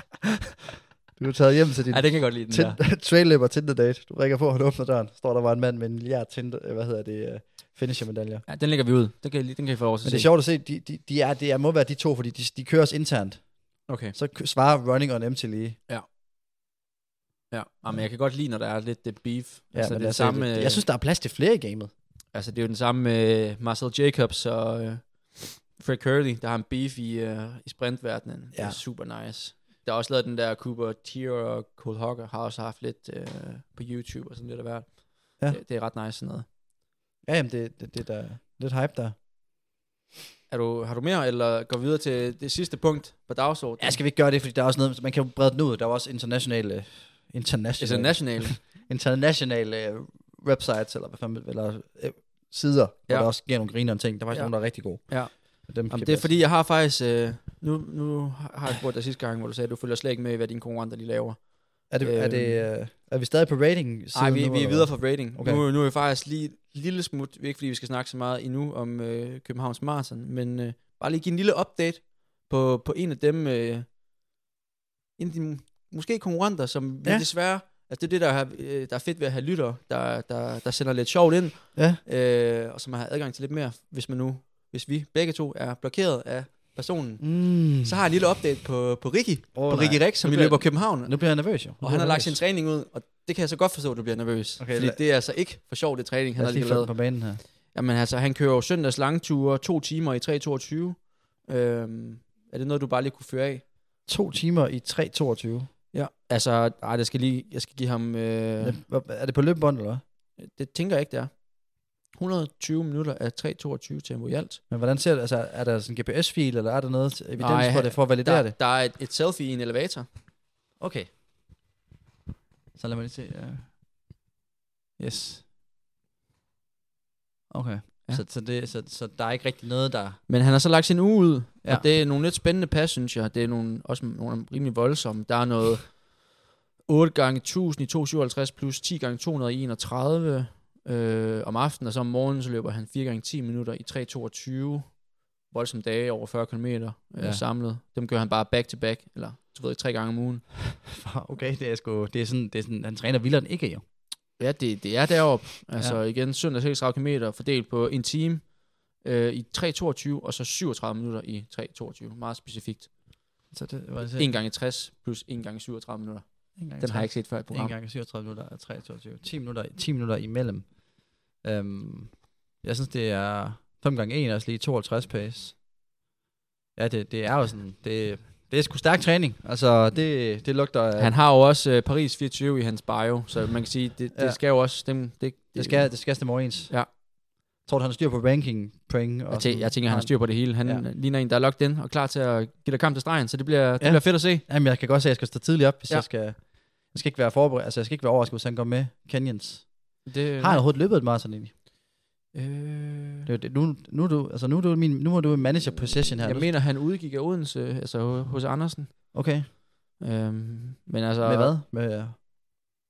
[SPEAKER 5] du er taget hjem til din
[SPEAKER 4] Ja, det kan jeg godt lide, den der.
[SPEAKER 5] tind- *laughs* trailløber Tinder date. Du ringer på, og han åbner døren. Står der bare en mand med en milliard Tinder, øh, hvad hedder det, øh, finisher-medaljer.
[SPEAKER 4] Ja, den lægger vi ud. Den kan, I lige- den kan I få lov til
[SPEAKER 5] Men
[SPEAKER 4] at
[SPEAKER 5] det er
[SPEAKER 4] se.
[SPEAKER 5] sjovt at se, de, de, de er, det er, må være de to, fordi de, de køres internt.
[SPEAKER 4] Okay.
[SPEAKER 5] Så kø- svarer Running on MT lige.
[SPEAKER 4] Ja, ja, men jeg kan godt lide, når der er lidt det beef.
[SPEAKER 5] Ja,
[SPEAKER 4] altså, det er
[SPEAKER 5] altså, men
[SPEAKER 4] den
[SPEAKER 5] altså,
[SPEAKER 4] samme,
[SPEAKER 5] samme, jeg synes, der er plads til flere i gamet.
[SPEAKER 4] altså, det er jo den samme med uh, Marcel Jacobs og uh, Fred Curley, der har en beef i, uh, i sprintverdenen. Ja. Det
[SPEAKER 5] Ja.
[SPEAKER 4] er super nice. Der er også lavet den der Cooper Tier og Cole Hawker, har også haft lidt uh, på YouTube og sådan lidt af hvert.
[SPEAKER 5] Ja.
[SPEAKER 4] Det, det, er ret nice sådan noget.
[SPEAKER 5] Ja, jamen, det, det, det er da lidt hype der.
[SPEAKER 4] Er du, har du mere, eller går vi videre til det sidste punkt på dagsordenen?
[SPEAKER 5] Ja, skal vi ikke gøre det, fordi der er også noget, man kan jo brede den ud. Der er jo også internationale,
[SPEAKER 4] Altså
[SPEAKER 5] internationale,
[SPEAKER 4] national.
[SPEAKER 5] internationale øh, websites, eller hvad fanden, eller øh, sider, ja.
[SPEAKER 4] Ja.
[SPEAKER 5] hvor der også sker nogle griner ting. Der er faktisk
[SPEAKER 4] Ja.
[SPEAKER 5] ja. nogle, der er rigtig gode.
[SPEAKER 4] Ja.
[SPEAKER 5] Og Dem
[SPEAKER 4] Jamen, det er fordi, jeg har faktisk... Øh, nu, nu har jeg spurgt dig sidste gang, hvor du sagde, at du følger slet ikke med i, hvad dine konkurrenter de laver.
[SPEAKER 5] er, det, er, det, øh, er vi stadig på rating?
[SPEAKER 4] Øhm. Nej, vi, vi er videre fra rating. Okay.
[SPEAKER 5] Okay.
[SPEAKER 4] Nu, nu er vi faktisk lige en lille smut, ikke fordi vi skal snakke så meget endnu om øh, Københavns Marathon, men øh, bare lige give en lille update på, på en af dem, øh, en af de måske konkurrenter, som vi ja.
[SPEAKER 5] Ja.
[SPEAKER 4] desværre, altså det er det, der er, øh, der er fedt ved at have lytter, der, der, der sender lidt sjovt ind,
[SPEAKER 5] Ja.
[SPEAKER 4] øh, og som har adgang til lidt mere, hvis man nu, hvis vi begge to er blokeret af personen.
[SPEAKER 5] Mm.
[SPEAKER 4] Så har jeg en lille update på, på Ricky,
[SPEAKER 5] Åh,
[SPEAKER 4] oh, på
[SPEAKER 5] nej.
[SPEAKER 4] Ricky Rex, som
[SPEAKER 5] Nu
[SPEAKER 4] i
[SPEAKER 5] bliver-
[SPEAKER 4] løber København.
[SPEAKER 5] Nu bliver jeg nervøs, jo. Nu
[SPEAKER 4] Og han har
[SPEAKER 5] bliver
[SPEAKER 4] lagt
[SPEAKER 5] jeg
[SPEAKER 4] sin træning ud, og det kan jeg så godt forstå, at du bliver nervøs. Okay,
[SPEAKER 5] Okay,
[SPEAKER 4] fordi
[SPEAKER 5] lad-
[SPEAKER 4] det er altså ikke for sjov, det træning, han
[SPEAKER 5] Lad
[SPEAKER 4] har
[SPEAKER 5] os lige
[SPEAKER 4] lige
[SPEAKER 5] få den
[SPEAKER 4] lavet.
[SPEAKER 5] på banen her.
[SPEAKER 4] Jamen altså, han kører jo søndags langture, to timer i 3.22. Øhm, er det noget, du bare lige kunne føre af?
[SPEAKER 5] To timer i 3.22.
[SPEAKER 4] Ja. Altså, ej, det skal lige, jeg skal give ham, øh,
[SPEAKER 5] Hvad- Er det på løbebånd, eller hvad?
[SPEAKER 4] det tænker jeg ikke, det er. 120 minutter af 3.22 tempo i alt.
[SPEAKER 5] Men hvordan ser det? Altså, er der sådan en GPS-fil, eller er der noget evidens
[SPEAKER 4] Ej,
[SPEAKER 5] Ej, for det, for at validere
[SPEAKER 4] Der,
[SPEAKER 5] det?
[SPEAKER 4] der er et, et selfie i en elevator.
[SPEAKER 5] Okay. Så lad mig lige se. Ja. Yes. Okay.
[SPEAKER 4] Ja.
[SPEAKER 5] Ja. Så, så, det, så, så der er ikke rigtig noget, der... *laughs*
[SPEAKER 4] Men han har så lagt sin uge ud, ja.
[SPEAKER 5] Ja.
[SPEAKER 4] og det er nogle lidt spændende pas, synes jeg. Det er nogle, også nogle rimelig voldsomme. Der er noget 8 gange 1000 i 257 plus 10 gange 231 øh, om aftenen, og så om morgenen så løber han 4 gange 10 minutter i 322. voldsomme dage over 40 km øh,
[SPEAKER 5] Ja.
[SPEAKER 4] ja. samlet. Dem kører han bare back-to-back, eller du ved, tre gange om ugen.
[SPEAKER 5] okay, det er sgu, det er sådan, det er sådan, han træner vildere end ikke, jo.
[SPEAKER 4] Ja, det, det er deroppe. Altså
[SPEAKER 5] Ja.
[SPEAKER 4] ja. igen, søndag 36 km fordelt på en time øh, i 3.22, og så 37 minutter i 3.22. Meget specifikt.
[SPEAKER 5] Så det var det
[SPEAKER 4] En gang i 60 plus en gang i 37 minutter. Den har jeg ikke set før i
[SPEAKER 5] En
[SPEAKER 4] programmet.
[SPEAKER 5] gang i 37 minutter og 23. 10 minutter, 10 minutter imellem. Øhm, jeg synes, det er 5 gange 1 også lige 52 pace. Ja, det, det er jo sådan, det, det er sgu stærk træning. Altså, det, det lugter af,
[SPEAKER 4] Han har jo også øh, Paris 24 i hans bio, så man kan sige, det, det
[SPEAKER 5] Ja.
[SPEAKER 4] skal jo også dem. Det, det,
[SPEAKER 5] det skal, det skal stemme overens.
[SPEAKER 4] Ja.
[SPEAKER 5] Tror du, han har styr på ranking, point? Og
[SPEAKER 4] Jeg,
[SPEAKER 5] sådan-
[SPEAKER 4] tæ- jeg tænker, han har styr på det hele. Han
[SPEAKER 5] Ja.
[SPEAKER 4] ja. ligner en, der er locked in og klar til at give dig kamp til stregen, så det bliver, det
[SPEAKER 5] Ja.
[SPEAKER 4] ja. bliver fedt at se.
[SPEAKER 5] Jamen, jeg kan godt se, at jeg skal stå tidligt op, hvis ja.
[SPEAKER 4] Ja.
[SPEAKER 5] jeg skal... Jeg skal ikke være forberedt, altså jeg skal ikke være overrasket, hvis han går med Kenyans.
[SPEAKER 4] Det,
[SPEAKER 5] Har han overhovedet løbet et maraton egentlig?
[SPEAKER 4] øh,
[SPEAKER 5] Det, er jo det, nu, nu, er du, altså, nu, er du min, nu er du en manager possession her.
[SPEAKER 4] jeg
[SPEAKER 5] Nu-
[SPEAKER 4] mener, han udgik af Odense, altså hos Andersen.
[SPEAKER 5] okay.
[SPEAKER 4] Øhm, men altså,
[SPEAKER 5] Med hvad? Med øh,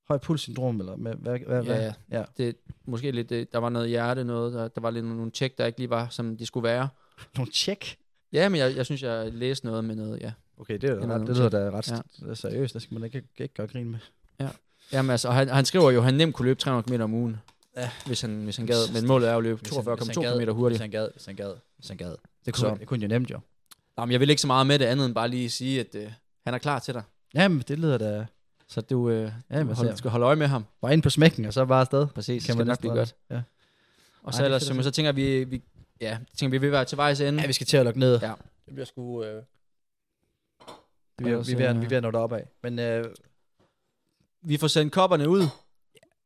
[SPEAKER 5] høj puls-syndrom, eller med, hvad,
[SPEAKER 4] Ja,
[SPEAKER 5] hvad, hvad?
[SPEAKER 4] ja. ja. Det, måske lidt, det, der var noget hjerte, noget, der, der var lidt nogle tjek, der ikke lige var, som de skulle være.
[SPEAKER 5] Nogle tjek?
[SPEAKER 4] Ja, men jeg, jeg synes, jeg læste noget med noget, ja.
[SPEAKER 5] Okay, det, er
[SPEAKER 4] Eller
[SPEAKER 5] da ret,
[SPEAKER 4] nogle
[SPEAKER 5] det lyder da ret
[SPEAKER 4] Ja.
[SPEAKER 5] ja. seriøst. Det skal man ikke, ikke gøre grin med.
[SPEAKER 4] Jamen altså, og han, han skriver jo, at han nemt kunne løbe 300 km om ugen,
[SPEAKER 5] Ja.
[SPEAKER 4] ja. hvis, han, hvis han gad. Men målet er jo at løbe 42,2 km
[SPEAKER 5] Hvis
[SPEAKER 4] hurtigt.
[SPEAKER 5] han gad, hvis han gad, hvis han gad. Det
[SPEAKER 4] Så.
[SPEAKER 5] kunne, det kunne jo nemt jo.
[SPEAKER 4] Jamen, jeg vil ikke så meget med det andet, end bare lige sige, at øh, han er klar til dig.
[SPEAKER 5] Jamen, det lyder da...
[SPEAKER 4] Så du, øh,
[SPEAKER 5] Jamen,
[SPEAKER 4] du
[SPEAKER 5] jeg
[SPEAKER 4] hold,
[SPEAKER 5] ser.
[SPEAKER 4] skal holde øje med ham.
[SPEAKER 5] Bare ind på smækken, og så bare afsted.
[SPEAKER 4] Præcis,
[SPEAKER 5] Kan
[SPEAKER 4] kan
[SPEAKER 5] man
[SPEAKER 4] man nok blive
[SPEAKER 5] næsten
[SPEAKER 4] godt.
[SPEAKER 5] regne.
[SPEAKER 4] Og
[SPEAKER 5] Ej,
[SPEAKER 4] så
[SPEAKER 5] det er
[SPEAKER 4] ellers,
[SPEAKER 5] fedt at
[SPEAKER 4] så,
[SPEAKER 5] se.
[SPEAKER 4] så tænker jeg, vi, vi, ja, tænker, vi vil være til vejs ende.
[SPEAKER 5] Ja, vi skal til at lukke ned.
[SPEAKER 4] Ja.
[SPEAKER 5] Det bliver sgu... Øh... Det
[SPEAKER 4] Ja,
[SPEAKER 5] bliver, vi,
[SPEAKER 4] så-
[SPEAKER 5] er ved, at- vi er ved at nå deroppe af. Men øh,
[SPEAKER 4] Vi får sendt kopperne ud,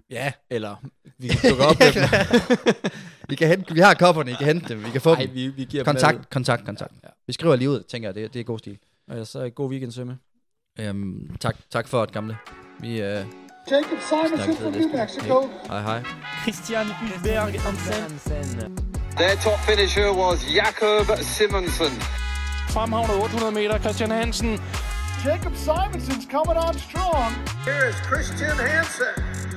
[SPEAKER 5] ja,
[SPEAKER 4] eller vi dukker
[SPEAKER 5] *laughs*
[SPEAKER 4] op med dem.
[SPEAKER 5] vi, kan hente, vi har kopperne, I kan hente dem, vi kan få
[SPEAKER 4] Ej,
[SPEAKER 5] dem.
[SPEAKER 4] vi, vi giver dem med ud.
[SPEAKER 5] Kontakt, kontakt, kontakt.
[SPEAKER 4] Ja, ja.
[SPEAKER 5] Vi skriver lige ud, tænker jeg, det, det er god stil.
[SPEAKER 4] Og ellers så øh, god weekend, Sømme.
[SPEAKER 5] Øhm, tak, tak for det, gamle. Vi øh,
[SPEAKER 1] Jacob Simonson
[SPEAKER 5] snakkes ved
[SPEAKER 1] from New
[SPEAKER 5] næste gang.
[SPEAKER 1] Mexico.
[SPEAKER 5] Hej, hej.
[SPEAKER 2] Christian Hulberg Hansen.
[SPEAKER 3] Their top finisher was Jakob Simonsen.
[SPEAKER 2] Fremhavnet 800 meter, Christian Hansen.
[SPEAKER 1] Jacob Simonson's coming on strong.
[SPEAKER 3] Here is Christian Hansen.